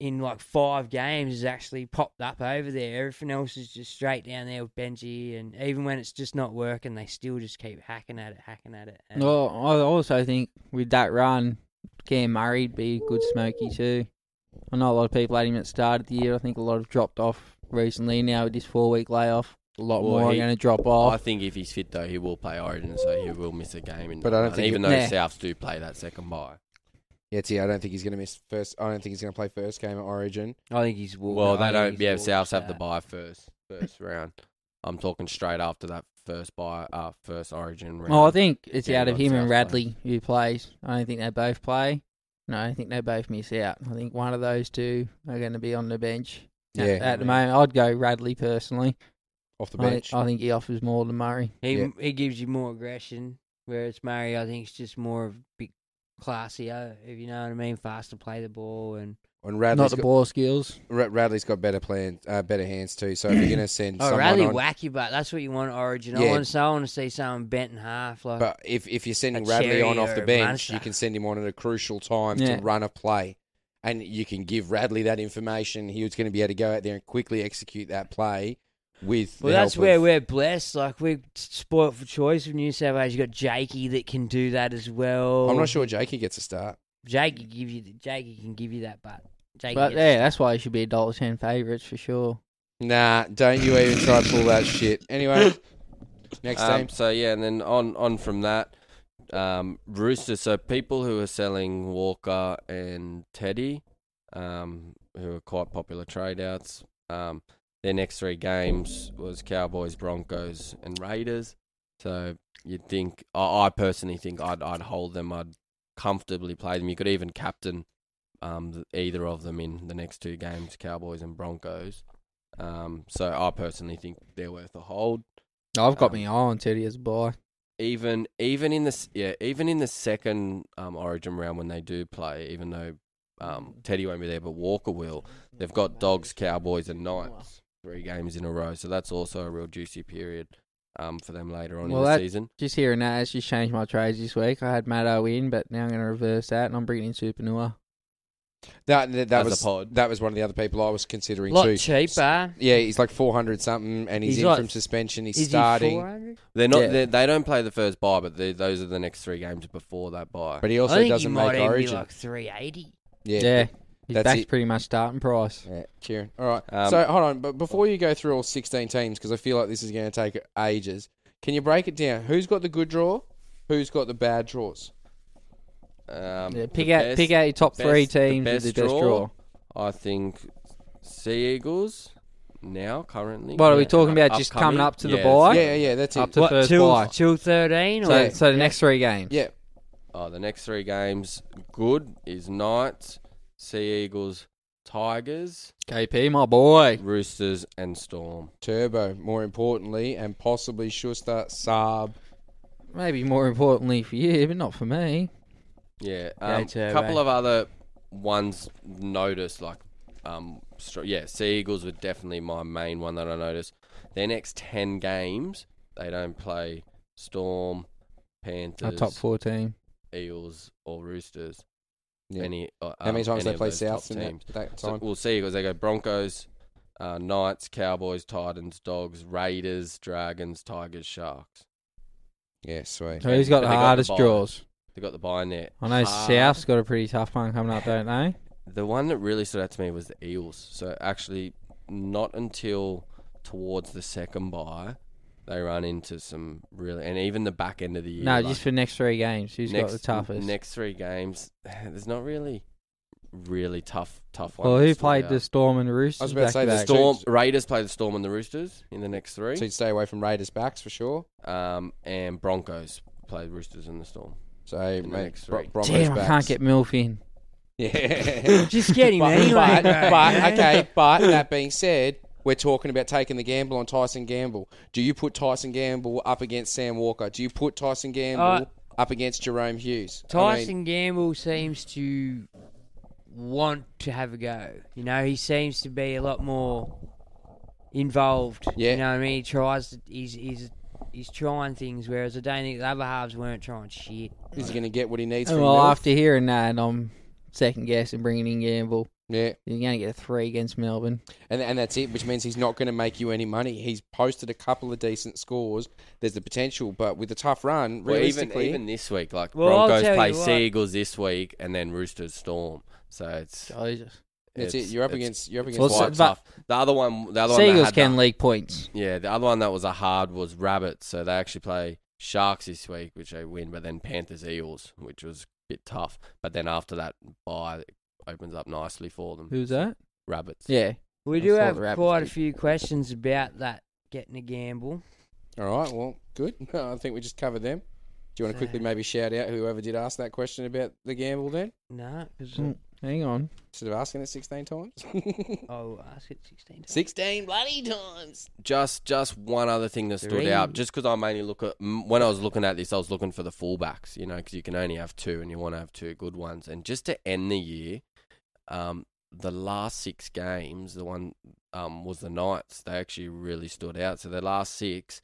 Speaker 2: in like five games has actually popped up over there. Everything else is just straight down there with Benji, and even when it's just not working, they still just keep hacking at it, hacking at it. And
Speaker 9: Well, I also think with that run, Cam Murray'd be a good smoky too. I know a lot of people had him at the start of the year. I think a lot have dropped off recently now with this four week layoff. A lot
Speaker 8: Well,
Speaker 9: more
Speaker 8: he-
Speaker 9: are going to drop off.
Speaker 8: I think if he's fit though, he will play Origin, so he will miss a game. In
Speaker 5: But
Speaker 8: that
Speaker 5: I don't
Speaker 8: run,
Speaker 5: think
Speaker 8: even
Speaker 5: he-
Speaker 8: though
Speaker 5: Nah.
Speaker 8: Souths do play that second bye.
Speaker 5: Yeah, see, I don't think he's going to miss first. I don't think he's going to play first game at Origin.
Speaker 2: I think he's walked.
Speaker 8: Well, they
Speaker 5: I think
Speaker 8: don't.
Speaker 5: he's
Speaker 8: Yeah,
Speaker 5: walked
Speaker 8: Souths have the
Speaker 5: that.
Speaker 8: bye first first round. I'm talking straight after that first bye, uh, first Origin round.
Speaker 9: Well, I think it's
Speaker 8: Yeah,
Speaker 9: out of
Speaker 8: when
Speaker 9: him and
Speaker 8: Souths play.
Speaker 9: Radley who plays. I don't think they both play. No, I think they both miss out. I think one of those two are going to be on the bench. At-
Speaker 5: Yeah.
Speaker 9: At, the moment, I'd go Radley personally.
Speaker 5: Off the
Speaker 9: I think-
Speaker 5: bench.
Speaker 9: I think he offers more than Murray.
Speaker 2: he he gives you more aggression, whereas Murray, I think, is just more of a bit classier, if you know what I mean, faster play the ball and.
Speaker 5: And Radley's
Speaker 9: Not the
Speaker 5: got-
Speaker 9: ball skills.
Speaker 5: Ra- Radley's got better plans, uh, better hands too. So if you're going to send
Speaker 2: Oh,
Speaker 5: someone
Speaker 2: Radley
Speaker 5: on,
Speaker 2: wacky, but that's what you want. at Origin. I
Speaker 5: Yeah.
Speaker 2: want. So I want to see someone bent in half. Like,
Speaker 5: but if if you're sending
Speaker 2: a
Speaker 5: Radley on
Speaker 2: Cherry
Speaker 5: off
Speaker 2: or
Speaker 5: the
Speaker 2: a
Speaker 5: bench,
Speaker 2: Munster.
Speaker 5: you can send him on at a crucial time
Speaker 9: Yeah.
Speaker 5: to run a play, and you can give Radley that information. He was going to be able to go out there and quickly execute that play with.
Speaker 2: Well,
Speaker 5: the
Speaker 2: that's
Speaker 5: help
Speaker 2: where
Speaker 5: of,
Speaker 2: we're blessed. Like we're spoilt for choice with New South Wales. You got Jakey that can do that as well.
Speaker 5: I'm not sure Jakey gets a start.
Speaker 2: Jakey give you Jakey can give you that butt. Jakey
Speaker 9: But
Speaker 2: gets-
Speaker 9: yeah, that's why you should be a dollar ten favourites for sure.
Speaker 5: Nah, don't you even try to pull that shit. Anyway, next
Speaker 8: Um,
Speaker 5: game.
Speaker 8: So yeah, and then on on from that, um, Rooster. So people who are selling Walker and Teddy, um, who are quite popular trade outs. Um, their next three games was Cowboys, Broncos, and Raiders. So you'd think I, I personally think I'd I'd hold them. I'd comfortably play them. You could even captain um, th- either of them in the next two games, Cowboys and Broncos. Um, so I personally think they're worth a hold
Speaker 9: I've
Speaker 2: Uh,
Speaker 9: got me eye on Teddy as a buy.
Speaker 8: even even in the s- yeah even in the second um, Origin round when they do play, even though um,
Speaker 9: Mm.
Speaker 8: Teddy won't be there, but Walker will. They've got Dogs, Cowboys, and Knights three games in a row, so that's also a real juicy period um, for them later on
Speaker 9: Well,
Speaker 8: in the
Speaker 9: that,
Speaker 8: season.
Speaker 9: just hearing that, it's just changed my trades this week. I had Maddo in, but now I'm going to reverse that and I'm bringing in Supernua.
Speaker 5: That that, that
Speaker 9: As a
Speaker 5: was that was one of the other people I was considering
Speaker 9: Lot
Speaker 5: too.
Speaker 9: cheaper.
Speaker 5: Yeah, he's like four hundred something, and he's,
Speaker 9: He's
Speaker 5: in
Speaker 9: like-
Speaker 5: from suspension. He's
Speaker 9: is he
Speaker 5: starting.
Speaker 9: 400?
Speaker 8: They're not
Speaker 5: Yeah.
Speaker 8: they they don't play the first bye, but they, those are the next three games before that bye.
Speaker 5: But he
Speaker 2: I think he might even be like three eighty.
Speaker 5: Yeah,
Speaker 9: yeah. His
Speaker 5: that's
Speaker 9: back's
Speaker 5: it.
Speaker 9: pretty much starting price.
Speaker 5: Yeah, Kieran. All right.
Speaker 9: Um,
Speaker 5: so hold on, but before you go through all sixteen teams, because I feel like this is going to take ages. Can you break it down? Who's got the good draw? Who's got the bad draws?
Speaker 8: Um,
Speaker 9: Yeah,
Speaker 8: the
Speaker 9: pick out- pick out your top three teams with the best draw.
Speaker 8: I think Sea Eagles now currently.
Speaker 9: What are we
Speaker 8: Yeah.
Speaker 9: talking about?
Speaker 8: Up-
Speaker 9: Just
Speaker 8: upcoming?
Speaker 9: coming up to the
Speaker 8: Yeah,
Speaker 9: buy?
Speaker 8: so-
Speaker 9: Up to first
Speaker 2: till,
Speaker 9: buy.
Speaker 2: till thirteen or
Speaker 9: So, so the next three games.
Speaker 5: Yeah.
Speaker 8: Oh, the next three games good is Knights, Sea Eagles, Tigers,
Speaker 9: KP, my boy.
Speaker 8: Roosters, and Storm.
Speaker 5: Turbo, more importantly, and possibly Schuster, Saab.
Speaker 9: Maybe more importantly for you, but not for me.
Speaker 8: Yeah,
Speaker 9: Go
Speaker 8: a
Speaker 9: Turbo.
Speaker 8: couple of other ones noticed, like um, str- yeah, Sea Eagles were definitely my main one that I noticed. Their next ten games, they don't play Storm, Panthers,
Speaker 9: A top four team.
Speaker 8: Eels or Roosters.
Speaker 5: Yeah.
Speaker 8: Any uh,
Speaker 5: How many
Speaker 8: um,
Speaker 5: times they
Speaker 8: any of
Speaker 5: play
Speaker 8: those top
Speaker 5: Souths in that-
Speaker 8: teams.
Speaker 5: that
Speaker 8: So
Speaker 5: time?
Speaker 8: we'll see because they go Broncos, uh, Knights, Cowboys, Titans, Dogs, Raiders, Dragons, Tigers, Sharks.
Speaker 5: Yeah, sweet.
Speaker 9: So who's got the
Speaker 8: They
Speaker 9: hardest
Speaker 8: buy.
Speaker 9: draws?
Speaker 8: They got the buy net.
Speaker 9: I know
Speaker 8: Hard.
Speaker 9: South's got a pretty tough one coming up, don't they?
Speaker 8: The one that really stood out to me was the Eels. So actually, not until towards the second buy, they run into some really, and even the back end of the year.
Speaker 9: No,
Speaker 8: like,
Speaker 9: just for next three games. Who's got
Speaker 8: next,
Speaker 9: the toughest?
Speaker 8: Next three games, there's not really, really tough, tough one. uh,
Speaker 9: well,
Speaker 8: that
Speaker 9: who
Speaker 8: stood
Speaker 9: played the
Speaker 8: out.
Speaker 9: Storm and the Roosters? back to back?
Speaker 8: Storm Raiders play the Storm and the Roosters in the next three.
Speaker 5: So you'd stay away from Raiders backs for sure.
Speaker 8: Um, and Broncos play Roosters and the Storm.
Speaker 5: So
Speaker 8: in the
Speaker 5: mate,
Speaker 8: next
Speaker 5: Bro-
Speaker 8: three.
Speaker 5: Broncos
Speaker 9: Damn, I can't get Milf in.
Speaker 5: Yeah.
Speaker 2: Just get him
Speaker 5: but,
Speaker 2: anyway,
Speaker 5: But,
Speaker 2: bro.
Speaker 5: but-
Speaker 2: Yeah.
Speaker 5: okay, but that being said, we're talking about taking the gamble on Tyson Gamble. Do you put Tyson Gamble up against Sam Walker? Do you put Tyson Gamble up against Jerome Hughes? I mean,
Speaker 2: Tyson Gamble seems to want to have a go. You know, he seems to be a lot more involved.
Speaker 5: Yeah.
Speaker 2: You know what I mean? He tries to, he's he's he's trying things whereas I don't think the other halves weren't trying shit.
Speaker 5: is he going to get what he needs
Speaker 9: And
Speaker 5: from
Speaker 9: well,
Speaker 5: Milf?
Speaker 9: after hearing that, I'm second guessing bringing in Gamble.
Speaker 5: Yeah.
Speaker 9: You're going to get a three against Melbourne.
Speaker 5: and, and that's it, which means he's not going to make you any money. He's posted a couple of decent scores. There's the potential, but with a tough run,
Speaker 8: Well, even
Speaker 5: realistically,
Speaker 8: even this week, like
Speaker 5: Well, I'll
Speaker 8: Broncos
Speaker 5: tell
Speaker 8: play
Speaker 5: you what.
Speaker 8: Sea Eagles this week, and then Roosters Storm. So it's
Speaker 5: That's it, you're up
Speaker 8: it's-
Speaker 5: against- you're up
Speaker 8: it's
Speaker 5: against
Speaker 8: quite
Speaker 5: Well, so-
Speaker 8: tough. The other one, the other one,
Speaker 9: Sea
Speaker 8: that
Speaker 9: Eagles
Speaker 8: had
Speaker 9: can
Speaker 8: the-
Speaker 9: leak points.
Speaker 8: Yeah, the other one that was a hard was Rabbits. So they actually play Sharks this week, which they win, but then Panthers Eels, which was a bit tough. But then after that, bye it opens up nicely for them.
Speaker 9: Who's that?
Speaker 8: Rabbits.
Speaker 9: Yeah.
Speaker 2: We
Speaker 8: I
Speaker 2: do
Speaker 8: thought
Speaker 2: have
Speaker 8: the Rabbits
Speaker 2: quite a
Speaker 8: did.
Speaker 2: few questions about that getting a gamble.
Speaker 5: All right, well, good. I think we just covered them. Do you want to quickly maybe shout out whoever did ask that question about the gamble then?
Speaker 2: No, because
Speaker 9: Mm, Hang on.
Speaker 5: Instead of asking it 16 times?
Speaker 2: I'll ask it Oh, sixteen times.
Speaker 5: 16 bloody times.
Speaker 8: Just just one other thing that stood
Speaker 5: Three.
Speaker 8: out, just because I mainly look at m- when I was looking at this, I was looking for the fullbacks, you know, because you can only have two, and you want to have two good ones. And just to end the year, um, the last six games, the one um was the Knights. They actually really stood out. So the last six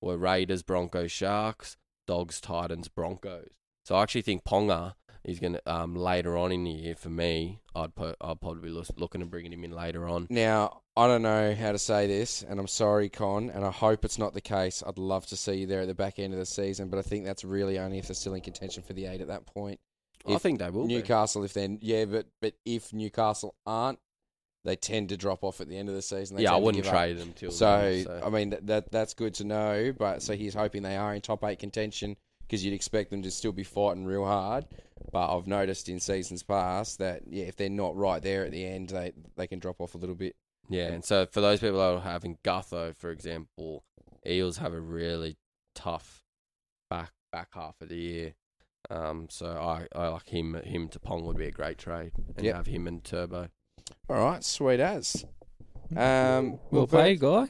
Speaker 8: were Raiders, Broncos, Sharks, Dogs, Titans, Broncos. So I actually think Ponga is gonna um later on in the year for me. I'd put I'd probably be look- looking at bringing him in later on.
Speaker 5: Now, I don't know how to say this, and I'm sorry, Con, and I hope it's not the case. I'd love to see you there at the back end of the season, but I think that's really only if they're still in contention for the eight at that point.
Speaker 8: I think they will be.
Speaker 5: Newcastle, if they're yeah, but but if Newcastle aren't, they tend to drop off at the end of the season. They
Speaker 8: Yeah, I
Speaker 5: tend to
Speaker 8: wouldn't
Speaker 5: give
Speaker 8: trade
Speaker 5: up.
Speaker 8: them till
Speaker 5: So, um,
Speaker 8: then, so-
Speaker 5: I mean that, that that's good to know. But so he's hoping they are in top eight contention because you'd expect them to still be fighting real hard. But I've noticed in seasons past that yeah, if they're not right there at the end, they they can drop off a little bit.
Speaker 8: Yeah, and so for those people that are having Gutho, for example, Eels have a really tough back back half of the year. Um, so I, I like him him to Pong would be a great trade, and
Speaker 5: Yep.
Speaker 8: have him and Turbo.
Speaker 5: All right, sweet as. Um,
Speaker 8: Well
Speaker 9: played,
Speaker 5: guy.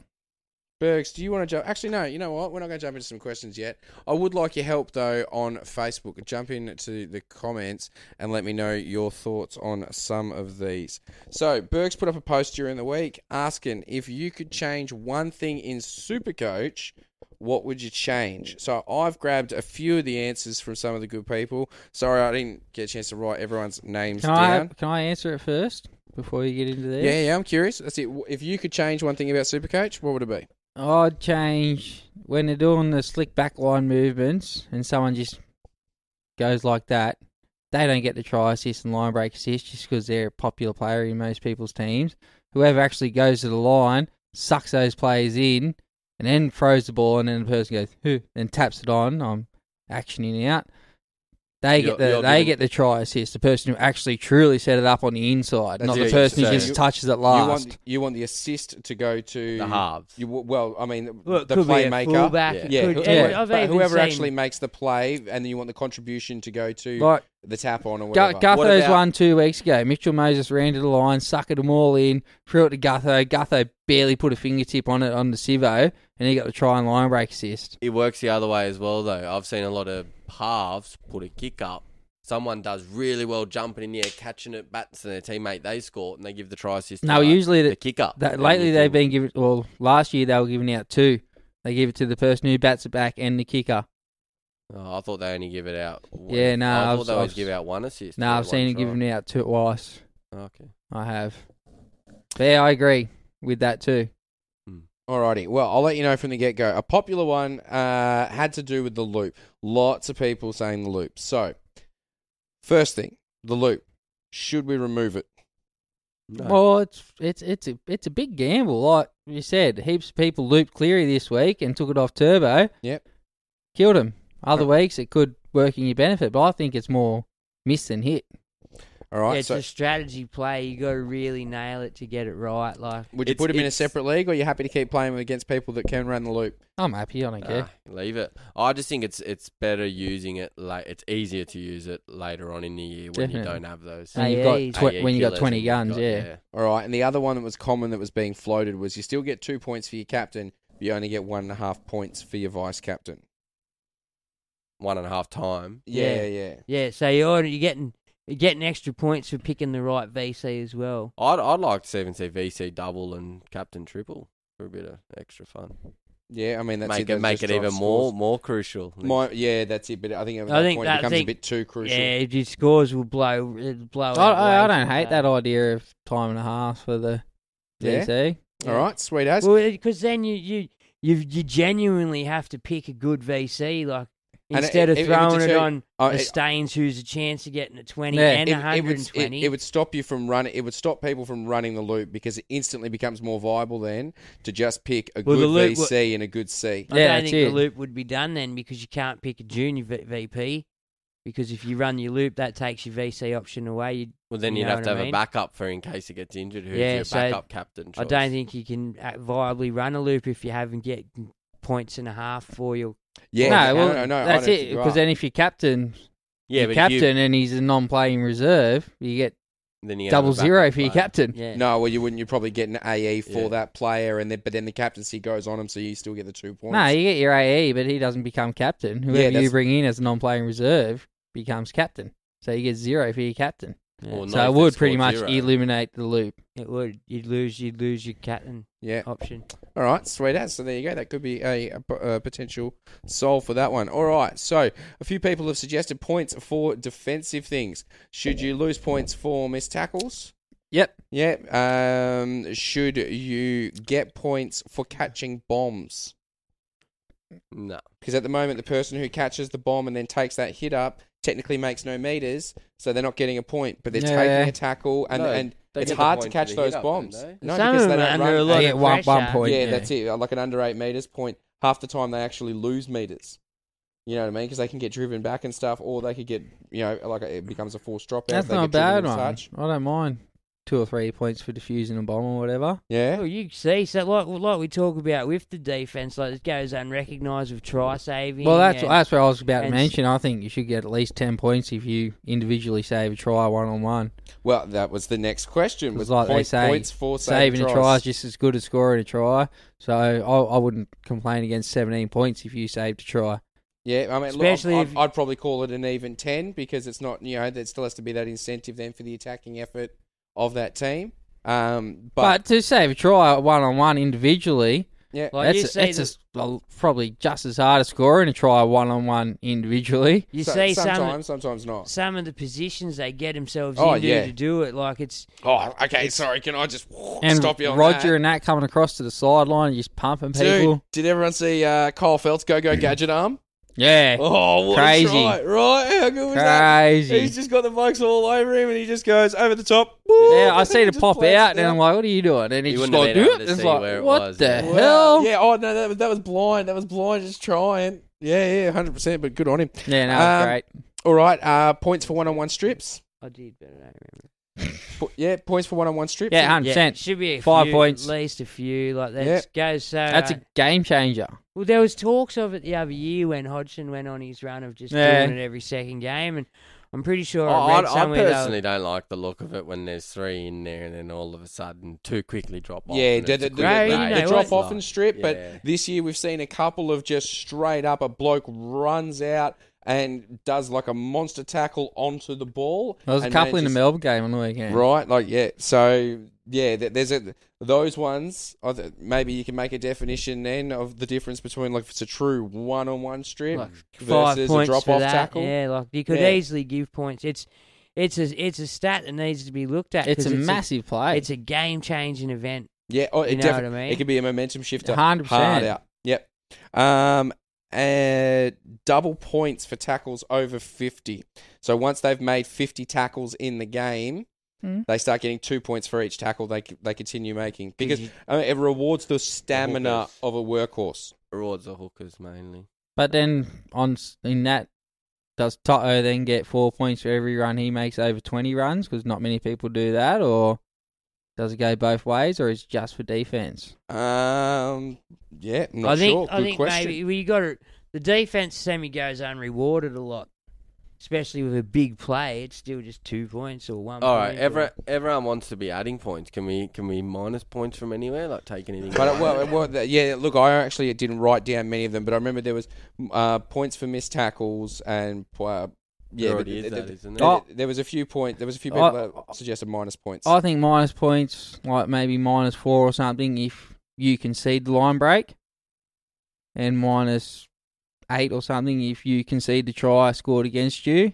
Speaker 5: Bergs, do you want to jump? Actually, no. You know what? We're not going to jump into some questions yet. I would like your help though on Facebook. Jump into the comments and let me know your thoughts on some of these. So Bergs put up a post during the week asking if you could change one thing in Supercoach, what would you change? So I've grabbed a few of the answers from some of the good people. Sorry, I didn't get a chance to write everyone's names
Speaker 9: Can
Speaker 5: down.
Speaker 9: I can I answer it first before you get into there?
Speaker 5: Yeah, yeah, I'm curious. That's it. W- If you could change one thing about Supercoach, what would it be?
Speaker 9: I'd change when they're doing the slick backline movements and someone just goes like that. They don't get the try assist and line break assist just because they're a popular player in most people's teams. Whoever actually goes to the line sucks those players in and then throws the ball and then the person goes who and taps it on. I'm actioning out. They
Speaker 8: You're-
Speaker 9: get the
Speaker 8: you're
Speaker 9: they
Speaker 8: giving-
Speaker 9: get the try assist. The person who actually truly set it up on the inside, not the person who just touches it last.
Speaker 5: You want, you want the assist to go to
Speaker 9: The halves.
Speaker 5: You, w- well, I mean,
Speaker 9: Well, it
Speaker 5: the
Speaker 9: could be a
Speaker 5: playmaker.
Speaker 9: fullback,
Speaker 5: yeah,
Speaker 9: it
Speaker 5: yeah.
Speaker 9: could-
Speaker 5: who-
Speaker 9: yeah.
Speaker 5: but
Speaker 9: I've even
Speaker 5: whoever
Speaker 9: seen-
Speaker 5: actually makes the play, and then you want the contribution to go to
Speaker 9: Like-
Speaker 5: the tap on or
Speaker 9: Gu-
Speaker 5: whatever.
Speaker 9: Gutho's one two weeks ago. Mitchell Moses ran to the line, suckered them all in, threw it to Gutho. Gutho barely put a fingertip on it on the Sivo, and he got the try and line break assist.
Speaker 8: It works the other way as well, though. I've seen a lot of halves put a kick up. Someone does really well jumping in the air, catching it, bats to their teammate. They score and they give the try assist. to
Speaker 9: No,
Speaker 8: the-
Speaker 9: usually the,
Speaker 8: the kick up.
Speaker 9: That,
Speaker 8: And
Speaker 9: lately
Speaker 8: you
Speaker 9: they've
Speaker 8: think,
Speaker 9: been given. Well, last year they were giving out two. They give it to the person who bats it back and the kicker.
Speaker 8: Oh, I thought they only give it out. one-
Speaker 9: Yeah, no,
Speaker 8: I
Speaker 9: I've,
Speaker 8: thought they always
Speaker 9: I've-
Speaker 8: give out one assist.
Speaker 9: No,
Speaker 8: or
Speaker 9: I've seen
Speaker 8: one
Speaker 9: it
Speaker 8: try.
Speaker 9: given out two twice.
Speaker 8: Okay.
Speaker 9: I have. But yeah, I agree with that too.
Speaker 5: Alrighty, well, I'll let you know from the get go. A popular one uh, had to do with the loop. Lots of people saying the loop. So, first thing, the loop. Should we remove it?
Speaker 9: Well, it's it's it's a it's a big gamble. Like you said, heaps of people looped Cleary this week and took it off Turbo.
Speaker 5: Yep.
Speaker 9: killed him. Other weeks it could work in your benefit, but I think it's more miss than hit.
Speaker 5: All
Speaker 2: it's a strategy play. You got to really nail it to get it right. Like,
Speaker 5: Would you put him in a separate league, or are you happy to keep playing against people that can run the loop?
Speaker 9: I'm happy.
Speaker 2: uh,
Speaker 9: I don't
Speaker 8: Ah, leave it. I just think it's it's better using it like it's easier to use it later on in the year when you
Speaker 9: Definitely.
Speaker 8: don't have those. E
Speaker 9: And you've got twe- when you got 20 guns, yeah.
Speaker 5: All right, and the other one that was common that was being floated was you still get two points for your captain, but you only get one and a half points for your vice captain.
Speaker 8: One and a half time.
Speaker 5: Yeah, yeah.
Speaker 2: yeah. So you're you're getting you're getting extra points for picking the right VC as well.
Speaker 8: I'd I'd like to even see VC double and captain triple for a bit of extra fun.
Speaker 5: Yeah, I mean that's
Speaker 8: make
Speaker 5: it. that
Speaker 8: make
Speaker 5: just
Speaker 8: it
Speaker 5: drives
Speaker 8: even more
Speaker 5: scores.
Speaker 8: more crucial.
Speaker 5: My, yeah, that's it. But I think at that
Speaker 2: I think
Speaker 5: point it
Speaker 2: that
Speaker 5: becomes a
Speaker 2: thing-
Speaker 5: bit too crucial.
Speaker 2: Yeah, your scores will blow. It'll
Speaker 9: I,
Speaker 2: blow. it
Speaker 9: I, I
Speaker 2: away
Speaker 9: don't
Speaker 2: from
Speaker 9: hate that idea of time and a half for the
Speaker 5: Yeah.
Speaker 9: VC.
Speaker 5: All right, sweet as.
Speaker 2: Well, because then you you you you genuinely have to pick a good VC like.
Speaker 5: And it-
Speaker 2: Instead
Speaker 5: it- it
Speaker 2: of
Speaker 5: would
Speaker 2: throwing it,
Speaker 5: deter-
Speaker 2: on
Speaker 5: oh,
Speaker 2: a
Speaker 5: it-
Speaker 2: Staines, who's a chance of getting a twenty
Speaker 5: It-
Speaker 2: and a
Speaker 5: it would-
Speaker 2: hundred
Speaker 5: it-
Speaker 2: and twenty,
Speaker 5: It, would stop you from running. It would stop people from running the loop because it instantly becomes more viable then to just pick a
Speaker 2: Well, the
Speaker 5: good
Speaker 2: loop
Speaker 5: VC and a good C.
Speaker 2: I don't think the loop would be done then because you can't pick a junior v- VP because if you run your loop, that takes your VC option away. You,
Speaker 8: Well, then
Speaker 2: you
Speaker 8: you'd
Speaker 2: know
Speaker 8: have
Speaker 2: what
Speaker 8: to
Speaker 2: I
Speaker 8: have a
Speaker 2: mean?
Speaker 8: backup for in case he gets injured. Who's
Speaker 2: yeah,
Speaker 8: your
Speaker 2: so
Speaker 8: backup captain?
Speaker 2: I
Speaker 8: choice?
Speaker 2: don't think you can uh, viably run a loop if you haven't get points and a half for your.
Speaker 9: no, well, that's it. Because then if you captain,
Speaker 8: Yeah, but
Speaker 9: yeah, you
Speaker 8: if
Speaker 9: captain,
Speaker 8: you-
Speaker 9: and he's a non-playing reserve, you get
Speaker 8: Then you get
Speaker 9: double
Speaker 8: another
Speaker 9: zero
Speaker 8: backup
Speaker 9: for your
Speaker 8: player.
Speaker 9: captain.
Speaker 5: No, well, you wouldn't. You probably get an AE for
Speaker 8: Yeah.
Speaker 5: that player, and then but then the captaincy goes on him, so you still get the two points.
Speaker 9: No, you get your AE, but he doesn't become captain.
Speaker 5: Yeah,
Speaker 9: Whoever
Speaker 5: that's-
Speaker 9: you bring in as a non-playing reserve becomes captain. So you get zero for your captain.
Speaker 2: Yeah. Well,
Speaker 9: so
Speaker 2: not
Speaker 9: it
Speaker 2: if they
Speaker 9: would pretty
Speaker 2: scored
Speaker 9: much
Speaker 2: zero.
Speaker 9: eliminate the loop.
Speaker 2: It would. You'd lose. You'd lose your captain.
Speaker 5: Yeah.
Speaker 2: Option.
Speaker 5: All right, sweet as. So there you go. That could be a, a p- a potential solve for that one. All right. So a few people have suggested points for defensive things. Should you lose points for missed tackles?
Speaker 9: Yep.
Speaker 5: Yep. Um, should you get points for catching bombs?
Speaker 8: No.
Speaker 5: Because at the moment, the person who catches the bomb and then takes that hit up technically makes no meters, so they're not getting a point, but they're
Speaker 9: Yeah.
Speaker 5: taking a tackle, and,
Speaker 9: No,
Speaker 5: and
Speaker 9: they
Speaker 5: it's
Speaker 9: get the
Speaker 5: hard to
Speaker 9: point
Speaker 5: catch
Speaker 9: for the
Speaker 5: those
Speaker 9: hit-up,
Speaker 5: bombs.
Speaker 9: don't they?
Speaker 5: No,
Speaker 9: Some
Speaker 5: because
Speaker 9: of
Speaker 5: they
Speaker 9: them
Speaker 5: don't
Speaker 9: are under
Speaker 5: run.
Speaker 9: a lot They of get one- one pressure. point,
Speaker 5: Yeah,
Speaker 9: yeah.
Speaker 5: that's it. Like an under eight meters point. Half the time they actually lose meters. You know what I mean? Because they can get driven back and stuff, or they could get you know like it becomes a forced dropout.
Speaker 9: That's
Speaker 5: they
Speaker 9: not a
Speaker 5: get driven
Speaker 9: bad
Speaker 5: and
Speaker 9: one.
Speaker 5: such.
Speaker 9: I don't mind two or three points for diffusing a bomb or whatever.
Speaker 5: Yeah.
Speaker 2: Well, you see, so like like we talk about with the defense, like it goes unrecognised with try saving.
Speaker 9: Well, that's
Speaker 2: and-
Speaker 9: that's what I was about to
Speaker 2: and-
Speaker 9: mention. I think you should get at least ten points if you individually save a try one on one.
Speaker 5: Well, that was the next question. Was
Speaker 9: Because like they
Speaker 5: point-
Speaker 9: say,
Speaker 5: points for saved
Speaker 9: saving a try
Speaker 5: tries.
Speaker 9: is just as good as scoring a try. So I, I wouldn't complain against seventeen points if you saved a try.
Speaker 5: Yeah, I mean,
Speaker 9: Especially
Speaker 5: look, I'd,
Speaker 9: if-
Speaker 5: I'd probably call it an even ten because it's not you know there still has to be that incentive then for the attacking effort of that team. Um,
Speaker 9: But,
Speaker 5: but,
Speaker 9: to save a try one on one individually,
Speaker 5: Yeah. Like you
Speaker 9: that's
Speaker 5: say
Speaker 9: that's
Speaker 5: that-
Speaker 9: as- well, probably just as hard as scoring a try one on one individually.
Speaker 2: You see,
Speaker 5: sometimes,
Speaker 2: some,
Speaker 5: sometimes not.
Speaker 2: Some of the positions they get themselves
Speaker 9: Oh,
Speaker 2: into
Speaker 9: yeah.
Speaker 2: to do it, like it's.
Speaker 5: Oh, okay. sorry, can I just
Speaker 9: and
Speaker 5: stop you on
Speaker 9: Roger
Speaker 5: that?
Speaker 9: and that coming across to the sideline, just pumping
Speaker 5: Dude,
Speaker 9: people.
Speaker 5: did everyone see uh, Kyle Phelps go go gadget arm?
Speaker 9: Yeah.
Speaker 5: Oh, what a
Speaker 9: crazy.
Speaker 5: try, right? How good was that?
Speaker 9: Crazy.
Speaker 5: He's just got the blokes all over him, and he just goes over the top.
Speaker 9: Yeah, I see it pop out, and I'm like, "What are you doing?" And he just
Speaker 8: wouldn't have
Speaker 9: like,
Speaker 8: been able
Speaker 9: "Oop,"
Speaker 8: to
Speaker 9: and it's
Speaker 8: see
Speaker 9: like,
Speaker 8: where it
Speaker 9: "What
Speaker 8: was,
Speaker 9: the
Speaker 8: yeah.
Speaker 9: hell?"
Speaker 5: Yeah. Oh no, that was that was blind. That was blind. Just trying. Yeah, yeah, hundred percent. But good on him.
Speaker 9: Yeah, no,
Speaker 5: Um,
Speaker 9: it was great.
Speaker 5: All right. Uh, points for one-on-one strips.
Speaker 2: I did, but I don't remember.
Speaker 5: Po- yeah, points for one-on-one strips.
Speaker 9: Yeah, hundred percent.
Speaker 2: Should be a
Speaker 9: five
Speaker 2: few,
Speaker 9: points.
Speaker 2: at least a few. Like that goes so.
Speaker 9: That's
Speaker 2: uh,
Speaker 9: a game changer.
Speaker 2: well, there was talks of it the other year when Hodgson went on his run of just
Speaker 9: Yeah.
Speaker 2: doing it every second game, and I'm pretty sure
Speaker 8: Oh,
Speaker 2: I
Speaker 8: I,
Speaker 2: read
Speaker 8: I
Speaker 2: somewhere. they were-
Speaker 8: personally don't like the look of it when there's three in there and then all of a sudden two quickly drop off.
Speaker 5: Yeah,
Speaker 8: and
Speaker 5: the,
Speaker 8: it's
Speaker 5: the,
Speaker 8: a
Speaker 5: the-
Speaker 8: quick
Speaker 5: the-
Speaker 8: break.
Speaker 5: the drop off and strip.
Speaker 8: Yeah.
Speaker 5: But this year we've seen a couple of just straight up a bloke runs out and does like a monster tackle onto the ball.
Speaker 9: There was a
Speaker 5: and
Speaker 9: couple in the
Speaker 5: manages-
Speaker 9: Melbourne game on the weekend.
Speaker 5: Right, like yeah. So yeah, th- there's a those ones. I th- Maybe you can make a definition then of the difference between like if it's a true one-on-one strip
Speaker 2: Like five
Speaker 5: versus a
Speaker 2: points for
Speaker 5: drop-off
Speaker 2: that.
Speaker 5: tackle.
Speaker 2: Yeah, like you could
Speaker 5: Yeah.
Speaker 2: easily give points. It's it's a it's a stat that needs to be looked at.
Speaker 9: It's
Speaker 2: 'cause
Speaker 9: a massive
Speaker 2: play. It's a game changing event.
Speaker 5: Yeah, oh,
Speaker 2: You
Speaker 5: it
Speaker 2: know
Speaker 5: defi-
Speaker 2: what I mean?
Speaker 5: It could be a momentum shifter.
Speaker 9: 100%.
Speaker 5: Hard out. Yep. Um, and double points for tackles over 50. So once they've made 50 tackles in the game,
Speaker 9: Hmm.
Speaker 5: they start getting two points for each tackle they, c- they continue making because
Speaker 8: you-
Speaker 5: I mean, it rewards the stamina
Speaker 8: hookers.
Speaker 5: of a workhorse.
Speaker 8: Rewards the hookers mainly.
Speaker 9: But then on s- in that, does Toto then get four points for every run he makes over twenty runs? Because not many people do that, or does it go both ways, or is it just for defense?
Speaker 5: Um, yeah, I'm not
Speaker 2: I think
Speaker 5: sure.
Speaker 2: I
Speaker 5: Good
Speaker 2: think
Speaker 5: question.
Speaker 2: maybe well, you got to the defense semi goes unrewarded a lot, especially with a big play. It's still just two points or one.
Speaker 8: All right,
Speaker 2: point
Speaker 8: every,
Speaker 2: or-
Speaker 8: everyone wants to be adding points. Can we can we minus points from anywhere? Like take anything?
Speaker 5: But
Speaker 8: away?
Speaker 5: it, well, it, well, the- yeah. Look, I actually didn't write down many of them, but I remember there was uh, points for missed tackles and uh, yeah,
Speaker 8: There
Speaker 5: but
Speaker 8: already is
Speaker 5: th-
Speaker 8: that,
Speaker 5: th-
Speaker 8: isn't
Speaker 5: there-
Speaker 9: there?
Speaker 5: There was a few point. There was a few people that suggested minus points.
Speaker 9: Oh. I think minus points, like maybe minus four or something, if you concede the line break, and minus eight or something if you concede the try scored against you.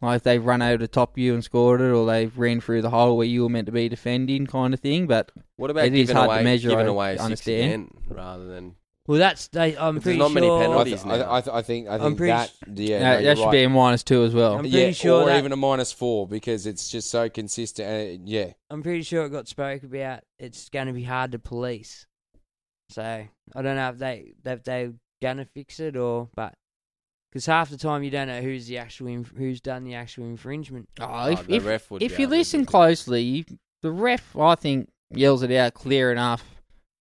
Speaker 9: Like if they've run over the top of you and scored it, or they've ran through the hole where you were meant to be defending, kind of thing. But
Speaker 8: what about
Speaker 9: it
Speaker 8: giving
Speaker 9: is hard
Speaker 8: away
Speaker 9: to measure?
Speaker 8: giving
Speaker 9: I
Speaker 8: away a six
Speaker 9: understand.
Speaker 8: again rather than
Speaker 2: Well, that's they. I'm
Speaker 8: There's
Speaker 2: pretty
Speaker 8: not
Speaker 2: sure.
Speaker 8: many
Speaker 5: I,
Speaker 8: penalties
Speaker 5: th-
Speaker 8: now.
Speaker 5: I, th- I think I
Speaker 9: I'm
Speaker 5: think
Speaker 9: pretty
Speaker 5: that
Speaker 9: s-
Speaker 5: yeah,
Speaker 9: That-
Speaker 5: no,
Speaker 9: that
Speaker 5: you're
Speaker 9: should
Speaker 5: right.
Speaker 9: be a minus two as well. I'm
Speaker 5: yeah,
Speaker 2: pretty sure
Speaker 5: or
Speaker 2: that-
Speaker 5: even a minus four because it's just so consistent. Uh, yeah,
Speaker 2: I'm pretty sure it got spoke about. It's going to be hard to police. So I don't know if they if they're going to fix it or but because half the time you don't know who's the actual inf- who's done the actual infringement.
Speaker 9: Oh, if if, if you listen closely, the ref I think yells it out clear enough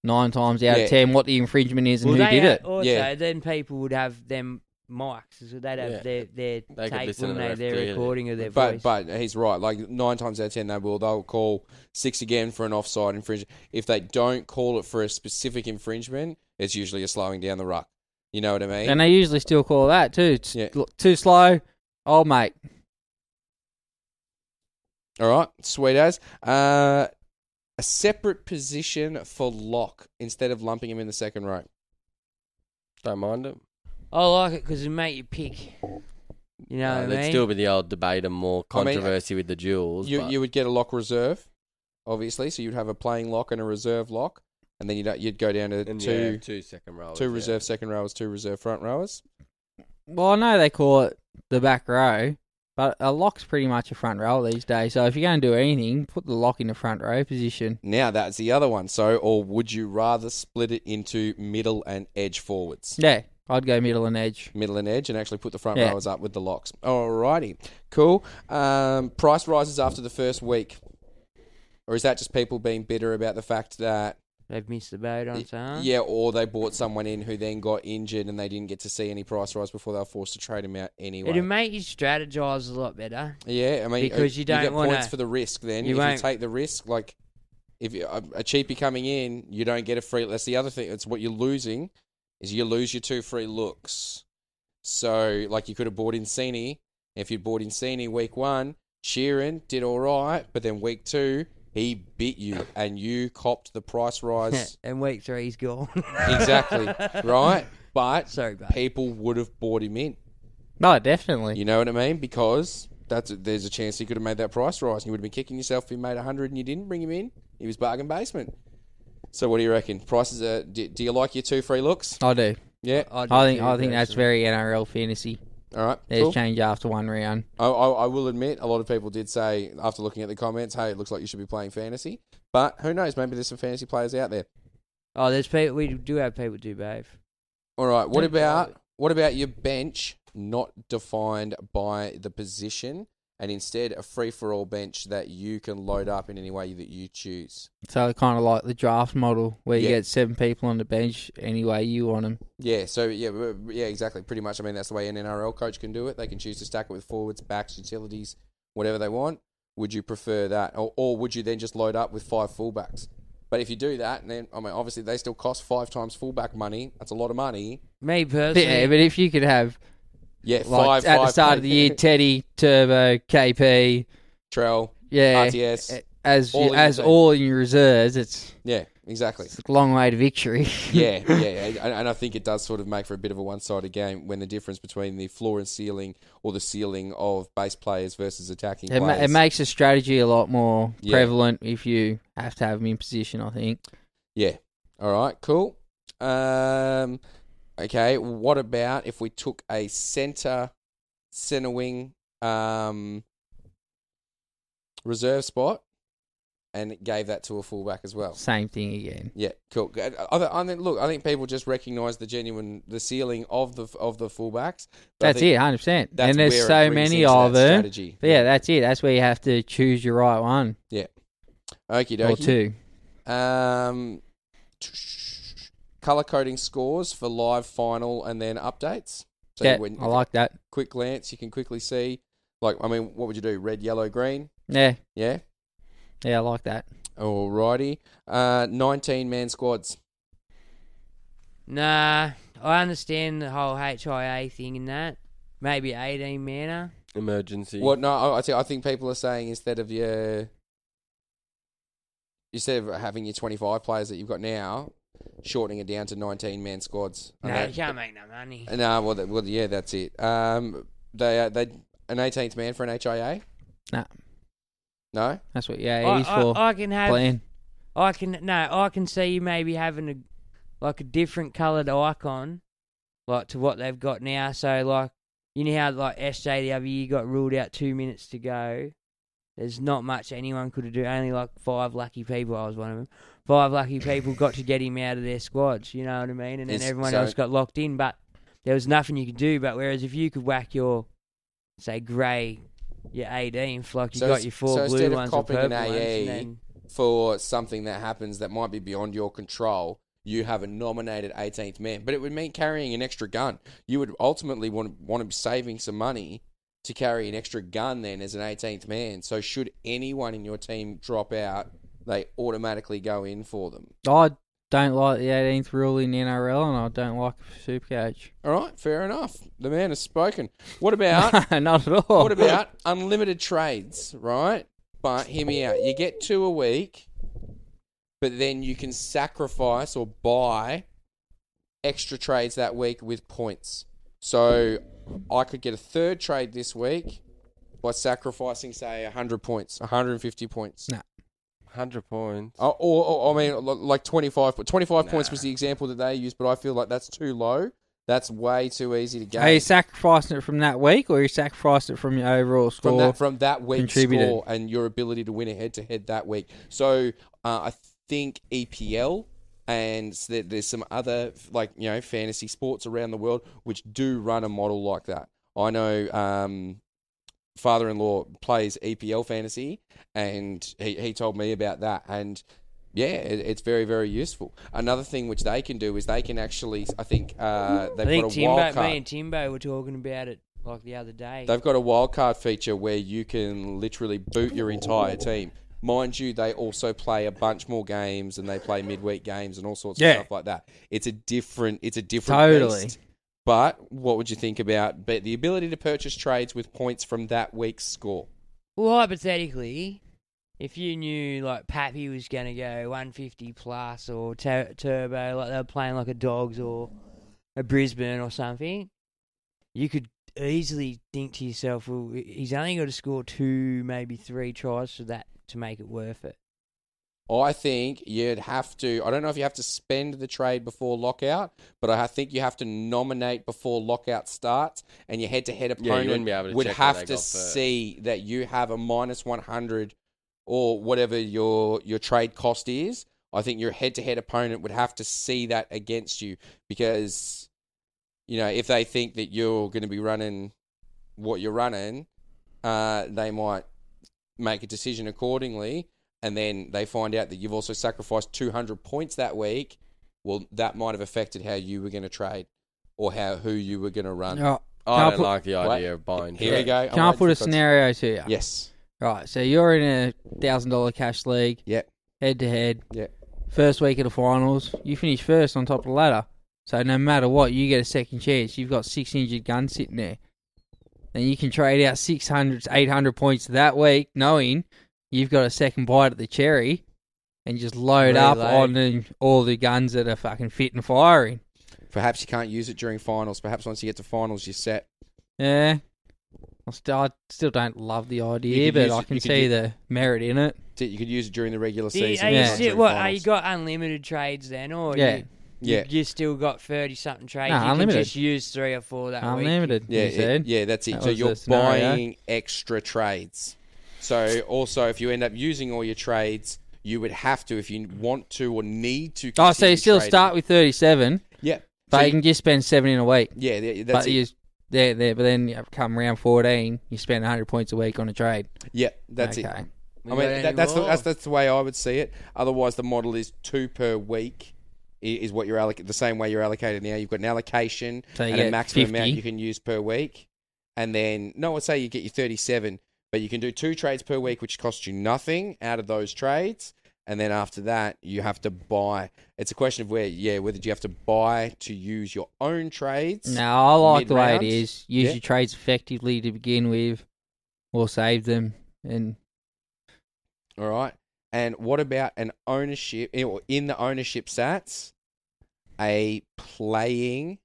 Speaker 9: nine times out
Speaker 2: Yeah.
Speaker 9: of ten what the infringement is and
Speaker 2: Well,
Speaker 9: who
Speaker 2: they
Speaker 9: did
Speaker 2: ha-
Speaker 9: it.
Speaker 2: Also, then people would have them mics, so they'd have
Speaker 8: Yeah.
Speaker 2: their their
Speaker 8: They could
Speaker 2: tape,
Speaker 8: listen to
Speaker 2: wouldn't
Speaker 8: the
Speaker 2: they?
Speaker 8: ref
Speaker 2: Their
Speaker 8: clearly.
Speaker 2: recording of their
Speaker 5: but
Speaker 2: voice.
Speaker 5: but he's right. Like nine times out of ten, they will. They'll call six again for an offside infringement. If they don't call it for a specific infringement, it's usually a slowing down the ruck. You know what I mean?
Speaker 9: And they usually still call that too. It's l- too slow. Oh mate.
Speaker 5: All right, sweet as. Uh, a separate position for lock instead of lumping him in the second row.
Speaker 8: Don't mind it.
Speaker 2: I like it because it make you pick. You know,
Speaker 8: Uh,
Speaker 2: what I
Speaker 8: there'd
Speaker 2: mean?
Speaker 8: still be the old debate and more
Speaker 5: I mean,
Speaker 8: controversy with the duels.
Speaker 5: You
Speaker 8: but
Speaker 5: you would get a lock reserve, obviously. So you'd have a playing lock and a reserve lock, and then you'd you'd go down to
Speaker 8: And
Speaker 5: two
Speaker 8: yeah, two second rowers,
Speaker 5: two
Speaker 8: yeah.
Speaker 5: reserve second rowers, two reserve front rowers.
Speaker 9: Well, I know they call it the back row, but a lock's pretty much a front row these days. So if you're going to do anything, put the lock in the front row position.
Speaker 5: Now that's the other one. So, or would you rather split it into middle and edge forwards?
Speaker 9: Yeah, I'd go middle and edge.
Speaker 5: Middle and edge, and actually put the front
Speaker 9: Yeah.
Speaker 5: rowers up with the locks. Alrighty, cool. Um, price rises after the first week, or is that just people being bitter about the fact that
Speaker 2: they've missed the boat on some?
Speaker 5: Yeah, or they bought someone in who then got injured and they didn't get to see any price rise before they were forced to trade him out anyway.
Speaker 2: It'll make you strategize a lot better.
Speaker 5: Yeah, I mean,
Speaker 2: because you don't
Speaker 5: get
Speaker 2: want
Speaker 5: points for the risk. Then
Speaker 2: you
Speaker 5: if
Speaker 2: won't.
Speaker 5: you take the risk, like if you, um, a a cheapie coming in, you don't get a free. That's the other thing. It's what you're losing is you lose your two free looks. So like you could have bought Insini if you'd bought Insini week one. Sheeran did all right, but then week two he bit you and you copped the price rise
Speaker 2: and week three's gone.
Speaker 5: exactly right. But
Speaker 2: uh,
Speaker 5: people would have bought him in.
Speaker 9: No, definitely.
Speaker 5: You know what I mean? Because that's there's a chance he could have made that price rise, and you would have been kicking yourself if you made hundred and you didn't bring him in. He was bargain basement. So what do you reckon? Prices? Are, do, do you like your two free looks?
Speaker 9: I do.
Speaker 5: Yeah,
Speaker 9: I, think I think that's very NRL fantasy.
Speaker 5: All right,
Speaker 9: there's
Speaker 5: cool.
Speaker 9: change after one round.
Speaker 5: I, I, I will admit, a lot of people did say after looking at the comments, "Hey, it looks like you should be playing fantasy." But who knows? Maybe there's some fantasy players out there.
Speaker 2: Oh, there's people. We do have people do both.
Speaker 5: All right. What
Speaker 2: Yeah.
Speaker 5: about what about your bench not defined by the position, and instead a free for all bench that you can load up in any way that you choose?
Speaker 9: So kind of like the draft model where you
Speaker 5: Yeah.
Speaker 9: get seven people on the bench any way you want them.
Speaker 5: Yeah, so yeah, w- w- yeah, exactly. Pretty much, I mean, that's the way an NRL coach can do it. They can choose to stack it with forwards, backs, utilities, whatever they want. Would you prefer that, or, or would you then just load up with five fullbacks? But if you do that, then I mean, obviously they still cost five times fullback money. That's a lot of money.
Speaker 2: Me personally,
Speaker 9: Yeah, but if you could have
Speaker 5: Yeah,
Speaker 9: like,
Speaker 5: five,
Speaker 9: at the
Speaker 5: five,
Speaker 9: start of the year, Teddy, Turbo, KP,
Speaker 5: Trell,
Speaker 9: yeah,
Speaker 5: RTS,
Speaker 9: as
Speaker 5: all in
Speaker 9: all
Speaker 5: your
Speaker 9: as
Speaker 5: team.
Speaker 9: all in your reserves, it's
Speaker 5: Yeah, exactly.
Speaker 9: it's a long way to victory.
Speaker 5: yeah, yeah, yeah. And, and I think it does sort of make for a bit of a one-sided game when the difference between the floor and ceiling, or the ceiling of base players versus attacking
Speaker 9: It, ma-
Speaker 5: players.
Speaker 9: it makes the strategy a lot more
Speaker 5: Yeah.
Speaker 9: prevalent if you have to have them in position. I think.
Speaker 5: Yeah. All right. Cool. Um. Okay. What about if we took a center, center wing, um, reserve spot, and gave that to a fullback as well?
Speaker 9: Same thing again.
Speaker 5: Yeah. Cool. Good. I, th- I think. Look, I think people just recognise the genuine, the ceiling of the of the fullbacks. But I
Speaker 9: That's
Speaker 5: think
Speaker 9: it, hundred percent.
Speaker 5: that's
Speaker 9: And there's
Speaker 5: where it
Speaker 9: so
Speaker 5: brings
Speaker 9: many
Speaker 5: into
Speaker 9: of
Speaker 5: that
Speaker 9: them.
Speaker 5: strategy.
Speaker 9: But yeah, that's it. That's where you have to choose your right one.
Speaker 5: Yeah. Okie
Speaker 9: Or
Speaker 5: dokie. two. Um, color coding scores for live final and then updates.
Speaker 9: Yeah, I like that.
Speaker 5: Quick glance, you can quickly see. Like, I mean, what would you do? Red, yellow, green.
Speaker 9: Yeah,
Speaker 5: Yeah.
Speaker 9: yeah, I like that.
Speaker 5: Alrighty. Uh, nineteen man squads.
Speaker 2: nah, I understand the whole HIA thing and that. Maybe 18 manner.
Speaker 8: Emergency.
Speaker 5: Well, no, I, I, think, I think people are saying instead of your instead of having your twenty five players that you've got now, shortening it down to nineteen man squads. I
Speaker 2: No,
Speaker 5: know-
Speaker 2: you can't make no money.
Speaker 5: No, well, th- well, yeah, that's it. Um, they uh, they an 18th man for an HIA.
Speaker 9: Nah.
Speaker 5: No,
Speaker 9: That's what yeah,
Speaker 2: I,
Speaker 9: he's
Speaker 2: I-
Speaker 9: for.
Speaker 2: I can have.
Speaker 9: playing.
Speaker 2: I can no. I can see you maybe having a like a different coloured icon, like to what they've got now. So like you know how like SJ the other year got ruled out two minutes to go. There's not much anyone could do. Only like five lucky people. I was one of them. Five lucky people got to get him out of their squads. You know what I mean? And then
Speaker 7: Is-
Speaker 2: everyone
Speaker 7: so-
Speaker 2: else got locked in. But there was nothing you could do. But whereas if you could whack your say grey, your 18th, like you got
Speaker 5: it's-
Speaker 2: your four
Speaker 5: so
Speaker 2: blue
Speaker 5: instead
Speaker 2: ones
Speaker 5: of copying
Speaker 2: and
Speaker 5: an
Speaker 2: purple ones,
Speaker 5: AE
Speaker 2: and then
Speaker 5: for something that happens that might be beyond your control, you have a nominated 18th man. But it would mean carrying an extra gun. You would ultimately want to, want to be saving some money to carry an extra gun then as an 18th man. So should anyone in your team drop out, they automatically go in for them.
Speaker 9: I don't like the 18th rule in the NRL, and I don't like it for Supercoach.
Speaker 5: All right, fair enough. The man has spoken. What about
Speaker 9: Not at all.
Speaker 5: What about unlimited trades, right? But hear me out. You get two a week, but then you can sacrifice or buy extra trades that week with points. So I could get a third trade this week by sacrificing, say, 100 points, 150 points. Uh,
Speaker 9: Nah.
Speaker 8: 100 points.
Speaker 5: Or, or, or I mean, l- like 25, po- 25 points was the example that they used, but I feel like that's too low. That's way too easy to
Speaker 9: Are you
Speaker 5: gauge.
Speaker 9: sacrificing it from that week, or you sacrificed it from your overall score?
Speaker 5: from that from that week's
Speaker 9: contributed?
Speaker 5: score and your ability to win a head to head that week. So uh, I think EPL and s- there- there's some other like you know fantasy sports around the world which do run a model like that. I know um, father-in-law plays EPL fantasy, and he, he told me about that. And yeah, it, it's very very useful. Another thing which they can do is they can actually I think uh,
Speaker 2: I
Speaker 5: they've
Speaker 2: think
Speaker 5: got a wild
Speaker 2: Timbo,
Speaker 5: card.
Speaker 2: me and Timbo were talking about it like the other day.
Speaker 5: They've got a wildcard feature where you can literally boot your entire team. Mind you, they also play a bunch more games and they play midweek games and all sorts
Speaker 9: Yeah.
Speaker 5: of stuff like that. It's a different it's a different
Speaker 9: Totally.
Speaker 5: beast. But what would you think about but the ability to purchase trades with points from that week's score?
Speaker 2: Well, hypothetically, if you knew like Pappy was going to go 150 plus or tur- Turbo, like they were playing like a Dogs or a Brisbane or something, you could easily think to yourself, well, he's only got to score two, maybe three tries for that to make it worth it.
Speaker 5: I think you'd have to. I don't know if you have to spend the trade before lockout, but I think you have to nominate before lockout starts, and your
Speaker 8: Yeah,
Speaker 5: head-to-head
Speaker 8: you wouldn't
Speaker 5: opponent
Speaker 8: be able to
Speaker 5: would
Speaker 8: check where
Speaker 5: have
Speaker 8: they
Speaker 5: to
Speaker 8: got first.
Speaker 5: see that you have a minus one hundred or whatever your your trade cost is. I think your head-to-head opponent would have to see that against you because you know if they think that you're going to be running what you're running, uh, they might make a decision accordingly, and then they find out that you've also sacrificed 200 points that week. Well, that might have affected how you were going to trade or how who you were going to run.
Speaker 9: Yeah.
Speaker 8: I
Speaker 9: Can I
Speaker 8: don't
Speaker 9: put-
Speaker 8: like the
Speaker 5: Wait,
Speaker 8: idea of buying.
Speaker 5: Here we
Speaker 8: trades.
Speaker 5: go. I'm
Speaker 9: Can I
Speaker 5: waiting
Speaker 9: Oh, put a
Speaker 5: for-
Speaker 9: scenario to you?
Speaker 5: Yes.
Speaker 9: Right. So you're in a thousand dollar cash league.
Speaker 5: Yep.
Speaker 9: Head to head.
Speaker 5: Yep.
Speaker 9: First week of the finals, you finish first on top of the ladder. So no matter what, you get a second chance. You've got six injured guns sitting there. Then you can trade out 600, 800 points that week, knowing you've got a second bite at the cherry, and just load up
Speaker 5: Reload.
Speaker 9: on the, all the guns that are fucking fit and firing.
Speaker 5: Perhaps you can't use it during finals. Perhaps once you get to finals, you're set.
Speaker 9: Yeah. I still, I still don't love the idea,
Speaker 5: could
Speaker 9: but
Speaker 5: use
Speaker 9: I
Speaker 5: it-
Speaker 9: can
Speaker 5: you could
Speaker 9: see
Speaker 5: u-
Speaker 9: the merit in it.
Speaker 5: You could use it during the regular
Speaker 2: Do you-
Speaker 5: season.
Speaker 2: are you
Speaker 5: not
Speaker 2: still-
Speaker 5: during
Speaker 2: what, are you
Speaker 5: finals.
Speaker 2: got unlimited trades then, or
Speaker 9: Yeah.
Speaker 2: you,
Speaker 5: Yeah.
Speaker 2: you, you still got 30 something trades?
Speaker 9: No,
Speaker 2: you
Speaker 9: unlimited.
Speaker 2: can just use three or four that week.
Speaker 9: Unlimited.
Speaker 5: Yeah,
Speaker 9: you
Speaker 5: it-
Speaker 9: said.
Speaker 5: yeah, that's it.
Speaker 9: That
Speaker 5: so
Speaker 9: was
Speaker 5: you're
Speaker 9: the scenario.
Speaker 5: buying extra trades. So also, if you end up using all your trades, you would have to, if you want to or need to.
Speaker 9: Oh, so you
Speaker 5: continue
Speaker 9: still
Speaker 5: trading.
Speaker 9: start with thirty-seven.
Speaker 5: Yeah.
Speaker 9: but
Speaker 5: So
Speaker 9: you,
Speaker 5: you-
Speaker 9: can just spend seven in a week.
Speaker 5: Yeah, yeah, that's
Speaker 9: but
Speaker 5: it.
Speaker 9: you there, there. But then you come round fourteen, you spend hundred points a week on a trade.
Speaker 5: Yeah, that's it.
Speaker 9: Okay.
Speaker 5: I
Speaker 9: We
Speaker 5: mean,
Speaker 9: got any
Speaker 5: that, that's, the,
Speaker 9: more?
Speaker 5: that's that's the way I would see it. Otherwise, the model is two per week. i- Is what you're allocated the same way you're allocated now. You've got an allocation
Speaker 9: So you
Speaker 5: and a
Speaker 9: get
Speaker 5: maximum
Speaker 9: 50.
Speaker 5: amount you can use per week, and then no, I'd say you get your 37, but you can do two trades per week, which costs you nothing out of those trades, and then after that you have to buy. It's a question of where, yeah, whether you have to buy to use your own trades.
Speaker 9: No, I like the way it
Speaker 5: mid-round.
Speaker 9: is. Use
Speaker 5: Yeah.
Speaker 9: your trades effectively to begin with, or save them. And
Speaker 5: All right. And what about an ownership eh, or in the ownership sats, a playing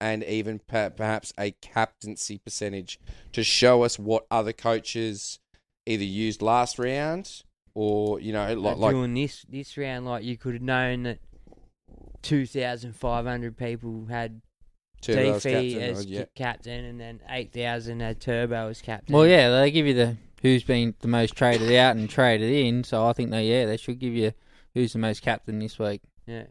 Speaker 5: and even per- perhaps a captaincy percentage to show us what other coaches either used last round or, you know, like,
Speaker 2: like,
Speaker 5: like
Speaker 2: doing this this round, like you could have known that two thousand five hundred people had
Speaker 5: Turbo as
Speaker 2: Defi
Speaker 5: captain,
Speaker 2: E as
Speaker 5: oh, yeah.
Speaker 2: ki- captain, and then eight thousand had Turbo as captain.
Speaker 9: well, yeah, they give you the who's been the most traded out and traded in. So I think they, yeah, they should give you who's the most captain this week.
Speaker 2: yeah.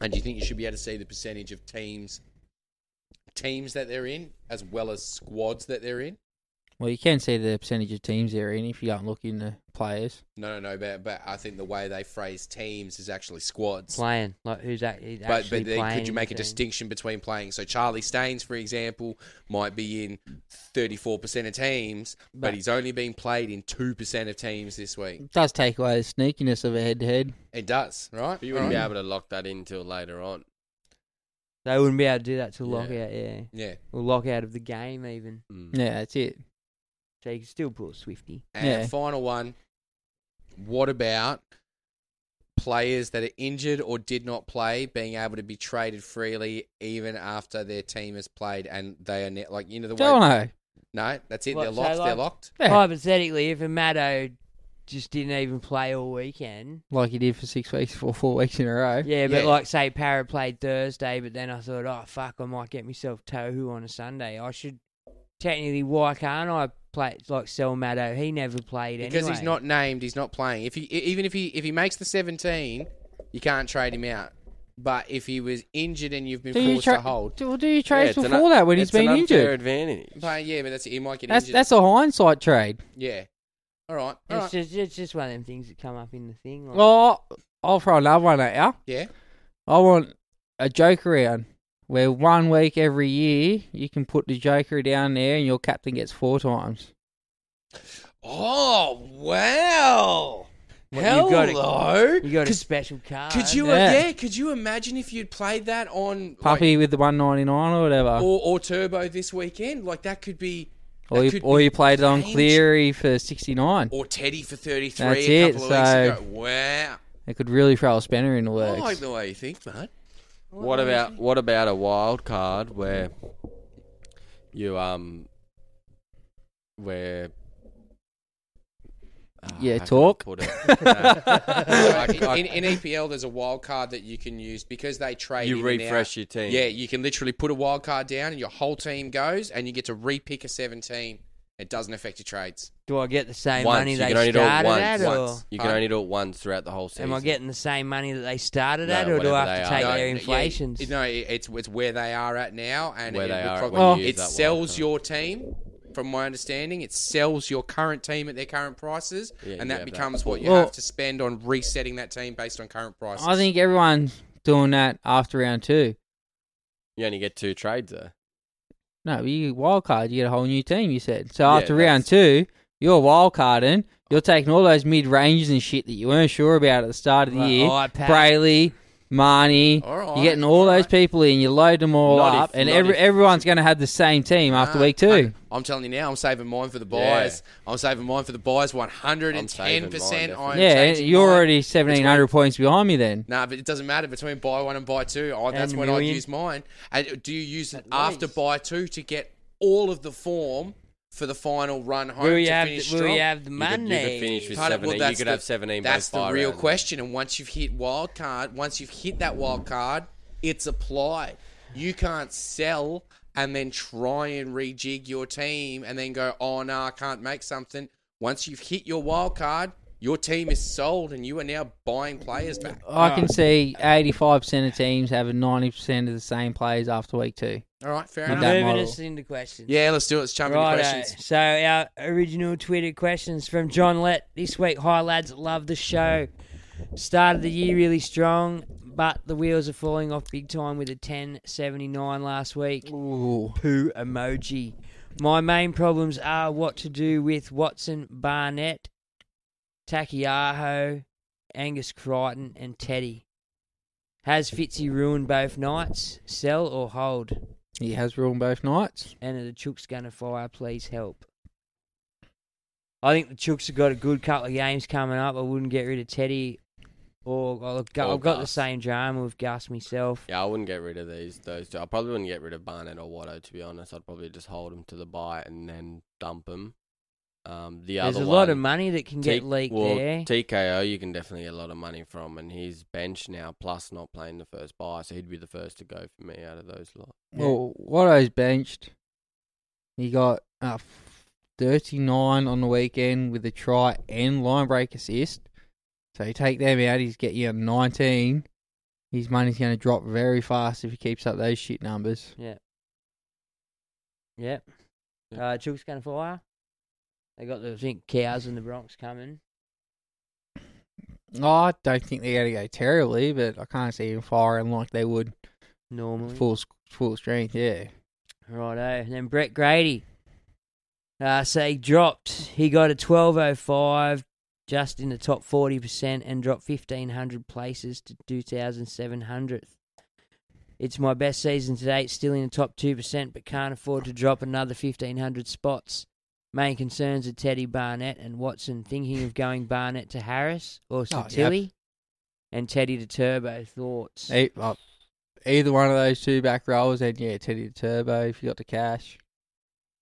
Speaker 5: And do you think you should be able to see the percentage of teams teams that they're in as well as squads that they're in?
Speaker 9: Well, you can see the percentage of teams they're in if you don't look in the players.
Speaker 5: No, no, no, but, but I think the way they phrase teams is actually squads.
Speaker 2: playing like who's act- he's actually
Speaker 5: but but then
Speaker 2: playing
Speaker 5: could you
Speaker 2: in
Speaker 5: make a
Speaker 2: the team.
Speaker 5: distinction between playing? So Charlie Staines, for example, might be in thirty four percent of teams, but,
Speaker 9: But-
Speaker 5: he's only been played in two percent of teams this week.
Speaker 9: It does take away the sneakiness of a head to head.
Speaker 5: It does, right?
Speaker 8: But you wouldn't be
Speaker 5: Alright.
Speaker 8: able to lock that in till later on.
Speaker 2: They wouldn't be able to do that till
Speaker 8: Yeah.
Speaker 2: lockout. Yeah,
Speaker 5: Yeah.
Speaker 2: or lockout of the game even.
Speaker 8: Mm.
Speaker 9: Yeah, that's it.
Speaker 2: So you can still pull a Swifty.
Speaker 5: And
Speaker 9: Yeah.
Speaker 5: final one. What about players that are injured or did not play being able to be traded freely even after their team has played and they are net, like you know the way
Speaker 9: Don't know.
Speaker 5: no that's it
Speaker 2: What,
Speaker 5: they're
Speaker 2: so
Speaker 5: locked they're
Speaker 2: like-
Speaker 5: locked
Speaker 9: Yeah.
Speaker 2: Hypothetically, if a Matto just didn't even play all weekend.
Speaker 9: like you did for six weeks, four four weeks in a row.
Speaker 2: Yeah, but like say Para played Thursday, but then I thought, oh fuck, I might get myself Tohu on a Sunday. I should technically why can't I play like Sel Maddo? He never played
Speaker 5: because
Speaker 2: anyway.
Speaker 5: he's not named. He's not playing. If he e- even if he if he makes the seventeen, you can't trade him out. But if he was injured and you've been
Speaker 9: Do you
Speaker 5: forced
Speaker 9: tra-
Speaker 5: to hold,
Speaker 9: do- do you trade Yeah, it's before an- that when he's it's an been unfair injured?
Speaker 8: advantage.
Speaker 5: Uh, yeah, but that's it. He might get
Speaker 9: That's
Speaker 5: injured.
Speaker 9: that's a hindsight trade.
Speaker 5: yeah. All right. All
Speaker 2: It's
Speaker 5: right.
Speaker 2: just it's just one of them things that come up in the thing. Like,
Speaker 9: Oh, I'll throw another one at you.
Speaker 5: Yeah.
Speaker 9: I want a joker round where one week every year you can put the joker down there and your captain gets four times.
Speaker 5: Oh wow!
Speaker 2: What,
Speaker 5: Hello.
Speaker 2: you got a- you got a special card.
Speaker 5: Could you?
Speaker 8: uh,
Speaker 5: Yeah.
Speaker 9: Yeah.
Speaker 5: Could you imagine if you'd played that on
Speaker 9: Puppy with the one ninety nine or whatever.
Speaker 5: or, or Turbo this weekend? Like that could be.
Speaker 9: Uh, Or
Speaker 5: could
Speaker 9: you, or you played it on
Speaker 5: change.
Speaker 9: Cleary for sixty nine.
Speaker 5: Or Teddy for thirty three.
Speaker 9: That's
Speaker 5: a
Speaker 9: it,
Speaker 5: couple
Speaker 9: so-
Speaker 5: Of weeks ago. Wow.
Speaker 9: It could really throw a spanner in
Speaker 8: Oh,
Speaker 9: the
Speaker 5: I
Speaker 9: works.
Speaker 5: like the way you think, mate.
Speaker 8: What about what about a wild card where you um where Ah,
Speaker 9: Yeah,
Speaker 8: how can I
Speaker 9: talk.
Speaker 8: put it? No.
Speaker 5: Like,
Speaker 8: I- I-
Speaker 5: in, in EPL, there's a wild card that you can use because they trade.
Speaker 8: You
Speaker 5: in and
Speaker 8: refresh
Speaker 5: out.
Speaker 8: your team.
Speaker 5: Yeah, you can literally put a wild card down, and your whole team goes, and you get to repick a 17. It doesn't affect your trades.
Speaker 2: do I get the same
Speaker 8: once.
Speaker 2: money
Speaker 8: you
Speaker 2: they
Speaker 8: can only do it
Speaker 2: started
Speaker 8: once.
Speaker 2: at, or
Speaker 8: You can only do it once throughout the whole season.
Speaker 2: am I getting the same money that they started
Speaker 8: No,
Speaker 2: at, or do I
Speaker 8: whatever
Speaker 2: have to
Speaker 8: they
Speaker 2: take
Speaker 8: are.
Speaker 2: their
Speaker 8: No, yeah,
Speaker 2: inflations?
Speaker 5: No, it- it's it's where they are at now, and
Speaker 8: Where
Speaker 5: it,
Speaker 8: they
Speaker 5: will
Speaker 8: are at
Speaker 5: probably-
Speaker 8: when you use
Speaker 5: it
Speaker 8: that wild
Speaker 5: sells your team. From my understanding, it sells your current team at their current prices,
Speaker 8: Yeah,
Speaker 5: and
Speaker 8: you
Speaker 5: that
Speaker 8: have that.
Speaker 5: becomes what you
Speaker 9: Well-
Speaker 5: have to spend on resetting that team based on current prices.
Speaker 9: I think everyone's doing that after round two.
Speaker 8: You only get two trades though.
Speaker 9: No, but you wild card, you get a whole new team. You said so
Speaker 8: Yeah,
Speaker 9: after round two, you're wild carding. You're taking all those mid ranges and shit that you weren't sure about at the start of the
Speaker 2: Right,
Speaker 9: year.
Speaker 2: alright, Pat.
Speaker 9: Brayley, Marnie,
Speaker 5: Alright,
Speaker 9: you're getting all those people in. You load them all
Speaker 5: Not
Speaker 9: up,
Speaker 5: if-
Speaker 9: and
Speaker 5: not
Speaker 9: every,
Speaker 5: if-
Speaker 9: everyone's going to have the same team after
Speaker 5: Nah,
Speaker 9: week two.
Speaker 5: I'm telling you now, I'm saving mine for the buys. I'm saving mine for the buys. One hundred and ten percent. I'm
Speaker 9: yeah, and
Speaker 5: changing
Speaker 9: you're
Speaker 5: mine.
Speaker 9: already seventeen hundred points behind me. Then
Speaker 5: Nah, but it doesn't matter between buy one and buy two. I, that's
Speaker 9: And
Speaker 5: when I
Speaker 9: million.
Speaker 5: use mine. And do you use it after buy two to get all of the form for the final run home?
Speaker 2: Will you
Speaker 5: to
Speaker 2: have
Speaker 5: finish
Speaker 2: the- will you
Speaker 5: strong?
Speaker 2: have the You could- you could money? finish with
Speaker 5: Part of-
Speaker 8: 17. You
Speaker 5: that's
Speaker 8: could
Speaker 5: the-
Speaker 8: have 17 by
Speaker 5: That's the
Speaker 8: five
Speaker 5: real
Speaker 8: rounds.
Speaker 5: question. And once you've hit wild card, once you've hit that wild card, it's applied. You can't sell and then try and rejig your team and then go, oh no, I can't make something. Once you've hit your wild card, your team is sold and you are now buying players back.
Speaker 9: I can see eighty-five percent of teams having ninety percent of the same players after week two.
Speaker 5: All right, fair
Speaker 9: With
Speaker 5: enough.
Speaker 9: that
Speaker 2: Moving
Speaker 9: model.
Speaker 2: us into questions.
Speaker 5: Yeah, let's do it. Let's jump
Speaker 2: Righto.
Speaker 5: into questions.
Speaker 2: So our original Twitter questions from John Lett this week. Hi lads, love the show. Started the year really strong, but the wheels are falling off big time with a 1079 last week.
Speaker 9: Ooh.
Speaker 2: Poo emoji. My main problems are what to do with Watson, Barnett, Takiaho, Angus Crichton, and Teddy. Has Fitzy ruined both nights? Sell or hold?
Speaker 9: He has ruined both nights.
Speaker 2: and are the Chooks going to fire? Please help. I think the Chooks have got a good couple of games coming up. I wouldn't get rid of Teddy, or I've got,
Speaker 8: Or
Speaker 2: I've got the
Speaker 8: Gus.
Speaker 2: same drama with Gus myself.
Speaker 8: Yeah, I wouldn't get rid of these those two. I probably wouldn't get rid of Barnett or Watto to be honest. I'd probably just hold them to the buy and then dump them. Um, the
Speaker 2: There's
Speaker 8: other
Speaker 2: a lot of
Speaker 8: one-
Speaker 2: money that can get leaked
Speaker 8: well,
Speaker 2: there.
Speaker 8: TKO, you can definitely get a lot of money from, and his bench now plus not playing the first buy, so he'd be the first to go for me out of those lot.
Speaker 9: Well, Watto's benched. He got uh, 39 on the weekend with a try and line break assist. So you take them out, he's getting you a 19. His money's going to drop very fast if he keeps up those shit numbers.
Speaker 2: Yeah. Yep. Uh, Chooks going to fire. They got the I think cows in the Bronx coming.
Speaker 9: I don't think they're going to go terribly, but I can't see him firing like they would
Speaker 2: Normally.
Speaker 9: full sc- full strength. Yeah.
Speaker 2: Righto. And then Brett Grady. Uh, so he dropped. He got a 1205 just in the top 40% and dropped 1,500 places to 2,700th. It's my best season to date, still in the top 2%, but can't afford to drop another 1,500 spots. Main concerns are Teddy Barnett and Watson. Thinking of going Barnett to Harris or
Speaker 9: Oh, yeah.
Speaker 2: Satilli and Teddy to Turbo. Thoughts?
Speaker 9: E- uh, Either one of those two back rollers, and yeah, Teddy the Turbo if you got the cash.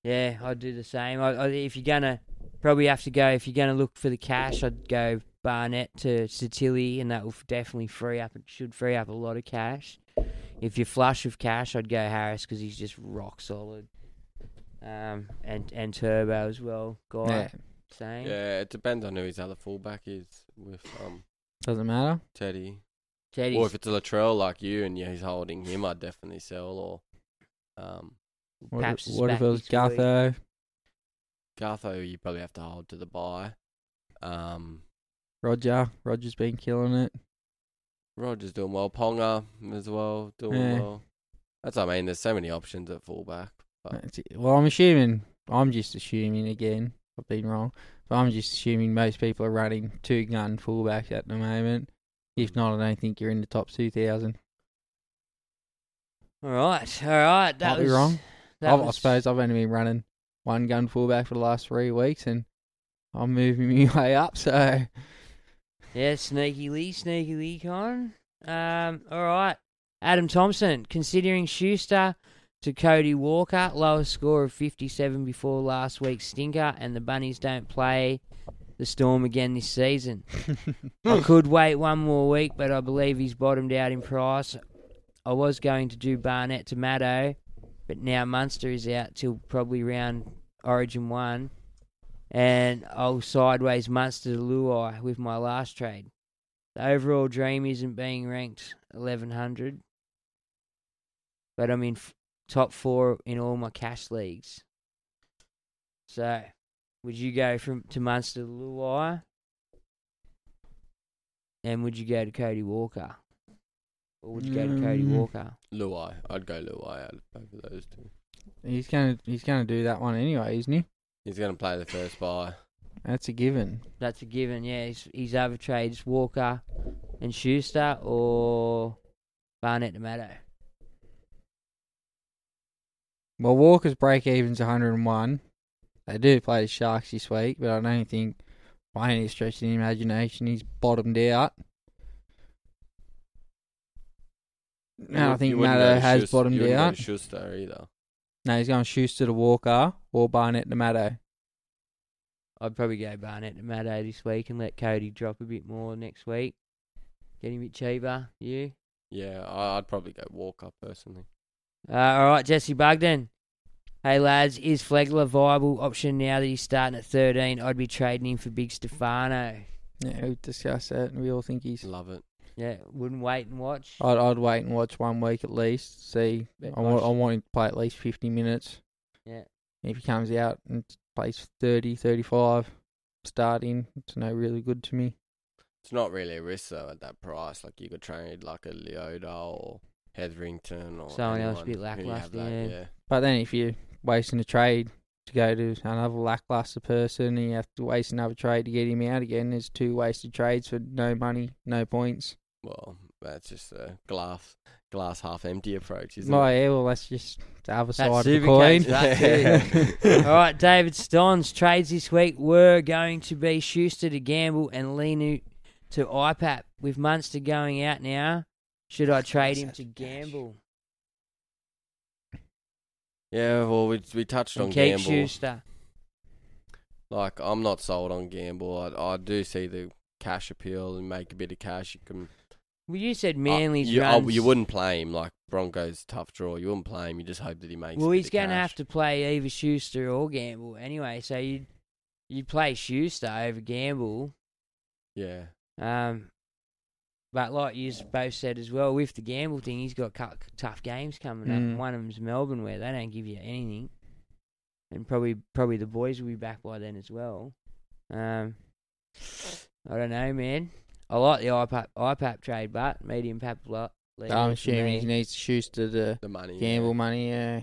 Speaker 2: Yeah, I'd do the same. I, I, if you're gonna
Speaker 8: probably have to go if you're going to look for the cash. I'd go Barnett to Satilli, and that will definitely free up. It should free up a lot of cash. If you're flush with cash, I'd go Harris because he's just rock solid. Um, and and Turbo as well, guy.
Speaker 9: Yeah.
Speaker 8: Same.
Speaker 5: Yeah, it depends on who his other fullback is with um
Speaker 9: Doesn't matter.
Speaker 5: Teddy.
Speaker 8: Teddy's-
Speaker 5: Or if it's a Latrell like you and yeah, he's holding him, I'd definitely sell or um
Speaker 9: What, if- what if it was Gutho?
Speaker 5: Gartho you probably have to hold to the buy. Um
Speaker 9: Roger. Roger's been killing it.
Speaker 5: Roger's doing well. Ponga as well, doing
Speaker 9: Yeah.
Speaker 5: well. That's what I mean, there's so many options at fullback. But
Speaker 9: That's it. Well, I'm assuming. I'm just assuming again. I've been wrong, but I'm just assuming most people are running two gun fullbacks at the moment. If not, I don't think you're in the top two thousand.
Speaker 8: All right, all right. That
Speaker 9: Might
Speaker 8: was
Speaker 9: be wrong.
Speaker 8: that
Speaker 9: I've, I
Speaker 8: was-
Speaker 9: suppose I've only been running one gun fullback for the last three weeks, and I'm moving my way up. So
Speaker 8: Yeah, sneaky Lee, sneaky Lee con. Um, all right. Adam Thompson, considering Schuster to Cody Walker, lowest score of 57 before last week's stinker, and the Bunnies don't play the Storm again this season. I could wait one more week, but I believe he's bottomed out in price. I was going to do Barnett to Maddo, but now Munster is out till probably round Origin 1 and I'll sideways Munster to Luai with my last trade. The overall dream isn't being ranked 1100, but I'm in f- top four in all my cash leagues. So, would you go from to Munster to Luai? And would you go to Cody Walker? Or would you go to Cody
Speaker 9: Mm.
Speaker 8: Walker?
Speaker 5: Luai. I'd go Luai out over those two.
Speaker 9: he's gonna he's gonna do that one anyway, isn't he?
Speaker 5: He's gonna play the first buy.
Speaker 9: That's a given.
Speaker 8: That's a given, yeah. He's, he's over trades Walker and Schuster or Barnett to Maddo.
Speaker 9: Well, Walker's break even's 101. They do play the Sharks this week, but I don't think by any stretch of the imagination he's bottomed out. No, I
Speaker 5: You-
Speaker 9: think
Speaker 5: you wouldn't go
Speaker 9: Maddo
Speaker 5: to
Speaker 9: has
Speaker 5: Schus-
Speaker 9: bottomed
Speaker 5: you wouldn't go to
Speaker 9: out.
Speaker 5: Schuster either.
Speaker 9: No, he's going Schuster to Walker or Barnett to Maddo.
Speaker 8: I'd probably go Barnett to Maddo this week and let Cody drop a bit more next week. Get him a bit cheaper. You?
Speaker 5: Yeah, I- I'd probably go Walker personally.
Speaker 8: Uh, all right, Jesse Bugden. Hey, lads, is Flegler a viable option now that he's starting at 13? I'd be trading him for Big Stefano.
Speaker 9: Yeah, we discussed that, and we all think he's.
Speaker 5: Love it.
Speaker 8: Yeah, wouldn't wait and watch.
Speaker 9: I'd, I'd wait and watch one week at least. See, I want, I want him to play at least 50 minutes.
Speaker 8: Yeah.
Speaker 9: If he comes out and plays 30, 35, starting, it's no really good to me.
Speaker 5: It's not really a risk though at that price. Like you could trade like a Leoda or Hetherington or
Speaker 8: Someone else a
Speaker 5: anyone
Speaker 8: bit
Speaker 5: who you have
Speaker 8: lackluster.
Speaker 5: that-
Speaker 8: yeah.
Speaker 9: But then if you're wasting a trade to go to another lackluster person and you have to waste another trade to get him out again, there's two wasted trades for no money, no points.
Speaker 5: Well, that's just a glass glass half empty approach, isn't
Speaker 9: Oh,
Speaker 5: it?
Speaker 9: yeah, well, that's just the other
Speaker 5: That's
Speaker 9: side of the coin.
Speaker 5: Supercoach, that's it.
Speaker 8: All right, David Stone's trades this week were going to be Schuster to Gamble and Lenu to IPAP. With Munster going out now, should I trade him to Gamble?
Speaker 5: Yeah, well, we we touched
Speaker 8: And
Speaker 5: on
Speaker 8: Kate
Speaker 5: gamble.
Speaker 8: Schuster.
Speaker 5: Like I'm not sold on gamble. I I do see the cash appeal and make a bit of cash. You can.
Speaker 8: Well, you said
Speaker 5: I-
Speaker 8: Manly's
Speaker 5: you, I-
Speaker 8: runs.
Speaker 5: you wouldn't play him like Broncos tough draw. You wouldn't play him. You just hope that he makes.
Speaker 8: Well,
Speaker 5: a bit
Speaker 8: he's
Speaker 5: of
Speaker 8: going to
Speaker 5: cash.
Speaker 8: have to play either Schuster or Gamble anyway. So you you play Schuster over Gamble.
Speaker 5: Yeah.
Speaker 8: Um, but like you both said as well, with the Gamble thing, he's got cu- tough games coming up.
Speaker 9: Mm.
Speaker 8: One of them's Melbourne, where they don't give you anything, and probably probably the boys will be back by then as well. Um, I don't know, man. I like the IPAP, IPAP trade, but medium pap lot.
Speaker 9: I'm assuming he Um, needs Schuster to
Speaker 5: the money,
Speaker 9: gamble money. eh? Yeah.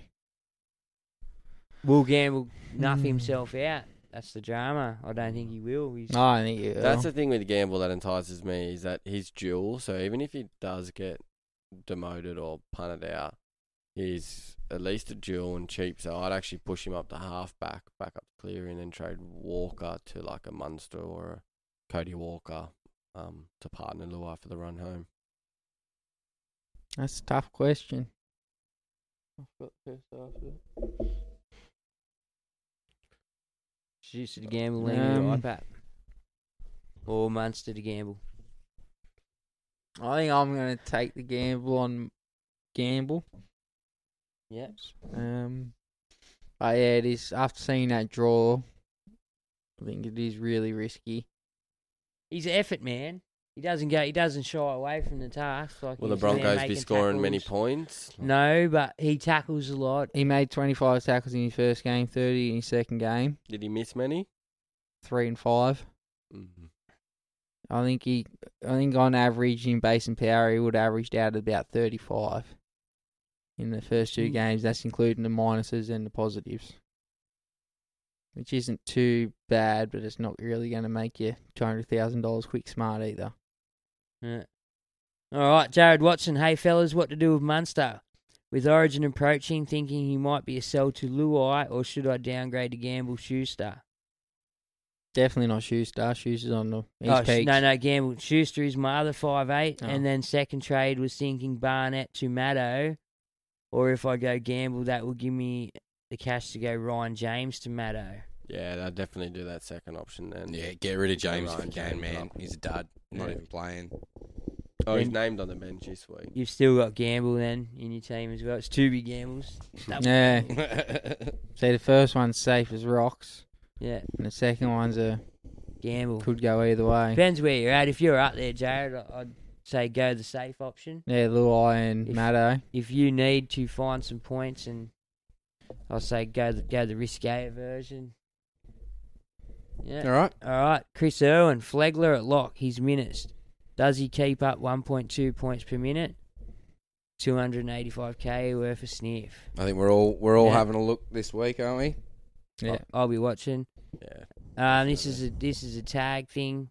Speaker 8: Will Gamble nuff
Speaker 9: Hmm.
Speaker 8: himself out? That's the drama. I don't think he will. He's,
Speaker 5: That's the thing with gamble that entices me is that he's dual. So even if he does get demoted or punted out, he's at least a dual and cheap. So I'd actually push him up to half back, back up to clearing, and trade Walker to like a Munster or a Cody Walker um, to partner Luai for the run home.
Speaker 9: That's a tough question.
Speaker 2: introduced you to gambling on your
Speaker 9: Um,
Speaker 2: iPad? Or Munster to gamble?
Speaker 9: I think I'm going to take the gamble on gamble.
Speaker 2: Yep.
Speaker 9: Um, but yeah, it is. After seeing that draw, I think it is really risky.
Speaker 2: He's an effort man. He doesn't go. He doesn't shy away from the task. Like
Speaker 8: Will the
Speaker 2: he's there
Speaker 8: Broncos be
Speaker 2: making
Speaker 8: scoring many
Speaker 2: tackles.
Speaker 8: points?
Speaker 2: No, but he tackles a lot.
Speaker 9: He made 25 tackles in his first game, 30 in his second game,
Speaker 8: Did he miss many?
Speaker 9: three and five.
Speaker 8: Mhm.
Speaker 9: I think he, I think on average in base and power, he would averaged out at about 35 in the first two
Speaker 2: Mm.
Speaker 9: games. That's including the minuses and the positives, which isn't too bad, but it's not really going to make you $200,000 quick smart either.
Speaker 2: Yeah. All right, Jared Watson. Hey, fellas, what to do with Munster? With Origin approaching, thinking he might be a sell to Luai, or should I downgrade to Gamble Schuster?
Speaker 9: Definitely not Schuster. Schuster's on the East
Speaker 2: Oh, sh-
Speaker 9: Peaks.
Speaker 2: no, no, Gamble Schuster is my other five eight,
Speaker 9: Oh.
Speaker 2: and then second trade was thinking Barnett to Maddo, or if I go Gamble, that will give me the cash to go Ryan James to Maddo.
Speaker 8: Yeah, they'd definitely do that second option then.
Speaker 5: Yeah, get rid of James if
Speaker 8: Ryan
Speaker 5: you can,
Speaker 8: James
Speaker 5: man.
Speaker 8: up.
Speaker 5: He's a dud. Not
Speaker 8: Yeah.
Speaker 5: even playing.
Speaker 8: Oh, he's
Speaker 2: Then-
Speaker 8: named on the bench this week.
Speaker 2: You've still got Gamble then in your team as well. It's two big gambles. Double
Speaker 9: Yeah.
Speaker 2: gamble.
Speaker 9: See, the first one's safe as rocks.
Speaker 2: Yeah.
Speaker 9: And the second one's a
Speaker 2: gamble.
Speaker 9: Could go either way.
Speaker 2: Depends where you're at. If you're up there, Jared, I- I'd say go the safe option.
Speaker 9: yeah, Luai and
Speaker 2: If-
Speaker 9: Maddo.
Speaker 2: If you need to find some points, and I'll say go the, go the risque version. Yeah.
Speaker 5: All right.
Speaker 2: All right. Chris Irwin, Flegler at lock. His minutes. Does he keep up 1.2 points per minute? 285k worth a sniff.
Speaker 5: I think we're all we're all
Speaker 2: Yeah.
Speaker 5: having a look this week, aren't we?
Speaker 9: Yeah.
Speaker 2: I'll, I'll be watching. Yeah. Um, this is a this is a tag thing.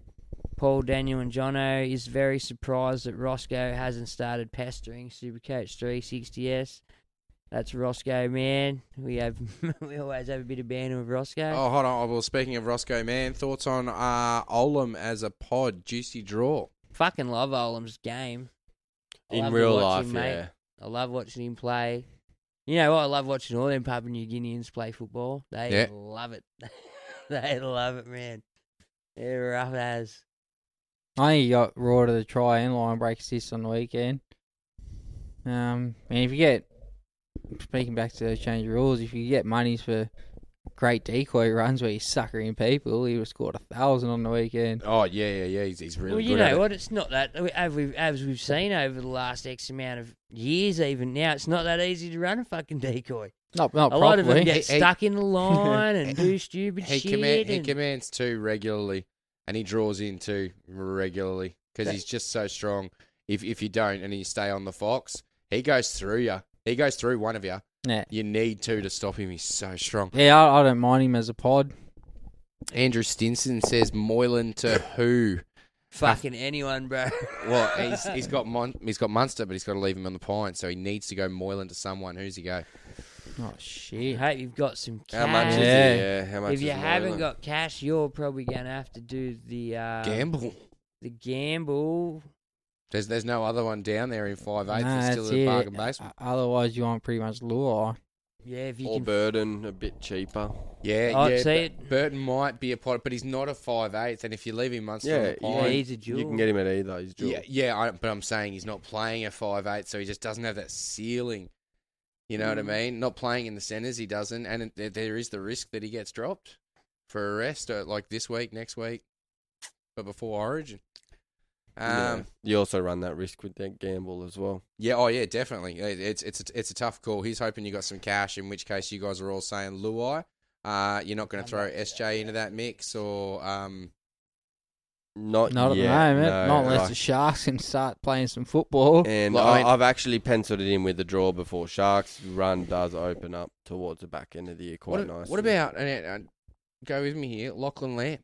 Speaker 2: Paul Daniel and Jono is very surprised that Roscoe hasn't started pestering Supercoach 360s. That's Roscoe, man. We have we always have a bit of banter with Roscoe.
Speaker 5: Oh, hold on. Well, speaking of Roscoe, man, thoughts on uh, Olam as a pod juicy draw?
Speaker 2: Fucking love Olam's game. I
Speaker 8: In
Speaker 2: love
Speaker 8: real
Speaker 2: watching
Speaker 8: life,
Speaker 2: him, mate.
Speaker 8: yeah.
Speaker 2: I love watching him play. You know what? I love watching all them Papua New Guineans play football. They
Speaker 5: Yeah.
Speaker 2: love it. they love it, man. They're rough as.
Speaker 9: I think he got raw to the try and line break assist on the weekend. Um, and if you get, speaking back to those change of rules, if you get monies for great decoy runs where you sucker in people, he would have scored a thousand on the weekend.
Speaker 5: Oh yeah, yeah, yeah. He's he's really
Speaker 2: well,
Speaker 5: good.
Speaker 2: you
Speaker 5: at
Speaker 2: know
Speaker 5: it.
Speaker 2: what? It's not that as we've as we've seen over the last X amount of years, even now, it's not that easy to run a fucking decoy.
Speaker 9: Not, not
Speaker 2: a
Speaker 9: properly.
Speaker 2: lot of them get
Speaker 5: He- he-
Speaker 2: stuck in the line and do stupid
Speaker 5: He
Speaker 2: shit.
Speaker 5: command, he
Speaker 2: and,
Speaker 5: commands two regularly, and he draws in two regularly because he's just so strong. If if you don't and you stay on the fox, he goes through you. He goes through one of you.
Speaker 9: Yeah.
Speaker 5: You need two to stop him. He's so strong.
Speaker 9: Yeah, I, I don't mind him as a pod.
Speaker 5: Andrew Stinson says Moylan to who?
Speaker 2: fucking anyone, bro.
Speaker 5: Well, he's, he's got Mon- he's got Munster, but he's got to leave him on the pint, so he needs to go Moylan to someone. Who's he go?
Speaker 9: Oh
Speaker 2: I
Speaker 9: shit!
Speaker 2: hope you've got some cash.
Speaker 8: How much is
Speaker 9: Yeah.
Speaker 8: it? Yeah, how much
Speaker 2: if
Speaker 8: is
Speaker 2: you
Speaker 8: Moylan?
Speaker 2: haven't got cash, you're probably gonna have to do the uh,
Speaker 5: Gamble.
Speaker 2: The gamble.
Speaker 5: There's there's no other one down there in five eight.
Speaker 9: Nah,
Speaker 5: that's still
Speaker 9: that's
Speaker 5: in
Speaker 9: it.
Speaker 5: the bargain basement.
Speaker 9: O- Otherwise, you want pretty much lure.
Speaker 2: Yeah, if you
Speaker 8: Or
Speaker 2: can.
Speaker 8: Burden, a bit cheaper.
Speaker 5: Yeah,
Speaker 2: I'd
Speaker 5: yeah.
Speaker 2: say
Speaker 5: but Burton might be a pot, but he's not a five eighth. And if you leave him Munster
Speaker 8: Yeah,
Speaker 5: on
Speaker 8: you,
Speaker 5: the
Speaker 2: Yeah,
Speaker 5: pint,
Speaker 2: he's a
Speaker 8: you
Speaker 2: jewel.
Speaker 8: can get him at either. He's dual.
Speaker 5: yeah, yeah. I, but I'm saying he's not playing a five eight, so he just doesn't have that ceiling. You know what I mean? Not playing in the centres, he doesn't, and it, there- there is the risk that he gets dropped for arrest, uh, like this week, next week, but before Origin. Um,
Speaker 8: Yeah. You also run that risk with that gamble as well.
Speaker 5: Yeah, oh yeah, definitely. It- It's it's a, it's a tough call. He's hoping you got some cash, in which case you guys are all saying Luai. Uh, you're not going to throw SJ into that mix, or um,
Speaker 8: Not,
Speaker 9: Not at
Speaker 8: yet,
Speaker 9: the moment.
Speaker 8: no,
Speaker 9: not unless
Speaker 8: like-
Speaker 9: the Sharks can start playing some football.
Speaker 8: And
Speaker 5: Like, I
Speaker 8: I,
Speaker 5: mean-
Speaker 8: I've actually penciled it in with the draw before Sharks run does open up towards the back end of the year quite
Speaker 5: what,
Speaker 8: nicely.
Speaker 5: what about? And, uh, go with me here, Lachlan Lamb.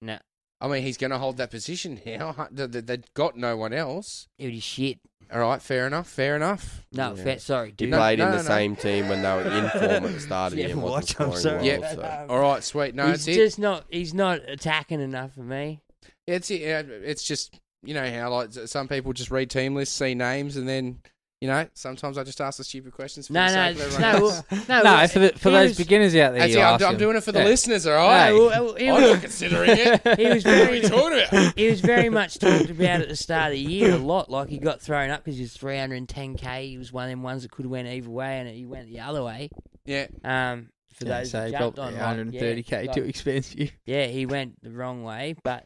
Speaker 2: Nah,
Speaker 5: I mean, he's going to hold that position now. Huh, they- they- They've got no one else.
Speaker 2: it was shit.
Speaker 5: All right, fair enough, fair enough.
Speaker 2: No,
Speaker 8: Yeah.
Speaker 2: fa- sorry,
Speaker 8: He
Speaker 2: dude.
Speaker 5: No,
Speaker 8: played
Speaker 5: no,
Speaker 8: in the
Speaker 5: no.
Speaker 8: same team when they were in form at the start of the
Speaker 2: Yeah,
Speaker 8: year. and wasn't
Speaker 2: watch, I'm
Speaker 8: scoring
Speaker 2: sorry.
Speaker 8: well,
Speaker 5: Yeah. uh,
Speaker 8: so-
Speaker 5: All right, sweet. No,
Speaker 2: he's
Speaker 5: it's it.
Speaker 2: just not. He's not attacking enough for me.
Speaker 5: It's it, it's just you know how like some people just read team lists, see names, and then you You know, sometimes I just ask the stupid questions. For
Speaker 9: No,
Speaker 5: the
Speaker 9: no,
Speaker 5: sake of everyone
Speaker 9: no,
Speaker 5: else.
Speaker 9: well, no, No, well, for the- for those
Speaker 5: was-
Speaker 3: beginners out there,
Speaker 5: That's
Speaker 3: you
Speaker 5: it, I'm,
Speaker 3: ask
Speaker 5: do- I'm
Speaker 3: them.
Speaker 5: doing it for the
Speaker 3: Yeah.
Speaker 5: listeners, all right?
Speaker 9: No, well, he
Speaker 5: I'm
Speaker 9: was-
Speaker 5: not considering it.
Speaker 9: He was
Speaker 5: What are we
Speaker 9: very,
Speaker 5: talking about?
Speaker 9: he was very much talked about at the start of the year a lot. Like he got thrown up because he was 310k. He was one of them ones that could have went either way, and he went the other way.
Speaker 5: Yeah.
Speaker 9: Um, for
Speaker 3: Yeah,
Speaker 9: those
Speaker 3: so
Speaker 9: that
Speaker 3: he
Speaker 9: jumped
Speaker 3: probably
Speaker 9: on like,
Speaker 3: 130K
Speaker 9: yeah,
Speaker 3: too
Speaker 9: like-
Speaker 3: expensive.
Speaker 9: Yeah, he went the wrong way, but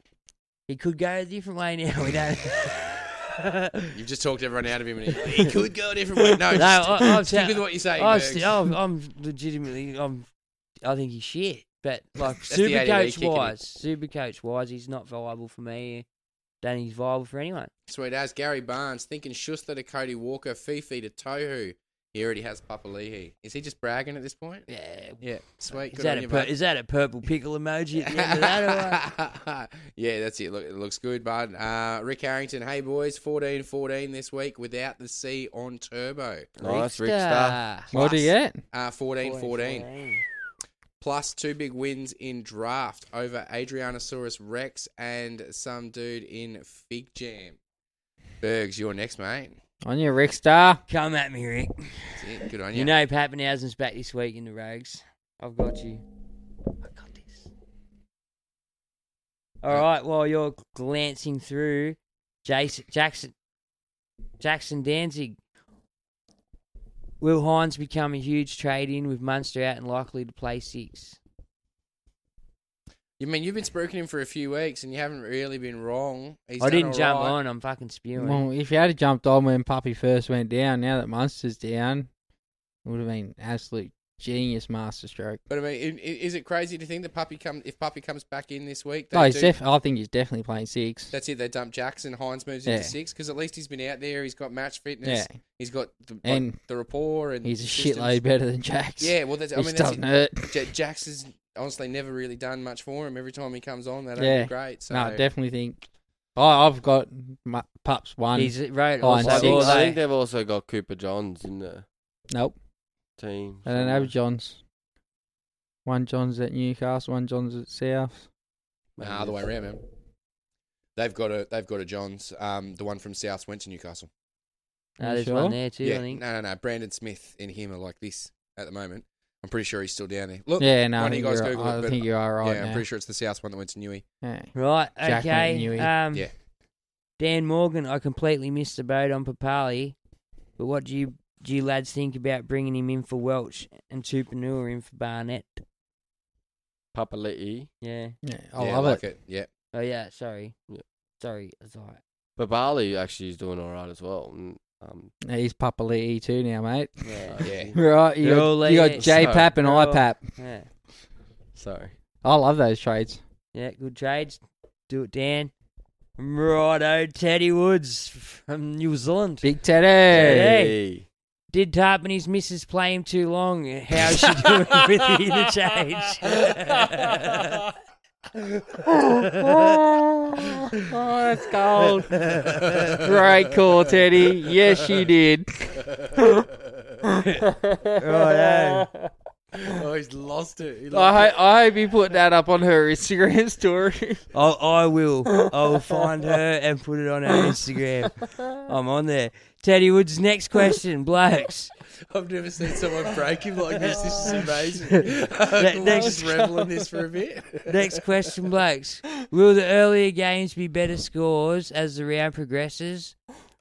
Speaker 9: he could go a different way now. We don't.
Speaker 5: You've just talked everyone out of him. And he, he could go a different way. No, just
Speaker 9: I- I'm
Speaker 5: stick
Speaker 9: sa-
Speaker 5: with what you say.
Speaker 9: I'm,
Speaker 5: Bergs.
Speaker 9: sti- I'm, I'm legitimately, I'm, I think he's shit. But like
Speaker 5: That's the
Speaker 9: super
Speaker 5: ADD
Speaker 9: coach
Speaker 5: kicking in.
Speaker 9: wise, super coach wise, he's not viable for me. Don't think he's viable for anyone.
Speaker 5: Sweet as Gary Barnes thinking Schuster to Cody Walker, Fifi to Tohu. He already has Papa Leahy. Is he just bragging at this point?
Speaker 9: Yeah.
Speaker 5: Yeah. Sweet.
Speaker 9: Is
Speaker 5: Good
Speaker 9: that,
Speaker 5: on
Speaker 9: a
Speaker 5: you,
Speaker 9: pur-
Speaker 5: bud.
Speaker 9: is that a purple pickle emoji at the end of that? Or what?
Speaker 5: yeah, that's it. Look, it looks good, bud. Uh, Rick Harrington, hey boys, 14 14 this week without the C on turbo.
Speaker 8: Nice, Rickstar.
Speaker 5: Plus,
Speaker 3: What do you get?
Speaker 5: Uh, 14 14. Plus two big wins in draft over Adrianosaurus Rex and some dude in Fig Jam. Bergs, you're next, mate.
Speaker 3: On your Rick Star.
Speaker 9: Come at me, Rick.
Speaker 5: That's it. Good on you.
Speaker 9: You know, Pappenhausen's back this week in the Rogues. I've got you. I got this. All right. While you're glancing through, Jason Jackson, Jackson Danzig. Will Hines become a huge trade-in with Munster out and likely to play six?
Speaker 5: You mean you've been spooking him for a few weeks and you haven't really been wrong. He's
Speaker 9: I
Speaker 5: done
Speaker 9: didn't
Speaker 5: all
Speaker 9: jump
Speaker 5: right.
Speaker 9: on. I'm fucking spewing.
Speaker 3: Well, if you had jumped on when Puppy first went down, now that Munster's down, it would have been absolute genius masterstroke.
Speaker 5: But I mean, i- i- is it crazy to think that Puppy come if Puppy comes back in this week?
Speaker 3: No,
Speaker 5: they
Speaker 3: Oh, he's
Speaker 5: do-
Speaker 3: def- I think he's definitely playing six.
Speaker 5: That's it. They dump Jackson. Hines moves
Speaker 3: Yeah.
Speaker 5: into six because at least he's been out there. He's got match fitness.
Speaker 3: Yeah.
Speaker 5: He's got the, like,
Speaker 3: And
Speaker 5: the rapport and
Speaker 3: he's a
Speaker 5: systems.
Speaker 3: shitload better than Jax,
Speaker 5: Yeah, well, that's, I
Speaker 3: which
Speaker 5: mean, that's
Speaker 3: doesn't
Speaker 5: it.
Speaker 3: hurt.
Speaker 5: Ja- Jax has honestly never really done much for him. Every time he comes on, that
Speaker 3: yeah,
Speaker 5: ain't great. So
Speaker 3: No, I definitely think. I I've got mu- pups one.
Speaker 9: He's right,
Speaker 3: Hines
Speaker 8: I
Speaker 3: six.
Speaker 8: think, I think they've also got Cooper Johns in the
Speaker 3: Nope.
Speaker 8: team.
Speaker 3: I don't have Johns. One Johns at Newcastle, one Johns at South.
Speaker 5: Nah, other way around, man. They've got a they've got a Johns. Um, the one from South went to Newcastle.
Speaker 9: No,
Speaker 3: You
Speaker 9: there's
Speaker 3: sure?
Speaker 9: one there too.
Speaker 5: yeah,
Speaker 9: I think.
Speaker 5: no, no, no. Brandon Smith and him are like this at the moment. I'm pretty sure he's still down there. Look,
Speaker 3: Yeah, no, I
Speaker 5: one of you
Speaker 3: think
Speaker 5: guys
Speaker 3: you're-
Speaker 5: Google
Speaker 3: I
Speaker 5: it, but
Speaker 3: think you are right
Speaker 5: Yeah, I'm
Speaker 3: now.
Speaker 5: pretty sure it's the South one that went to Newey.
Speaker 3: Yeah.
Speaker 9: Right.
Speaker 3: Jack
Speaker 9: Okay.
Speaker 3: McNewey.
Speaker 9: Um,
Speaker 5: Yeah.
Speaker 9: Dan Morgan, I completely missed the boat on Papali, but what do you do you lads think about bringing him in for Welch and Tupanua in for Barnett?
Speaker 8: Papali'i.
Speaker 9: Yeah.
Speaker 3: Yeah,
Speaker 8: I
Speaker 5: yeah,
Speaker 8: love
Speaker 5: like
Speaker 8: it.
Speaker 5: it. Yeah,
Speaker 9: Oh yeah. Sorry.
Speaker 8: Yeah.
Speaker 9: Sorry. It's all right.
Speaker 8: But Bali actually is doing all right as well. and, Um,
Speaker 3: He's Papa Lee too now, mate.
Speaker 9: Yeah.
Speaker 8: Yeah.
Speaker 3: Right, you
Speaker 8: They're
Speaker 3: got,
Speaker 8: all
Speaker 3: you got
Speaker 8: elite.
Speaker 3: JPAP and
Speaker 8: They're all-
Speaker 3: IPAP.
Speaker 9: Yeah.
Speaker 8: sorry.
Speaker 3: I love those trades.
Speaker 9: Yeah. Good trades. Do it, Dan. Righto, Teddy Woods from New Zealand.
Speaker 3: Big Teddy.
Speaker 9: Teddy. Did Tarp and his missus play him too long? How's she doing with the interchange?
Speaker 3: oh, that's gold. Great call, Teddy. Yes, you did.
Speaker 5: Righto. Oh, he's lost it. He
Speaker 3: I,
Speaker 5: lost
Speaker 3: ho- I hope you put that up on her Instagram story.
Speaker 9: I'll, I will. I will find her and put it on our Instagram. I'm on there. Teddy Woods' next question, blokes.
Speaker 5: it. I've never seen someone break him like this. This is amazing.
Speaker 9: Ne-
Speaker 5: We'll
Speaker 9: next-
Speaker 5: just revel in this for a bit.
Speaker 9: Next question, blokes. Will the earlier games be better scores as the round progresses?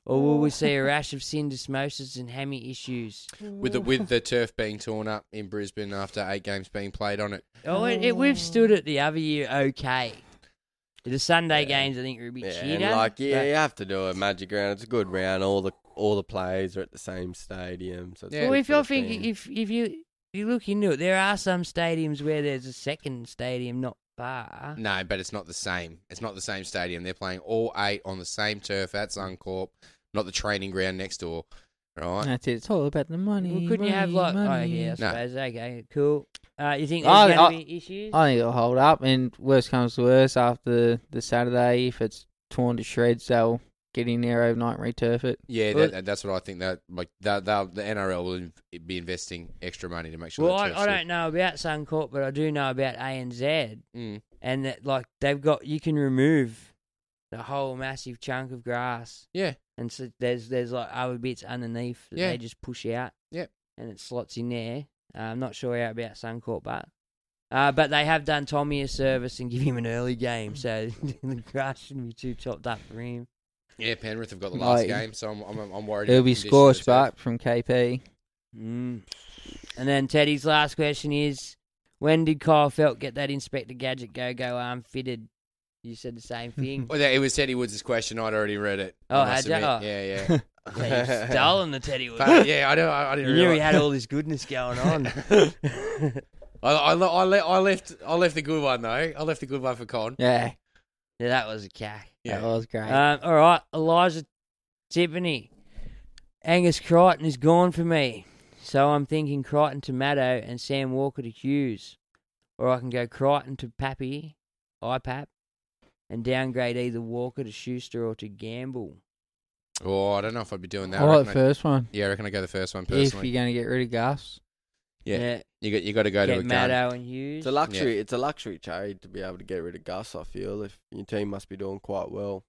Speaker 9: Or will we see a rash of sin dismosis and hammy issues?
Speaker 5: with the with the turf being torn up in Brisbane after eight games being played on it.
Speaker 9: Oh, it, it, we've stood it the other year okay. The Sunday games, I think, were a bit
Speaker 8: Yeah, and
Speaker 9: cheater.
Speaker 8: like yeah,
Speaker 9: but-
Speaker 8: you have to do a magic round. It's a good round. All the all the players are at the same stadium. So it's
Speaker 9: well,
Speaker 8: good
Speaker 9: if
Speaker 8: for the
Speaker 9: I think
Speaker 8: fans.
Speaker 9: if if you if you look into it, there are some stadiums where there's a second stadium not far.
Speaker 5: No, but it's not the same. It's not the same stadium. They're playing all eight on the same turf at
Speaker 9: Mm.
Speaker 5: Suncorp, not the training ground next door. Right?
Speaker 3: That's it. It's all about the money.
Speaker 9: Well, couldn't you have like?
Speaker 3: money,
Speaker 9: Oh
Speaker 3: money.
Speaker 9: yeah, I
Speaker 5: No.
Speaker 9: suppose. Okay, cool. Uh, you think there's
Speaker 3: I,
Speaker 9: going
Speaker 3: I-
Speaker 9: to be issues?
Speaker 3: I think it'll hold up, and worst comes to worst, after the Saturday, if it's torn to shreds, they'll get in there overnight and returf it.
Speaker 5: Yeah,
Speaker 9: Well-
Speaker 5: that, that- that's what I think. That like that, that the NRL will in- be investing extra money to make sure.
Speaker 9: well,
Speaker 5: that
Speaker 9: I,
Speaker 5: turf's
Speaker 9: I
Speaker 5: good.
Speaker 9: don't know about Suncorp, but I do know about ANZ,
Speaker 5: Mm.
Speaker 9: and that like they've got you can remove the whole massive chunk of grass
Speaker 5: Yeah,
Speaker 9: and so there's there's like other bits underneath that
Speaker 5: Yeah.
Speaker 9: they just push out.
Speaker 5: Yep.
Speaker 9: And it slots in there. Uh, I'm not sure how about Suncorp, but uh, but they have done Tommy a service and give him an early game, so the grass shouldn't be too chopped up for him.
Speaker 5: Yeah, Penrith have got the
Speaker 11: No,
Speaker 5: last
Speaker 11: he-
Speaker 5: game, so I'm, I'm, I'm worried.
Speaker 11: It'll
Speaker 5: about
Speaker 11: be
Speaker 5: the condition
Speaker 11: score
Speaker 5: of the team.
Speaker 11: spark from KP.
Speaker 9: Mm. And then Teddy's last question is when did Kyle Felt get that Inspector Gadget go go arm fitted? You said the same thing.
Speaker 5: Well, yeah, it was Teddy Woods' question. I'd already read it.
Speaker 9: Oh,
Speaker 5: I must
Speaker 9: had ya?
Speaker 5: admit. Yeah,
Speaker 9: Oh.
Speaker 5: yeah.
Speaker 9: Yeah, you've stolen the Teddy Woods.
Speaker 5: But, yeah, I know. I, I didn't.
Speaker 9: You knew he
Speaker 5: realise-
Speaker 9: had all this goodness going on.
Speaker 5: I, I, le- I, le- I left. I left a good one though. I left a good one for Con.
Speaker 11: Yeah.
Speaker 9: Yeah, that was a cack.
Speaker 5: Yeah.
Speaker 11: That was great.
Speaker 9: Um, all right, Elijah Tiffany. Angus Crichton is gone for me. So I'm thinking Crichton to Maddo and Sam Walker to Hughes. Or I can go Crichton to Pappy, IPAP, and downgrade either Walker to Schuster or to Gamble.
Speaker 5: Oh, I don't know if I'd be doing that.
Speaker 11: I like
Speaker 5: reckon
Speaker 11: the first one.
Speaker 5: Yeah, I reckon I go the first one
Speaker 11: If
Speaker 5: personally.
Speaker 11: you're going to get rid of Gus,
Speaker 5: yeah.
Speaker 9: Yeah.
Speaker 5: you got you got to go to a
Speaker 9: Get Maddo
Speaker 5: gun.
Speaker 9: and Hughes.
Speaker 8: It's a luxury. It's a luxury trade to be able to get rid of Gus. I feel if your team must be doing quite well.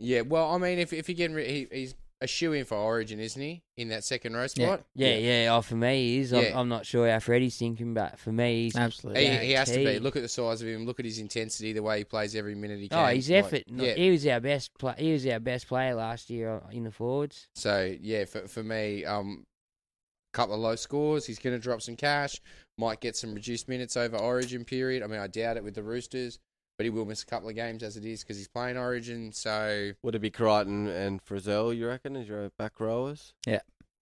Speaker 5: Yeah, well, I mean, if if you're getting rid, he, he's a shoe in for Origin, isn't he? In that second row spot.
Speaker 9: Yeah, yeah. oh, for me, he is. I'm,
Speaker 5: Yeah.
Speaker 9: I'm not sure how Freddie's thinking, but for me, he's
Speaker 11: Absolutely.
Speaker 5: He, he has to be.
Speaker 9: guaranteed.
Speaker 5: Look at the size of him. Look at his intensity. The way he plays every minute he can.
Speaker 9: Oh, his
Speaker 5: Like,
Speaker 9: effort. no,
Speaker 5: yeah.
Speaker 9: He was our best. Play, he was our best player last year on- in the forwards.
Speaker 5: So yeah, for for me, um, couple of low scores. He's going to drop some cash. Might get some reduced minutes over Origin period. I mean, I doubt it with the Roosters, but he will miss a couple of games as it is because he's playing Origin. So
Speaker 8: Would it be Crichton and Frizzell? You reckon as your back rowers?
Speaker 11: Yeah.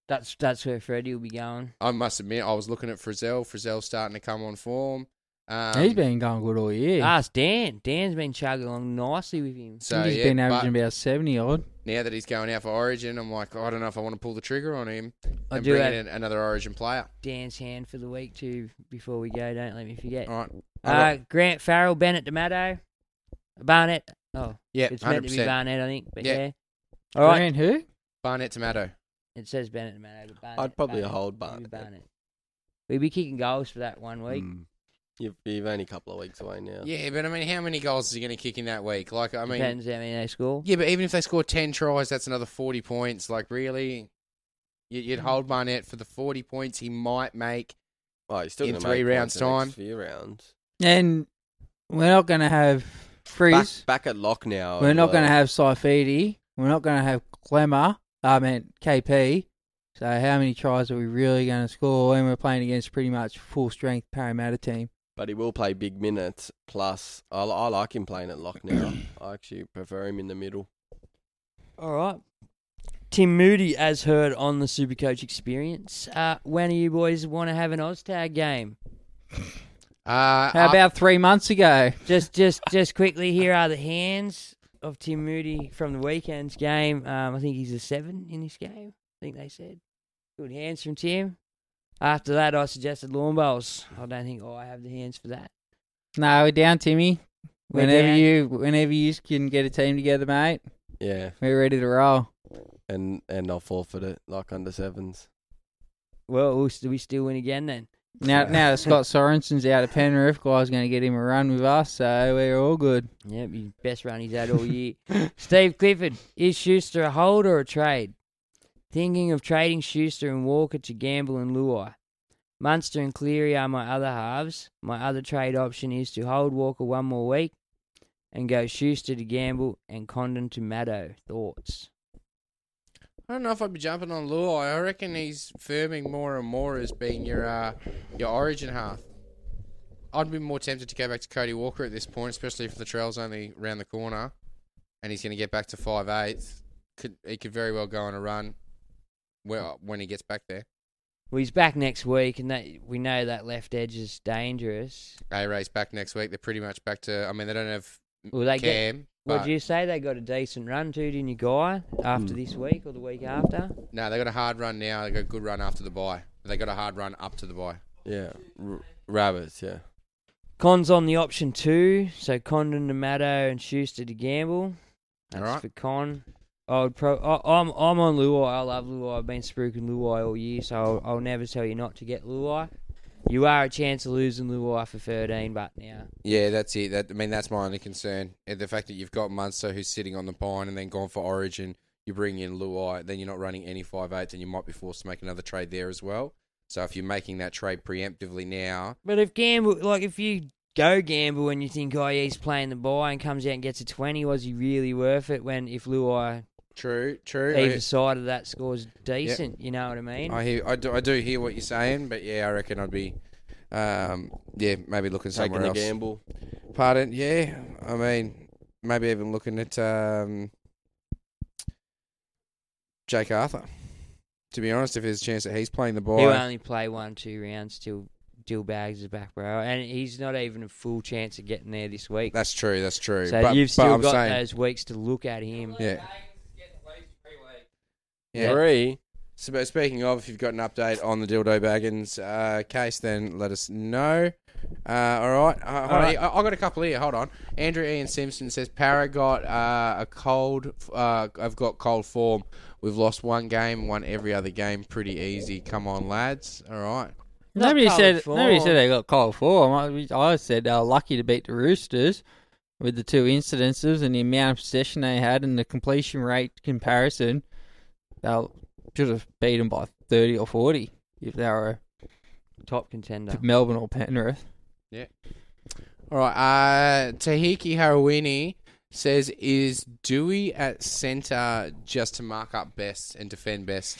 Speaker 9: That's that's where Freddie will be going.
Speaker 5: I must admit, I was looking at Frizzell. Frizzell's starting to come on form. Um,
Speaker 11: he's been going good all year.
Speaker 9: Ask Ah, Dan. Dan's been chugging along nicely with him.
Speaker 11: I
Speaker 5: so
Speaker 11: think he's
Speaker 5: yeah,
Speaker 11: been
Speaker 5: but
Speaker 11: averaging about 70 odd.
Speaker 5: now that he's going out for Origin, I'm like, I don't know if I want to pull the trigger on him
Speaker 9: I
Speaker 5: and
Speaker 9: do
Speaker 5: bring
Speaker 9: have-
Speaker 5: in another Origin player.
Speaker 9: Dan's hand for the week too. Before we go, don't let me forget.
Speaker 5: All right.
Speaker 9: Uh, Grant Farrell, Bennett D'Amato, Barnett. Oh,
Speaker 5: Yeah,
Speaker 9: it's meant to be
Speaker 5: 100%.
Speaker 9: Barnett, I think. But yeah,
Speaker 5: Yeah.
Speaker 9: all right.
Speaker 11: Grant who?
Speaker 5: Barnett Tomato.
Speaker 9: It says Bennett D'Amato. But Barnett,
Speaker 8: I'd probably
Speaker 9: Barnett,
Speaker 8: hold
Speaker 9: maybe
Speaker 8: Barnett.
Speaker 9: Barnett. We'd be kicking goals for that one week.
Speaker 8: Mm. You've, you've only a couple of weeks away now.
Speaker 5: Yeah, but I mean, how many goals is he going to kick in that week? Like, I mean,
Speaker 9: Depends how many they score.
Speaker 5: Yeah, but even if they score 10 tries, that's another 40 points. Like, really? You- You'd
Speaker 11: Mm.
Speaker 5: hold Barnett for the 40 points he might make
Speaker 8: Oh, he's still
Speaker 5: in
Speaker 8: gonna
Speaker 5: three
Speaker 8: make points
Speaker 5: rounds'
Speaker 8: the next
Speaker 5: time.
Speaker 8: Few rounds.
Speaker 11: And we're not going to have
Speaker 8: Back,
Speaker 11: Freeze.
Speaker 8: back oh, at lock now.
Speaker 11: we're
Speaker 8: as
Speaker 11: not going to
Speaker 8: well.
Speaker 11: have Saifidi. We're not going to have Clemmer. I meant KP. So how many tries are we really going to score? And we're playing against pretty much full strength Parramatta team.
Speaker 8: But he will play big minutes. Plus, I, I like him playing at lock now. I actually prefer him in the middle.
Speaker 9: All right. Tim Moody, as heard on the Supercoach Experience. Uh, when do you boys want to have an Oztag game?
Speaker 5: Uh,
Speaker 11: How about three months ago?
Speaker 9: Just, just, just quickly. Here are the hands of Tim Moody from the weekend's game. Um, I think he's a seven in this game. I think they said good hands from Tim. After that, I suggested lawn bowls. I don't think I have the hands for that.
Speaker 11: No, we're down, Timmy.
Speaker 9: We're
Speaker 11: Whenever
Speaker 9: down.
Speaker 11: you whenever you can get a team together, mate,
Speaker 8: Yeah,
Speaker 11: we're ready to roll.
Speaker 8: and and I'll forfeit it like under sevens.
Speaker 9: Well, we'll st- we still win again then.
Speaker 11: Now now that Scott Sorensen's out of Penrith, guy's gonna get him a run with us, so we're all good.
Speaker 9: Yep, his best run he's had all year. Steve Clifford, is Schuster a hold or a trade? Thinking of trading Schuster and Walker to Gamble and Luai. Munster and Cleary are my other halves. My other trade option is to hold Walker one more week and go Schuster to Gamble and Condon to Maddo. Thoughts?
Speaker 5: I don't know if I'd be jumping on Luai. I reckon he's firming more and more as being your uh, your origin half. I'd be more tempted to go back to Cody Walker at this point, especially if the trail's only round the corner and he's going to get back to five eighths. Could he could very well go on a run well when he gets back there.
Speaker 9: Well, he's back next week, and that we know that left edge is dangerous.
Speaker 5: A Ray's back next week. They're pretty much back to. I mean, they don't have
Speaker 9: Well, they
Speaker 5: Cam.
Speaker 9: get.
Speaker 5: but-
Speaker 9: Would you say they got a decent run too, didn't you, Guy? After
Speaker 5: Mm.
Speaker 9: this week or the week after?
Speaker 5: No, they got a hard run now. They got a good run after the bye. They got a hard run up to the bye.
Speaker 8: Yeah, R- rabbits. Yeah,
Speaker 9: Con's on the option two, so Condon to Maddo and Schuster to Gamble. That's
Speaker 5: Alright.
Speaker 9: for Con. I would pro. I, I'm I'm on Luai. I love Luai. I've been spruiking Luai all year, so I'll, I'll never tell you not to get Luai. You are a chance of losing Luai for 13, but now
Speaker 5: Yeah, that's it. That I mean, that's my only concern. Eh, The fact that you've got Munster who's sitting on the pine and then gone for Origin, you bring in Luai, then you're not running any five eights, and you might be forced to make another trade there as well. So if you're making that trade preemptively now,
Speaker 9: But if gamble, like if you go gamble and you think, oh, yeah, he's playing the buy and comes out and gets a 20, was he really worth it when if Luai.
Speaker 5: True, true.
Speaker 9: Either side of that scores decent, you know what I mean?
Speaker 5: I hear, I do, I do hear what you're saying, but yeah, I reckon I'd be, um, yeah, maybe looking
Speaker 8: Taking
Speaker 5: somewhere
Speaker 8: the
Speaker 5: else.
Speaker 8: gamble.
Speaker 5: Pardon? Yeah, I mean, maybe even looking at um, Jake Arthur. To be honest, if there's a chance that he's playing the ball,
Speaker 9: He'll only play one, two rounds till Dill Bags is back, bro. And he's not even a full chance of getting there this week.
Speaker 5: that's true. That's true.
Speaker 9: So
Speaker 5: but,
Speaker 9: you've
Speaker 5: but
Speaker 9: still
Speaker 5: I'm
Speaker 9: got
Speaker 5: saying,
Speaker 9: those weeks to look at him.
Speaker 5: yeah.
Speaker 9: Yeah.
Speaker 5: Three. So, but speaking of, if you've got an update on the dildo Baggins uh, case, then let us know. Uh, all right. Uh, hold on.
Speaker 8: right.
Speaker 5: I, I got a couple here. Hold on. Andrew Ian Simpson says Para got uh, a cold. Uh, I've got cold form. We've lost one game, won every other game. Pretty easy. Come on, lads. All right.
Speaker 9: Not
Speaker 6: Nobody
Speaker 9: cold
Speaker 6: said
Speaker 9: form.
Speaker 6: nobody said they got cold form. I, I said they were lucky to beat the Roosters with the two incidences and the amount of possession they had and the completion rate comparison. They should have beat them by thirty or forty if they were
Speaker 9: top contender,
Speaker 6: Melbourne or Penrith.
Speaker 5: Yeah. All right. Uh, Tahiki Harawini says, "Is Dewey at centre just to mark up best and defend best?"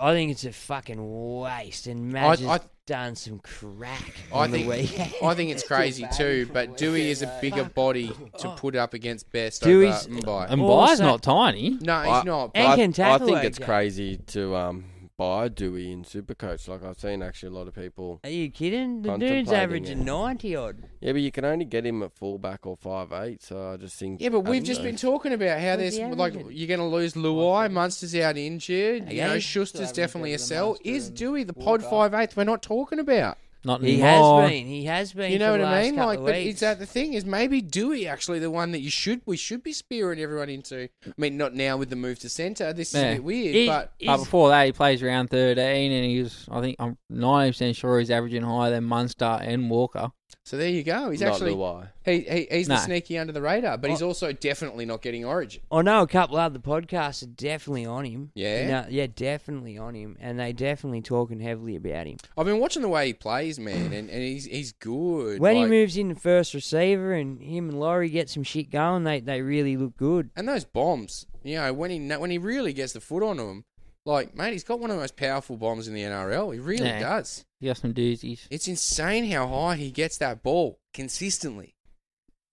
Speaker 9: I think it's a fucking waste. And Madge
Speaker 5: I-
Speaker 9: has done some crack
Speaker 5: I
Speaker 9: on the
Speaker 5: think
Speaker 9: weekend.
Speaker 5: I think it's crazy too, but Dewey is a bigger body to
Speaker 9: Oh.
Speaker 5: put up against Best
Speaker 6: Dewey's-
Speaker 5: over Mbai.
Speaker 6: Mbai's not tiny.
Speaker 5: No, he's
Speaker 8: I-
Speaker 5: not.
Speaker 8: I,
Speaker 5: but-
Speaker 8: I think it's crazy to um, buy Dewey in Supercoach. Like I've seen actually a lot of people.
Speaker 9: Are you kidding? The dude's
Speaker 8: contemplating
Speaker 9: averaging
Speaker 8: it.
Speaker 9: 90 odd.
Speaker 8: Yeah, but you can only get him at fullback or five eight. So I just think.
Speaker 5: Yeah, but
Speaker 8: I
Speaker 5: we've
Speaker 8: don't
Speaker 5: just
Speaker 8: know.
Speaker 5: been talking about how
Speaker 9: Where's
Speaker 5: there's
Speaker 9: the
Speaker 5: like
Speaker 9: average?
Speaker 5: you're going to lose Luai, Munster's out injured. You
Speaker 9: Yeah,
Speaker 5: know,
Speaker 9: he's still
Speaker 5: Schuster's
Speaker 9: averaging
Speaker 5: definitely a
Speaker 9: better than
Speaker 5: sell.
Speaker 9: Munster
Speaker 5: Is
Speaker 9: and
Speaker 5: Dewey the pod five eighth we're not talking about?
Speaker 6: Not
Speaker 9: He
Speaker 6: anymore.
Speaker 9: has been. He has been.
Speaker 5: You know
Speaker 9: for
Speaker 5: what
Speaker 9: the
Speaker 5: I
Speaker 9: last
Speaker 5: mean?
Speaker 9: couple
Speaker 5: Like,
Speaker 9: of
Speaker 5: but
Speaker 9: weeks.
Speaker 5: is that the thing? Is maybe Dewey actually the one that you should we should be spearing everyone into? I mean, not now with the move to centre. This is
Speaker 6: Yeah.
Speaker 5: a bit weird, but
Speaker 6: But before that, he plays round 13, and he was, I think, I'm 90% sure he's averaging higher than Munster and Walker.
Speaker 5: So there you go. He's
Speaker 6: Not
Speaker 5: actually
Speaker 6: Luai.
Speaker 5: he, he he's the
Speaker 6: No. Oh.
Speaker 5: sneaky under the radar, but he's also definitely not getting Origin.
Speaker 9: I know a couple other podcasts are definitely on him.
Speaker 5: Yeah?
Speaker 9: You know, yeah, definitely on him, and they definitely talking heavily about him.
Speaker 5: I've been watching the way he plays, man, and, and he's he's good.
Speaker 9: When he
Speaker 5: like-
Speaker 9: moves in the first receiver, and him and Laurie get some shit going, they they really look good.
Speaker 5: and those bombs, you know, when he kn- when he really gets the foot onto him, like mate, he's got one of the most powerful bombs in the NRL. He really
Speaker 6: Yeah.
Speaker 5: does.
Speaker 6: He got some doozies.
Speaker 5: It's insane how high he gets that ball consistently.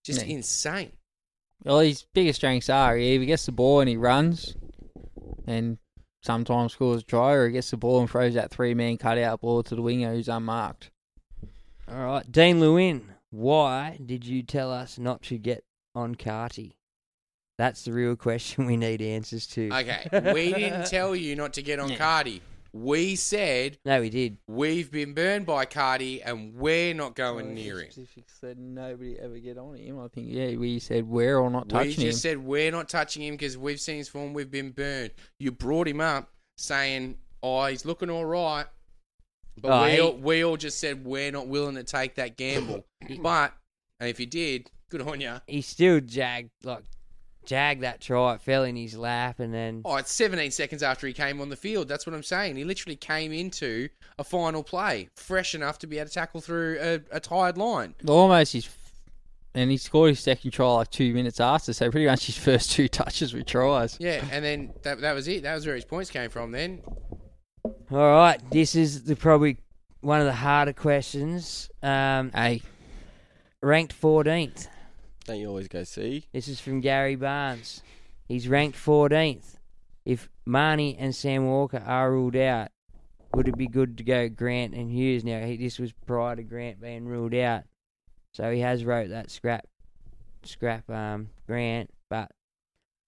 Speaker 5: Just
Speaker 6: Yeah.
Speaker 5: insane.
Speaker 6: Well, his biggest strengths are he either gets the ball and he runs, and sometimes scores a try, or he gets the ball and throws that three man cutout ball to the winger who's unmarked.
Speaker 9: All right, Dean Lewin, why did you tell us not to get on Carty? That's the real question we need answers to.
Speaker 5: Okay, we didn't tell you not to get on Cardi. We said
Speaker 9: No, we did.
Speaker 5: we've been burned by Cardi, and we're not
Speaker 6: Oh,
Speaker 5: going near him.
Speaker 6: said nobody ever get on him. I think yeah, we said where or not
Speaker 5: we
Speaker 6: touching
Speaker 5: just
Speaker 6: him.
Speaker 5: said we're not touching him because we've seen his form. We've been burned. You brought him up saying, "Oh, he's looking all right," but
Speaker 9: Oh,
Speaker 5: we
Speaker 9: he-
Speaker 5: all, we all just said we're not willing to take that gamble. but and if you did, good on you.
Speaker 9: He still jagged like jagged that try. It fell in his lap, and then
Speaker 5: Oh, it's 17 seconds after he came on the field. That's what I'm saying. He literally came into a final play fresh enough to be able to tackle through a, a tired line.
Speaker 6: almost his, and he scored his second try like two minutes after. So pretty much his first two touches were tries.
Speaker 5: Yeah, and then that, that was it. That was where his points came from. Then
Speaker 9: All right, this is the probably one of the harder questions. Um,
Speaker 6: hey,
Speaker 9: ranked fourteenth.
Speaker 8: Don't you always go see?
Speaker 9: This is from Gary Barnes. He's ranked fourteenth. If Marnie and Sam Walker are ruled out, would it be good to go Grant and Hughes? Now he, this was prior to Grant being ruled out, so he has wrote that scrap, scrap um Grant. But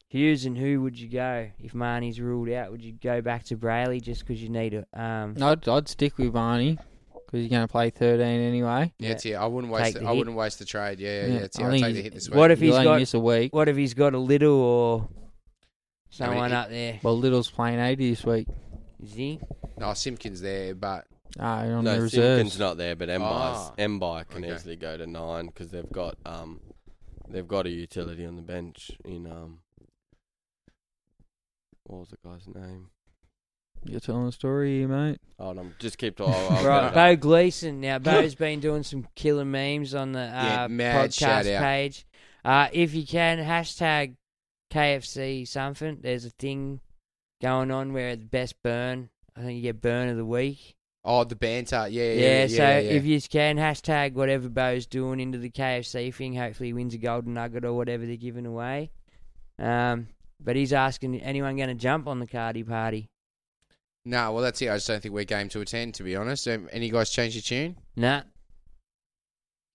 Speaker 9: Hughes and who would you go if Marnie's ruled out? Would you go back to Brayley just because you need a um?
Speaker 6: I'd, I'd stick with Barney because he's going to play 13 anyway.
Speaker 5: yeah, it's it. I wouldn't waste.
Speaker 9: Take
Speaker 5: The,
Speaker 9: the
Speaker 5: I
Speaker 9: hit.
Speaker 5: wouldn't waste the trade. Yeah, yeah,
Speaker 6: Yeah,
Speaker 5: yeah it's it.
Speaker 6: I
Speaker 5: I'll
Speaker 6: think
Speaker 5: take the
Speaker 6: he's-
Speaker 5: hit this week.
Speaker 9: What if he's
Speaker 6: You'll only
Speaker 9: got
Speaker 6: miss a week.
Speaker 9: What if he's got a little or
Speaker 5: I mean,
Speaker 9: someone
Speaker 5: it-
Speaker 9: up there?
Speaker 6: Well, Little's playing 80 this week.
Speaker 9: Is he?
Speaker 5: No, Simpkins there, but
Speaker 6: Ah, on
Speaker 8: no,
Speaker 6: the reserves.
Speaker 8: Simpkins not there, but Mbai's
Speaker 5: Ah.
Speaker 8: Mbai can
Speaker 5: Okay.
Speaker 8: easily go to nine because they've got um, they've got a utility on the bench in um, What was the guy's name?
Speaker 6: You're telling a story, here, mate.
Speaker 8: Oh, no, just keep talking. I'll- I'll
Speaker 9: right,
Speaker 8: get it
Speaker 9: Bo
Speaker 8: up.
Speaker 9: Gleason. Now, Bo's been doing some killer memes on the
Speaker 5: Yeah,
Speaker 9: uh,
Speaker 5: mad shout
Speaker 9: podcast
Speaker 5: out.
Speaker 9: page. Uh, if you can, hashtag KFC something. There's a thing going on where it's best burn. I think you get burn of the week.
Speaker 5: Oh, the banter. Yeah, yeah, yeah,
Speaker 9: so
Speaker 5: yeah, yeah.
Speaker 9: if you can, hashtag whatever Bo's doing into the KFC thing. Hopefully, he wins a golden nugget or whatever they're giving away. Um, but he's asking, anyone going to jump on the Cardi party?
Speaker 5: No, well, that's it. I just don't think we're game to attend, to be honest. Um, any guys change your tune?
Speaker 9: Nah.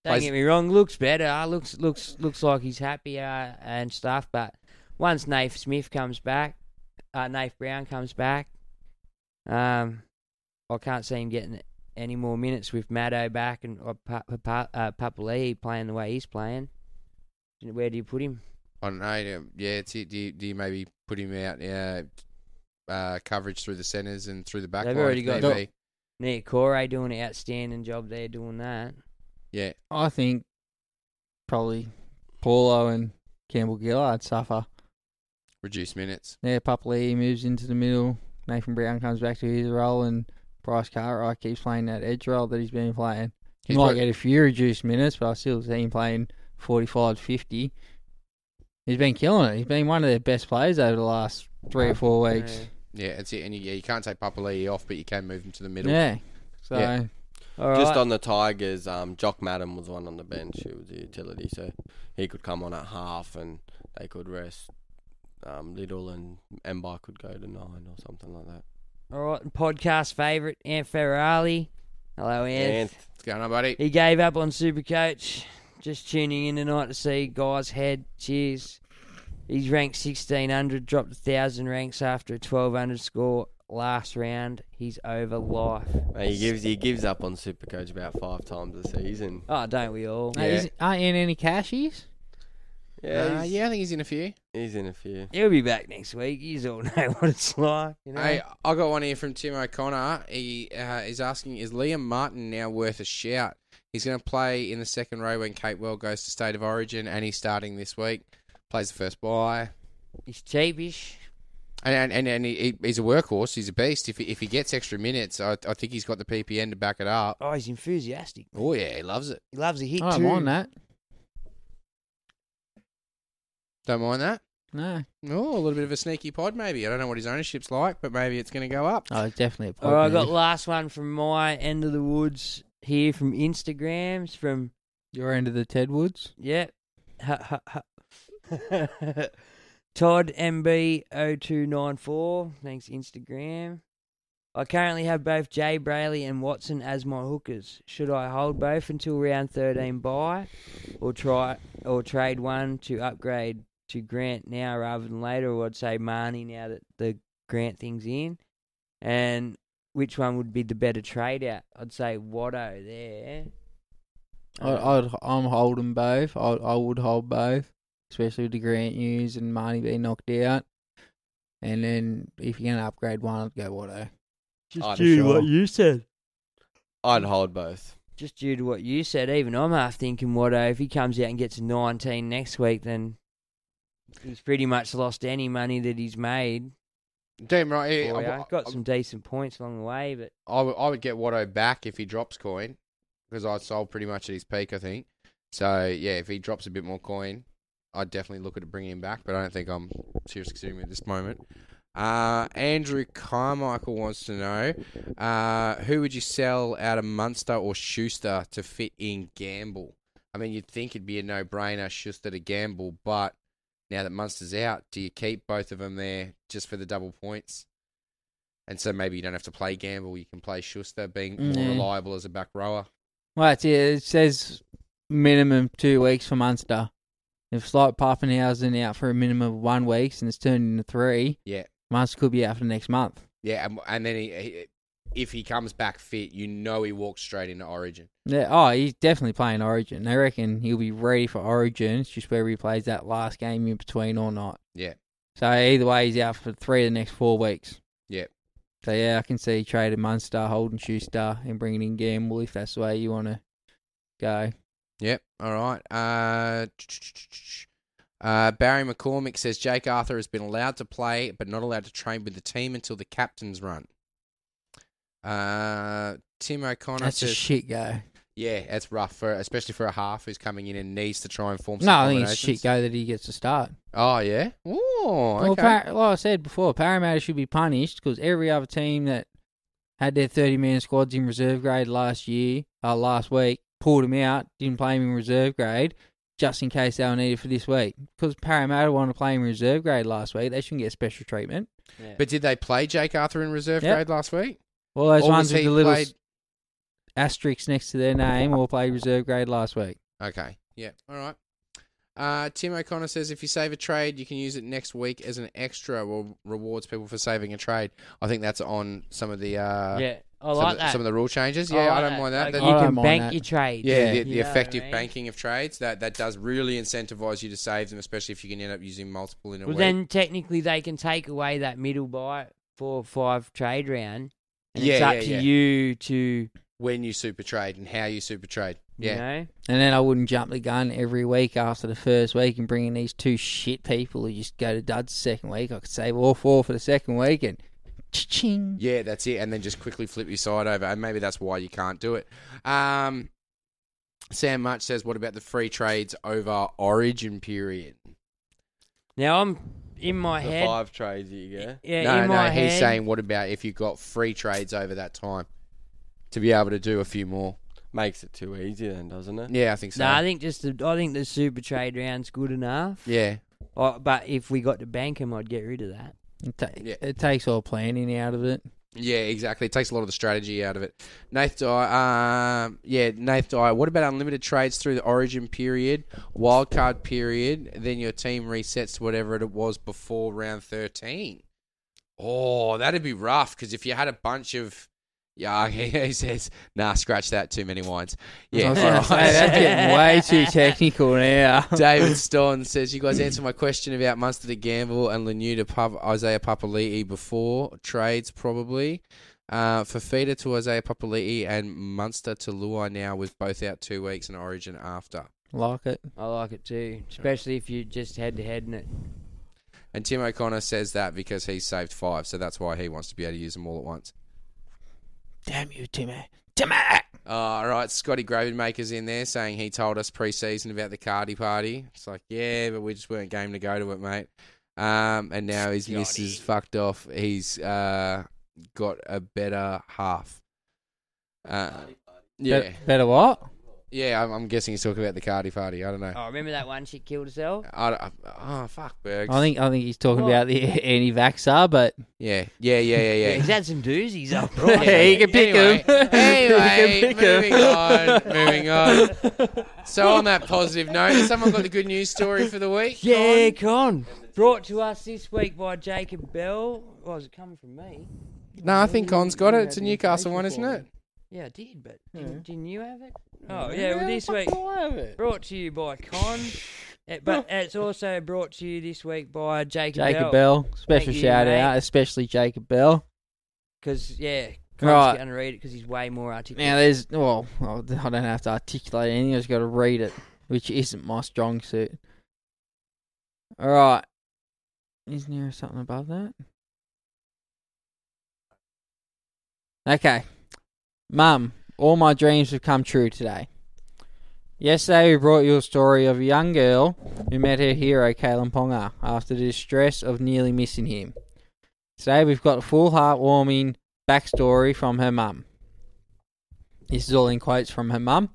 Speaker 9: Don't
Speaker 5: Plays-
Speaker 9: get me wrong, looks better. Uh, looks looks looks like he's happier uh, and stuff. But once Nath Smith comes back, uh, Nath Brown comes back, um, I can't see him getting any more minutes with Maddo back and or pa- pa- uh, Papali playing the way he's playing. Where do you put him?
Speaker 5: I don't know. Yeah, yeah, it's it. Do you, do you maybe put him out uh, uh, coverage through the centres and through the back
Speaker 9: They've
Speaker 5: line
Speaker 9: already
Speaker 5: if
Speaker 9: got
Speaker 5: need be?
Speaker 9: Nick Corey doing an outstanding job there doing that.
Speaker 5: Yeah.
Speaker 6: I think probably Paulo and Campbell Gillard suffer.
Speaker 5: reduced minutes.
Speaker 6: Yeah, Papali moves into the middle. Nathan Brown comes back to his role, and Bryce Cartwright keeps playing that edge role that he's been playing. He
Speaker 5: He's
Speaker 6: might
Speaker 5: prob-
Speaker 6: get a few reduced minutes, but I still see him playing 45 50. He's been killing it. He's been one of their best players over the last three or four weeks.
Speaker 5: Yeah, that's it. And you, yeah, you can't take Papali'i off, but you can move him to the middle.
Speaker 6: Yeah. So,
Speaker 8: Yeah.
Speaker 6: all
Speaker 8: Just
Speaker 6: right.
Speaker 8: on the Tigers, um, Jock Madden was one on the bench. He was a utility, so he could come on at half, and they could rest. Um, Little and Embar could go to nine or something like that.
Speaker 9: All right, and podcast favourite, Ant Ferrari. Hello, Ant.
Speaker 8: Anth.
Speaker 5: What's going on, buddy?
Speaker 9: He gave up on Supercoach. Just tuning in tonight to see Guy's head. Cheers. He's ranked 1600, dropped 1,000 ranks after a 1200 score last round. He's over life.
Speaker 8: Mate, he gives he gives up on Supercoach about five times a season.
Speaker 9: Oh, don't we all?
Speaker 8: Yeah.
Speaker 6: Isn't- aren't you in any cashies?
Speaker 8: Yeah,
Speaker 5: Uh,
Speaker 8: he's-
Speaker 5: yeah, I think he's in a few.
Speaker 8: He's in a few.
Speaker 9: He'll be back next week. You all know what it's like. You know?
Speaker 5: Hey, I got one here from Tim O'Connor. He uh, is asking, is Liam Martin now worth a shout? He's going to play in the second row when Kate Well goes to State of Origin, and he's starting this week. Plays the first bye.
Speaker 9: He's cheapish.
Speaker 5: And and, and, and he- he, he's a workhorse. He's a beast. If he, if he gets extra minutes, I, I think he's got the PPN to back it up.
Speaker 9: Oh, he's enthusiastic.
Speaker 5: Oh, yeah, he loves it.
Speaker 9: He loves a hit
Speaker 6: I
Speaker 9: too.
Speaker 6: don't mind Oh, that.
Speaker 5: Don't mind that.
Speaker 6: No.
Speaker 5: Oh, a little bit of a sneaky pod, maybe. I don't know what his ownership's like, but maybe it's going to go up.
Speaker 6: Oh, it's definitely a
Speaker 9: All right, I got
Speaker 6: positive.
Speaker 9: last one from my end of the woods here from Instagrams from
Speaker 6: Your end of the Ted Woods.
Speaker 9: Yep. Todd MB0294. Thanks, Instagram. I currently have both Jay Brayley and Watson as my hookers. Should I hold both until round 13 buy or try or trade one to upgrade to Grant now rather than later or I'd say Marnie now that the Grant thing's in? And which one would be the better trade out? I'd say Watto there.
Speaker 6: I, I'd, I'm holding both. I, I would hold both, especially with the Grant news and Marnie being knocked out. And then if you're gonna upgrade one, I'd go Watto.
Speaker 9: Just
Speaker 8: I'd-
Speaker 9: do what you said.
Speaker 8: I'd hold both.
Speaker 9: just due to what you said, even I'm half thinking, Watto, if he comes out and gets a 19 next week, then he's pretty much lost any money that he's made.
Speaker 5: Damn right. yeah,
Speaker 9: Boy,
Speaker 5: I-
Speaker 9: I got some decent points along the way, but
Speaker 5: I would- I would get Watto back if he drops coin because I sold pretty much at his peak, I think. So yeah, if he drops a bit more coin, I'd definitely look at bringing him back. But I don't think I'm seriously considering him at this moment. Uh, Andrew Carmichael wants to know uh, who would you sell out of Munster or Schuster to fit in Gamble? I mean, you'd think it'd be a no-brainer Schuster to Gamble, but now that Munster's out, do you keep both of them there just for the double points? And so maybe you don't have to play Gamble. You can play Schuster, being more
Speaker 6: Mm.
Speaker 5: reliable as a back rower.
Speaker 6: Well, that's it. It says minimum two weeks for Munster. If Slight Pappenhausen out for a minimum of one week and it's turned into three,
Speaker 5: Yeah.
Speaker 6: Munster could be out for the next month.
Speaker 5: Yeah, and, and then he, he, if he comes back fit, you know he walks straight into Origin.
Speaker 6: Yeah. Oh, he's definitely playing Origin. They reckon he'll be ready for Origin. It's just whether he plays that last game in between or not.
Speaker 5: Yeah,
Speaker 6: So either way, he's out for three of the next four weeks.
Speaker 5: yeah,
Speaker 6: So yeah, I can see trading Munster, holding Schuster, and bringing in Gamble if that's the way you want to go.
Speaker 5: yep. All right. Uh, Uh, Barry McCormick says Jake Arthur has been allowed to play but not allowed to train with the team until the captain's run. Uh, Tim O'Connor
Speaker 9: That's a
Speaker 5: says
Speaker 9: shit go.
Speaker 5: Yeah, that's rough for especially for a half who's coming in and needs to try and form. Some
Speaker 9: No, I think it's a
Speaker 5: combinations.
Speaker 9: shit go that he gets to start.
Speaker 5: Oh yeah. Oh,
Speaker 9: Well,
Speaker 5: okay.
Speaker 9: Par- like I said before, Parramatta should be punished because every other team that had their 30 man squads in reserve grade last year, uh, last week, pulled them out, didn't play them in reserve grade, just in case they were needed for this week. Because Parramatta wanted to play in reserve grade last week, they shouldn't get special treatment.
Speaker 5: But did they play Jake Arthur in reserve
Speaker 9: Yep.
Speaker 5: grade last week?
Speaker 9: All those
Speaker 5: Or was
Speaker 9: ones with
Speaker 5: he
Speaker 9: the little
Speaker 5: played-
Speaker 9: s- asterisks next to their name all played reserve grade last week.
Speaker 5: Okay. Yeah. All right. Uh, Tim O'Connor says if you save a trade, you can use it next week as an extra. Or rewards people for saving a trade. I think that's on some of the uh,
Speaker 2: Yeah, I
Speaker 5: some
Speaker 2: like
Speaker 5: of the,
Speaker 2: that.
Speaker 5: Some of the rule changes.
Speaker 2: I
Speaker 5: Yeah,
Speaker 2: like
Speaker 5: I don't
Speaker 2: that.
Speaker 5: mind
Speaker 2: Like,
Speaker 5: that. That-
Speaker 2: you I don't can mind bank that. your trades.
Speaker 5: Yeah,
Speaker 2: Yeah.
Speaker 5: the, the
Speaker 2: You know what I
Speaker 5: effective
Speaker 2: mean?
Speaker 5: banking of trades that that does really incentivize you to save them, especially if you can end up using multiple in a
Speaker 2: Well,
Speaker 5: week.
Speaker 2: then technically they can take away that middle buy four or five trade round, and it's up to you. to
Speaker 5: when you super trade and how you super trade. Yeah.
Speaker 9: And then I wouldn't jump the gun every week after the first week and bring in these two shit people who just go to duds the second week. I could save all four for the second week and ching.
Speaker 5: Yeah, that's it. And then just quickly flip your side over. And maybe that's why you can't do it. Um, Sam Much says, what about the free trades over origin period?
Speaker 2: Now I'm in my
Speaker 8: The
Speaker 2: head.
Speaker 8: five trades that you get.
Speaker 2: Yeah,
Speaker 5: no,
Speaker 2: in
Speaker 5: no,
Speaker 2: my
Speaker 5: he's
Speaker 2: head-
Speaker 5: saying, what about if you got free trades over that time to be able to do a few more?
Speaker 8: Makes it too easy then, doesn't it?
Speaker 5: Yeah, I think so.
Speaker 2: No, I think just the I think the super trade round's good enough.
Speaker 5: Yeah.
Speaker 2: Oh, but if we got to bank him, I'd get rid of that.
Speaker 9: It, ta- it takes all planning out of it.
Speaker 5: Yeah, exactly. It takes a lot of the strategy out of it. Nath Dyer, um, yeah, Nath Dyer. What about unlimited trades through the Origin period, wildcard period? Then your team resets to whatever it was before round thirteen. Oh, that'd be rough because if you had a bunch of, yeah, he says, nah, scratch that. Too many wines. Yeah,
Speaker 9: I was gonna
Speaker 5: all right.
Speaker 9: say, that's getting way too technical now.
Speaker 5: David Stone says, "You guys answered my question about Munster to Gamble and Lanu to Pub- Isaiah Papali'i before trades, probably. Uh, Fafita to Isaiah Papali'i and Munster to Luai now, with both out two weeks and Origin after."
Speaker 9: Like it.
Speaker 2: I like it too, especially if you just head to head in it.
Speaker 5: And Tim O'Connor says that because he saved five, so that's why he wants to be able to use them all at once.
Speaker 9: Damn you, Timmy.
Speaker 5: Uh, all right, Scotty Gravenmaker's in there saying he told us pre-season about the Cardi party. It's like, yeah, but we just weren't game to go to it, mate. Um, and now his missus fucked off. He's uh, got a better half. Uh, yeah,
Speaker 9: Be- better what?
Speaker 5: yeah. I'm, I'm guessing he's talking about the Cardi party. I don't know.
Speaker 2: Oh, remember that one she killed herself?
Speaker 5: I, don't- I- oh fuck, Bergs.
Speaker 9: I think I think he's talking
Speaker 2: What?
Speaker 9: about the anti-vaxxer, but
Speaker 5: Yeah, yeah, yeah, yeah, yeah.
Speaker 2: He's had some doozies up.
Speaker 9: Yeah, you can pick
Speaker 5: anyway,
Speaker 9: 'em.
Speaker 5: Anyway,
Speaker 9: You can pick 'em.
Speaker 5: moving on, moving on. So on that positive note, has someone got the good news story for the week?
Speaker 2: Yeah, con. Brought to us this week by Jacob Bell. Well, is it coming from me?
Speaker 5: No, I think Con's got it. It's a Newcastle one, isn't it?
Speaker 2: Yeah, I did, but didn't, didn't you have it? Oh, yeah, well, this week. Brought to you by Con. Uh, But it's also brought to you this week by Jacob,
Speaker 9: Jacob Bell, special shout out, especially Jacob Bell.
Speaker 2: Because, yeah, Con's
Speaker 9: Right.
Speaker 2: going to read it because he's way more articulate.
Speaker 9: Now there's well, well, I don't have to articulate anything. I just got to read it, which isn't my strong suit. All right, isn't there something above that? Okay, Mum, all my dreams have come true today. Yesterday, we brought you a story of a young girl who met her hero, Kalen Ponga, after the distress of nearly missing him. Today, we've got a full heartwarming backstory from her mum. This is all in quotes from her mum.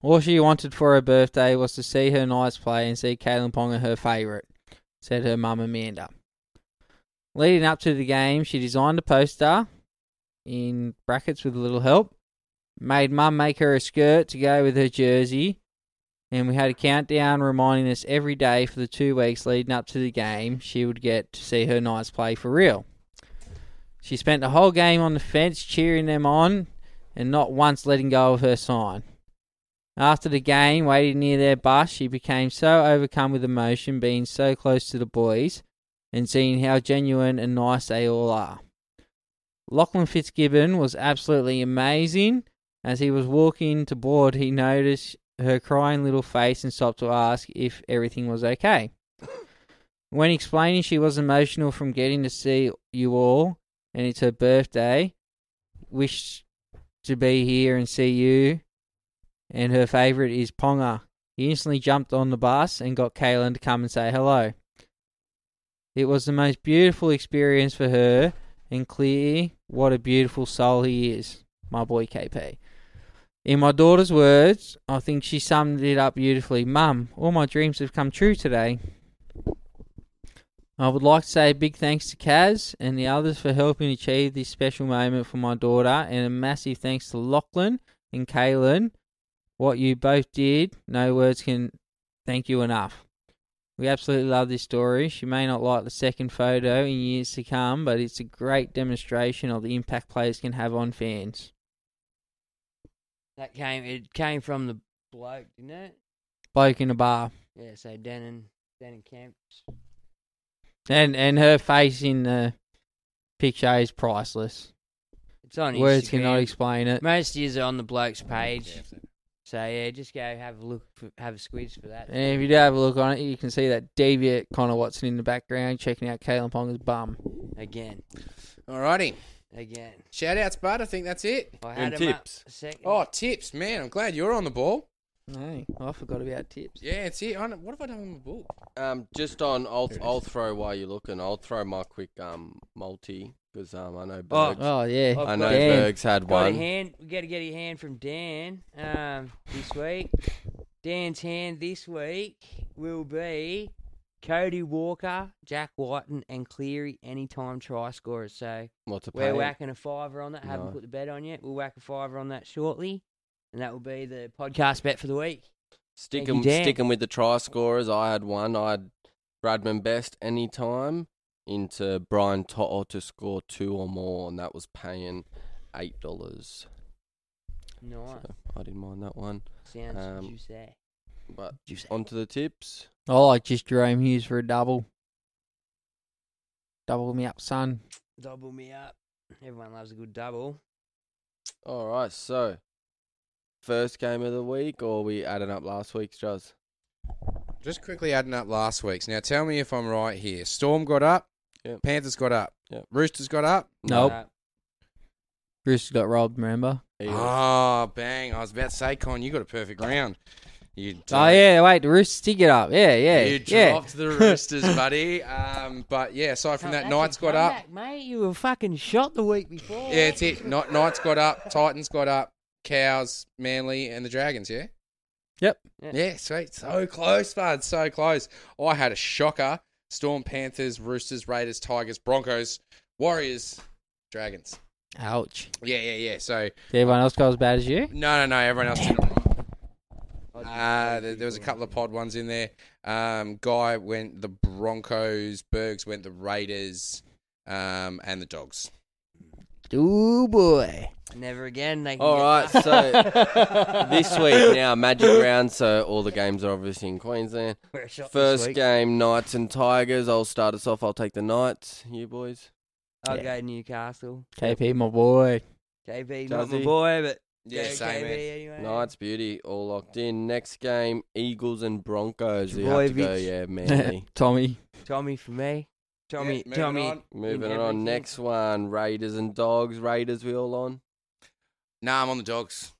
Speaker 9: All she wanted for her birthday was to see her Knights play and see Kalen Ponga her favourite, said her mum Amanda. Leading up to the game, she designed a poster, in brackets with a little help, made mum make her a skirt to go with her jersey, and we had a countdown reminding us every day for the two weeks leading up to the game she would get to see her Knights play for real. She spent the whole game on the fence cheering them on and not once letting go of her sign. After the game, waiting near their bus, she became so overcome with emotion being so close to the boys and seeing how genuine and nice they all are. Lachlan Fitzgibbon was absolutely amazing. As he was walking to board, he noticed her crying little face and stopped to ask if everything was okay. When explaining she was emotional from getting to see you all and it's her birthday, wished to be here and see you, and her favourite is Ponga. He instantly jumped on the bus and got Kaylin to come and say hello. It was the most beautiful experience for her, and clear what a beautiful soul he is, my boy KP. In my daughter's words, I think she summed it up beautifully. Mum, all my dreams have come true today. I would like to say a big thanks to Kaz and the others for helping achieve this special moment for my daughter, and a massive thanks to Lachlan and Kaylin. What you both did, no words can thank you enough. We absolutely love this story. She may not like the second photo in years to come, but it's a great demonstration of the impact players can have on fans.
Speaker 2: That came. It came from the bloke, didn't it?
Speaker 9: Bloke in a bar.
Speaker 2: Yeah. So Denon, Denon Kemp's
Speaker 9: And and her face in the picture is priceless.
Speaker 2: It's on
Speaker 9: Words
Speaker 2: Instagram.
Speaker 9: cannot explain it.
Speaker 2: Most years are on the bloke's page. So yeah, just go have a look, for, have a squeeze for that.
Speaker 9: And if you do have a look on it, you can see that deviant Connor Watson in the background checking out Kalen Ponga's bum.
Speaker 2: Again.
Speaker 5: Alrighty.
Speaker 2: Again.
Speaker 5: Shout outs, bud. I think that's it.
Speaker 2: I
Speaker 9: had And 'em up tips.
Speaker 2: second.
Speaker 5: Oh, tips, man. I'm glad you're on the ball.
Speaker 9: No, I forgot about tips.
Speaker 5: Yeah, it's it. I don't- What have I done with my ball?
Speaker 8: Um, just on, I'll
Speaker 5: There it
Speaker 8: I'll throw while you're looking. I'll throw my quick um multi because um I know
Speaker 9: Oh,
Speaker 8: Bergs.
Speaker 9: oh, yeah.
Speaker 8: I
Speaker 9: I've
Speaker 8: know
Speaker 9: got Dan.
Speaker 8: Bergs had
Speaker 2: Got a
Speaker 8: one.
Speaker 2: hand. We got to get a hand from Dan um, this week. Dan's hand this week will be Cody Walker, Jack Whiten, and Cleary anytime try scorers. So
Speaker 8: What's a
Speaker 2: we're
Speaker 8: pay?
Speaker 2: whacking a fiver on that. Haven't
Speaker 8: No.
Speaker 2: put the bet on yet. We'll whack a fiver on that shortly, and that will be the podcast bet for the week. Thank you,
Speaker 8: Sticking
Speaker 2: Dan.
Speaker 8: sticking with the try scorers, I had one. I had Bradman best anytime into Brian Toto to score two or more, and that was paying eight dollars.
Speaker 2: Nice.
Speaker 8: So I didn't mind that one.
Speaker 2: Sounds
Speaker 8: Um,
Speaker 2: juicy.
Speaker 8: But onto the tips.
Speaker 9: I like just Jerome Hughes for a double. Double me up, son.
Speaker 2: Double me up. Everyone loves a good double.
Speaker 8: All right, so first game of the week, or we added up last week's, Jazz?
Speaker 5: Just quickly adding up last week's. Now tell me if I'm right here. Storm got up.
Speaker 8: Yep.
Speaker 5: Panthers got up.
Speaker 8: Yep.
Speaker 5: Roosters got up.
Speaker 9: Nope. Bruce got robbed, remember?
Speaker 5: Ah, bang. I was about to say, Con, you got a perfect round. You
Speaker 9: Oh, yeah, wait, the Roosters did get up. Yeah, yeah.
Speaker 5: You
Speaker 9: yeah.
Speaker 5: dropped the Roosters, buddy. Um, but yeah, aside from that, Knights got up.
Speaker 2: Mate, you were fucking shot the week before.
Speaker 5: Yeah, it's it. Kn- Knights got up. Titans got up. Cows, Manly, and the Dragons. Yeah.
Speaker 9: Yep.
Speaker 2: Yeah.
Speaker 5: sweet. So close, bud. So close. I had a shocker. Storm, Panthers, Roosters, Raiders, Tigers, Broncos, Warriors, Dragons.
Speaker 9: Ouch.
Speaker 5: Yeah, yeah, yeah. So
Speaker 9: Did everyone else go as bad as you?
Speaker 5: no, no, no. Everyone else did all right. Uh, there, there was a couple of pod ones in there. Um, Guy went the Broncos. Bergs went the Raiders. Um, and the Dogs.
Speaker 9: Ooh, boy.
Speaker 2: Never again. They can
Speaker 8: All
Speaker 2: get
Speaker 8: right,
Speaker 2: back.
Speaker 8: so this week now magic round. So all the games are obviously in Queensland.
Speaker 2: We're a shot this
Speaker 8: First
Speaker 2: week.
Speaker 8: game, Knights and Tigers. I'll start us off. I'll take the Knights. You boys.
Speaker 2: I'll go Newcastle.
Speaker 9: KP, my boy.
Speaker 2: JB, not my
Speaker 8: Jazzy.
Speaker 2: boy, but
Speaker 5: Yeah,
Speaker 2: go
Speaker 5: same,
Speaker 2: KB
Speaker 5: man.
Speaker 2: anyway.
Speaker 8: Knights beauty all locked in. Next game, Eagles and Broncos. You have to go,
Speaker 2: Trbojevic.
Speaker 8: yeah, manly.
Speaker 9: Tommy.
Speaker 2: Tommy for me. Tommy,
Speaker 5: moving
Speaker 2: Tommy.
Speaker 5: on.
Speaker 2: in
Speaker 8: Moving
Speaker 2: everything.
Speaker 8: on. Next one, Raiders and Dogs. Raiders, we all on.
Speaker 5: Nah, I'm on the Dogs.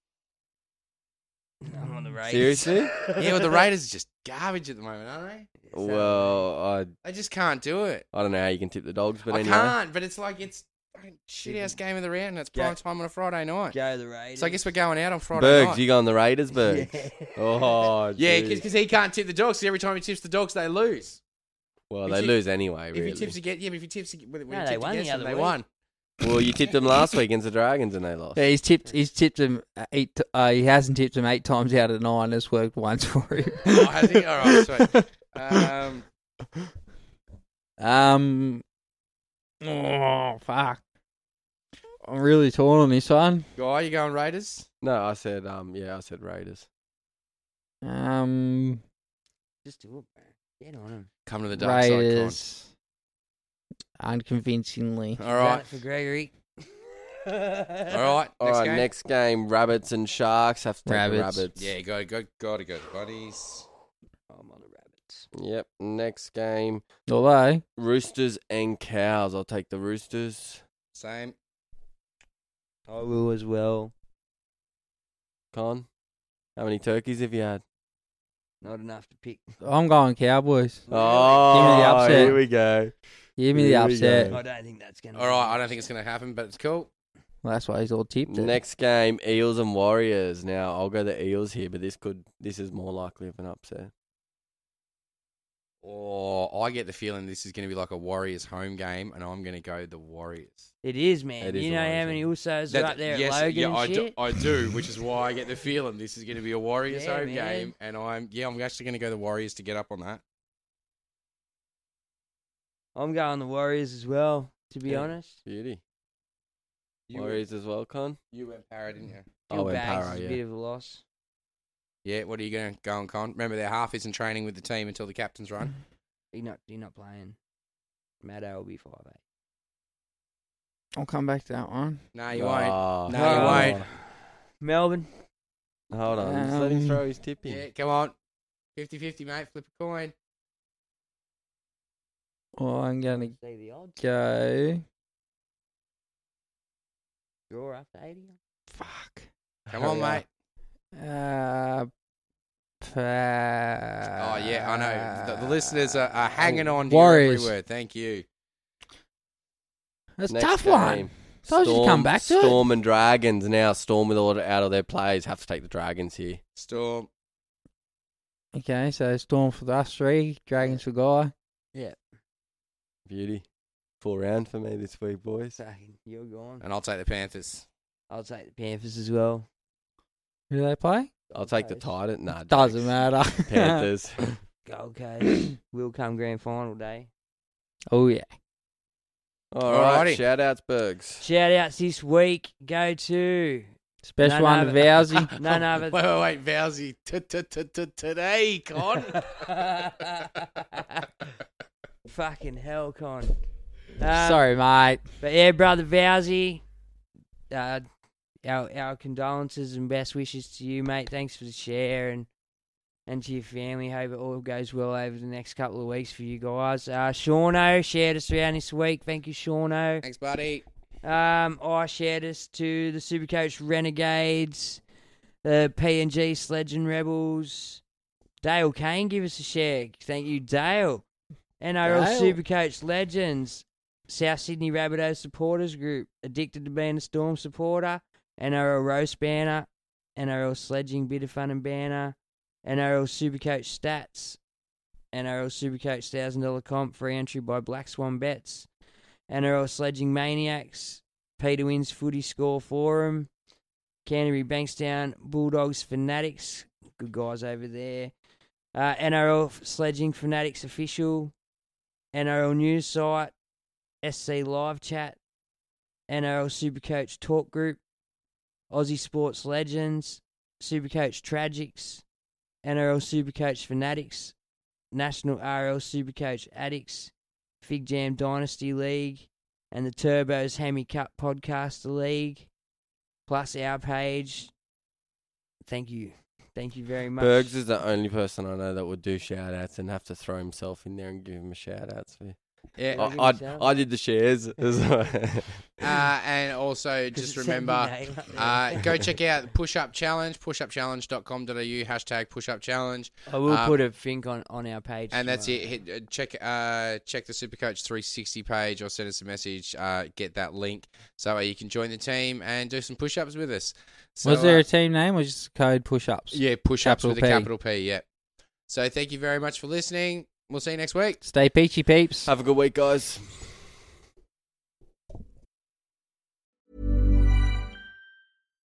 Speaker 2: I'm on the Raiders.
Speaker 8: Seriously?
Speaker 5: yeah, well, the Raiders are just garbage at the moment, aren't they?
Speaker 8: well, I
Speaker 5: They just can't do it.
Speaker 8: I don't know how you can tip the Dogs, but
Speaker 5: I
Speaker 8: anyway.
Speaker 5: can't, but it's like it's fucking shit house game of the round and it's
Speaker 2: Go-
Speaker 5: prime time on a Friday night.
Speaker 2: Go the Raiders.
Speaker 5: So I guess we're going out on Friday
Speaker 8: Bergs,
Speaker 5: night.
Speaker 8: you go on the Raiders, Bergs. Oh,
Speaker 5: yeah,
Speaker 8: geez.
Speaker 5: because he can't tip the dogs. 'cause every time he tips the dogs, they lose.
Speaker 8: well,
Speaker 5: if
Speaker 8: they
Speaker 5: you-
Speaker 8: lose anyway. Really.
Speaker 5: If he tips again, yeah, but if he tips again, when
Speaker 2: No,
Speaker 5: he
Speaker 2: they
Speaker 5: tipped
Speaker 2: won the
Speaker 5: against them,
Speaker 2: other
Speaker 5: they
Speaker 2: week.
Speaker 5: won.
Speaker 8: Well, you tipped them last week against the Dragons and they lost.
Speaker 9: Yeah, he's tipped. He's tipped him eight. t- Uh, he hasn't tipped him eight times out of nine. It's worked once for him.
Speaker 5: Oh, has he? All right, sweet. Um,
Speaker 9: Um. Oh fuck! I'm really torn on this one.
Speaker 5: guy, you going Raiders?
Speaker 8: No, I said, um, yeah, I said Raiders.
Speaker 9: Um,
Speaker 2: Just do it, bro. Get on him.
Speaker 5: Come to the dark
Speaker 9: Raiders. Unconvincingly.
Speaker 5: side, Con. All right.
Speaker 2: For Gregory.
Speaker 5: All right,
Speaker 8: All
Speaker 5: next
Speaker 8: right,
Speaker 5: game.
Speaker 8: next game, rabbits and sharks have to take the
Speaker 5: Rabbits.
Speaker 8: rabbits.
Speaker 5: Yeah, go go gotta go to bunnies. I'm on a rabbit.
Speaker 8: Yep. Next game.
Speaker 9: Although
Speaker 8: Roosters and cows. I'll take the roosters.
Speaker 5: Same.
Speaker 9: I will as well.
Speaker 8: Con. How many turkeys have you had?
Speaker 9: Not enough to pick. I'm going Cowboys.
Speaker 8: Oh,
Speaker 9: give me the upset.
Speaker 8: here we go.
Speaker 9: Give me the
Speaker 8: Here we
Speaker 9: upset.
Speaker 8: go.
Speaker 9: Well,
Speaker 2: don't think that's gonna.
Speaker 5: All right, I don't think it's gonna happen, but it's cool.
Speaker 9: that's why he's all tipped. It.
Speaker 8: Next game, Eels and Warriors. Now I'll go the Eels here, but this could this is more likely of an upset.
Speaker 5: Oh, I get the feeling this is gonna be like a Warriors home game, and I'm gonna go the Warriors.
Speaker 2: It is, man.
Speaker 5: It
Speaker 2: you
Speaker 5: is
Speaker 2: know
Speaker 5: amazing.
Speaker 2: how many Usos are
Speaker 5: That-
Speaker 2: up there
Speaker 5: yes,
Speaker 2: at Logan
Speaker 5: yeah,
Speaker 2: and
Speaker 5: I
Speaker 2: shit?
Speaker 5: do, I do, which is why I get the feeling this is going to be a Warriors
Speaker 2: Yeah,
Speaker 5: home
Speaker 2: man.
Speaker 5: game, and I'm yeah, I'm actually going to go the Warriors to get up on that.
Speaker 2: I'm going the Warriors as well. To be
Speaker 8: Yeah.
Speaker 2: honest,
Speaker 8: Beauty.
Speaker 5: You-
Speaker 8: Warriors as well, Con.
Speaker 5: You went para, didn't you?
Speaker 8: Oh,
Speaker 2: Gil
Speaker 8: and
Speaker 2: Bags
Speaker 8: Para,
Speaker 2: is
Speaker 8: yeah.
Speaker 2: a bit of a loss.
Speaker 5: Yeah. What are you going to go and con? Remember, their half isn't training with the team until the captain's run.
Speaker 2: He not he not playing. Maddo will be five eight.
Speaker 9: I'll come back to that one.
Speaker 5: No, you
Speaker 8: Oh,
Speaker 5: won't. No, you
Speaker 8: come
Speaker 5: won't.
Speaker 2: Melbourne.
Speaker 8: Hold on. Just let him
Speaker 9: Um,
Speaker 8: throw his tip in.
Speaker 5: Yeah, come on. 50-50, mate. Flip a coin.
Speaker 9: Well, I'm gonna
Speaker 2: Say the odds.
Speaker 9: go.
Speaker 2: Draw up to eighty.
Speaker 9: Fuck.
Speaker 5: Come on,
Speaker 8: Hurry
Speaker 5: mate.
Speaker 8: up.
Speaker 9: Uh,
Speaker 5: Oh yeah, I know. The, the listeners are, are hanging
Speaker 9: Oh,
Speaker 5: on to your every
Speaker 9: Warriors.
Speaker 5: word. Thank you.
Speaker 9: That's a
Speaker 8: Next
Speaker 9: tough one.
Speaker 8: game,
Speaker 9: Told you to come back to it.
Speaker 8: Storm and Dragons now. Storm with all out of their plays have to take the Dragons here.
Speaker 5: Storm.
Speaker 9: Okay, so Storm for us three, Dragons for Guy.
Speaker 2: Yeah.
Speaker 8: Beauty. Full round for me this week, boys.
Speaker 2: So you're gone.
Speaker 5: And I'll take the Panthers.
Speaker 2: I'll take the Panthers as well.
Speaker 9: Who do they play?
Speaker 8: I'll take the
Speaker 2: Nice.
Speaker 8: Titan. Nah,
Speaker 9: Doesn't
Speaker 8: jokes.
Speaker 9: matter.
Speaker 8: Panthers.
Speaker 2: Gold Coast will come grand final day.
Speaker 9: oh yeah.
Speaker 8: All right.
Speaker 5: Alrighty.
Speaker 8: Shout outs, Bergs.
Speaker 2: Shout outs this week go to
Speaker 9: Special
Speaker 2: No,
Speaker 9: one
Speaker 2: no,
Speaker 9: to
Speaker 2: but-
Speaker 9: Vowsy.
Speaker 2: none other
Speaker 5: Wait, wait, wait, Vowsy. t- t- t- t- Today, con.
Speaker 2: fucking hell con. Uh,
Speaker 9: Sorry, mate.
Speaker 2: But yeah, brother Vowsy, uh, our our condolences and best wishes to you, mate. Thanks for the share and and to your family. Hope it all goes well over the next couple of weeks for you guys. Uh, Shauno shared us around this week. Thank you, Shauno.
Speaker 5: Thanks, buddy.
Speaker 2: Um, I shared us to the Supercoach Renegades, the PNG Sledging Rebels. Dale Kane, give us a share. Thank you, Dale. NRL
Speaker 9: Dale.
Speaker 2: Supercoach Legends, South Sydney Rabbitohs Supporters Group, Addicted to Being a Storm Supporter, NRL Roast Banner, NRL Sledging Bit of Fun and Banner, NRL Supercoach Stats, NRL Supercoach $1,000 comp, free entry by Black Swan Bets. NRL Sledging Maniacs, Peter Wynn's Footy Score Forum, Canterbury Bankstown Bulldogs Fanatics, good guys over there, uh, NRL Sledging Fanatics Official, NRL News Site, SC Live Chat, NRL Supercoach Talk Group, Aussie Sports Legends, Supercoach Tragics, NRL Supercoach Fanatics, National RL Supercoach Addicts, Fig Jam Dynasty League, and the Turbos Hammy Cup Podcaster League, plus our page. Thank you. Thank you very much.
Speaker 8: Bergs is the only person I know that would do shout outs and have to throw himself in there and give him a shout outs.
Speaker 5: Yeah.
Speaker 8: I,
Speaker 2: I'll give you
Speaker 8: I,
Speaker 2: shout-outs.
Speaker 8: I did the shares.
Speaker 5: Uh, and also,
Speaker 2: 'Cause
Speaker 5: just
Speaker 2: it's Andy
Speaker 5: remember,
Speaker 2: Naylor.
Speaker 5: uh, go check out Push Up Challenge, pushupchallenge.com.au, hashtag Push Up Challenge.
Speaker 2: I will
Speaker 5: um,
Speaker 2: put a think on, on our page.
Speaker 5: And that's
Speaker 2: tomorrow.
Speaker 5: it. Hit, uh, check uh, check the Supercoach 360 page or send us a message. Uh, get that link so uh, you can join the team and do some push ups with us. So,
Speaker 9: was there
Speaker 5: uh,
Speaker 9: a team name or just code push ups?
Speaker 5: Yeah, push ups
Speaker 9: Capital
Speaker 5: with a
Speaker 9: P.
Speaker 5: capital P. Yeah. So thank you very much for listening. We'll see you next week.
Speaker 9: Stay peachy peeps.
Speaker 8: Have a good week, guys.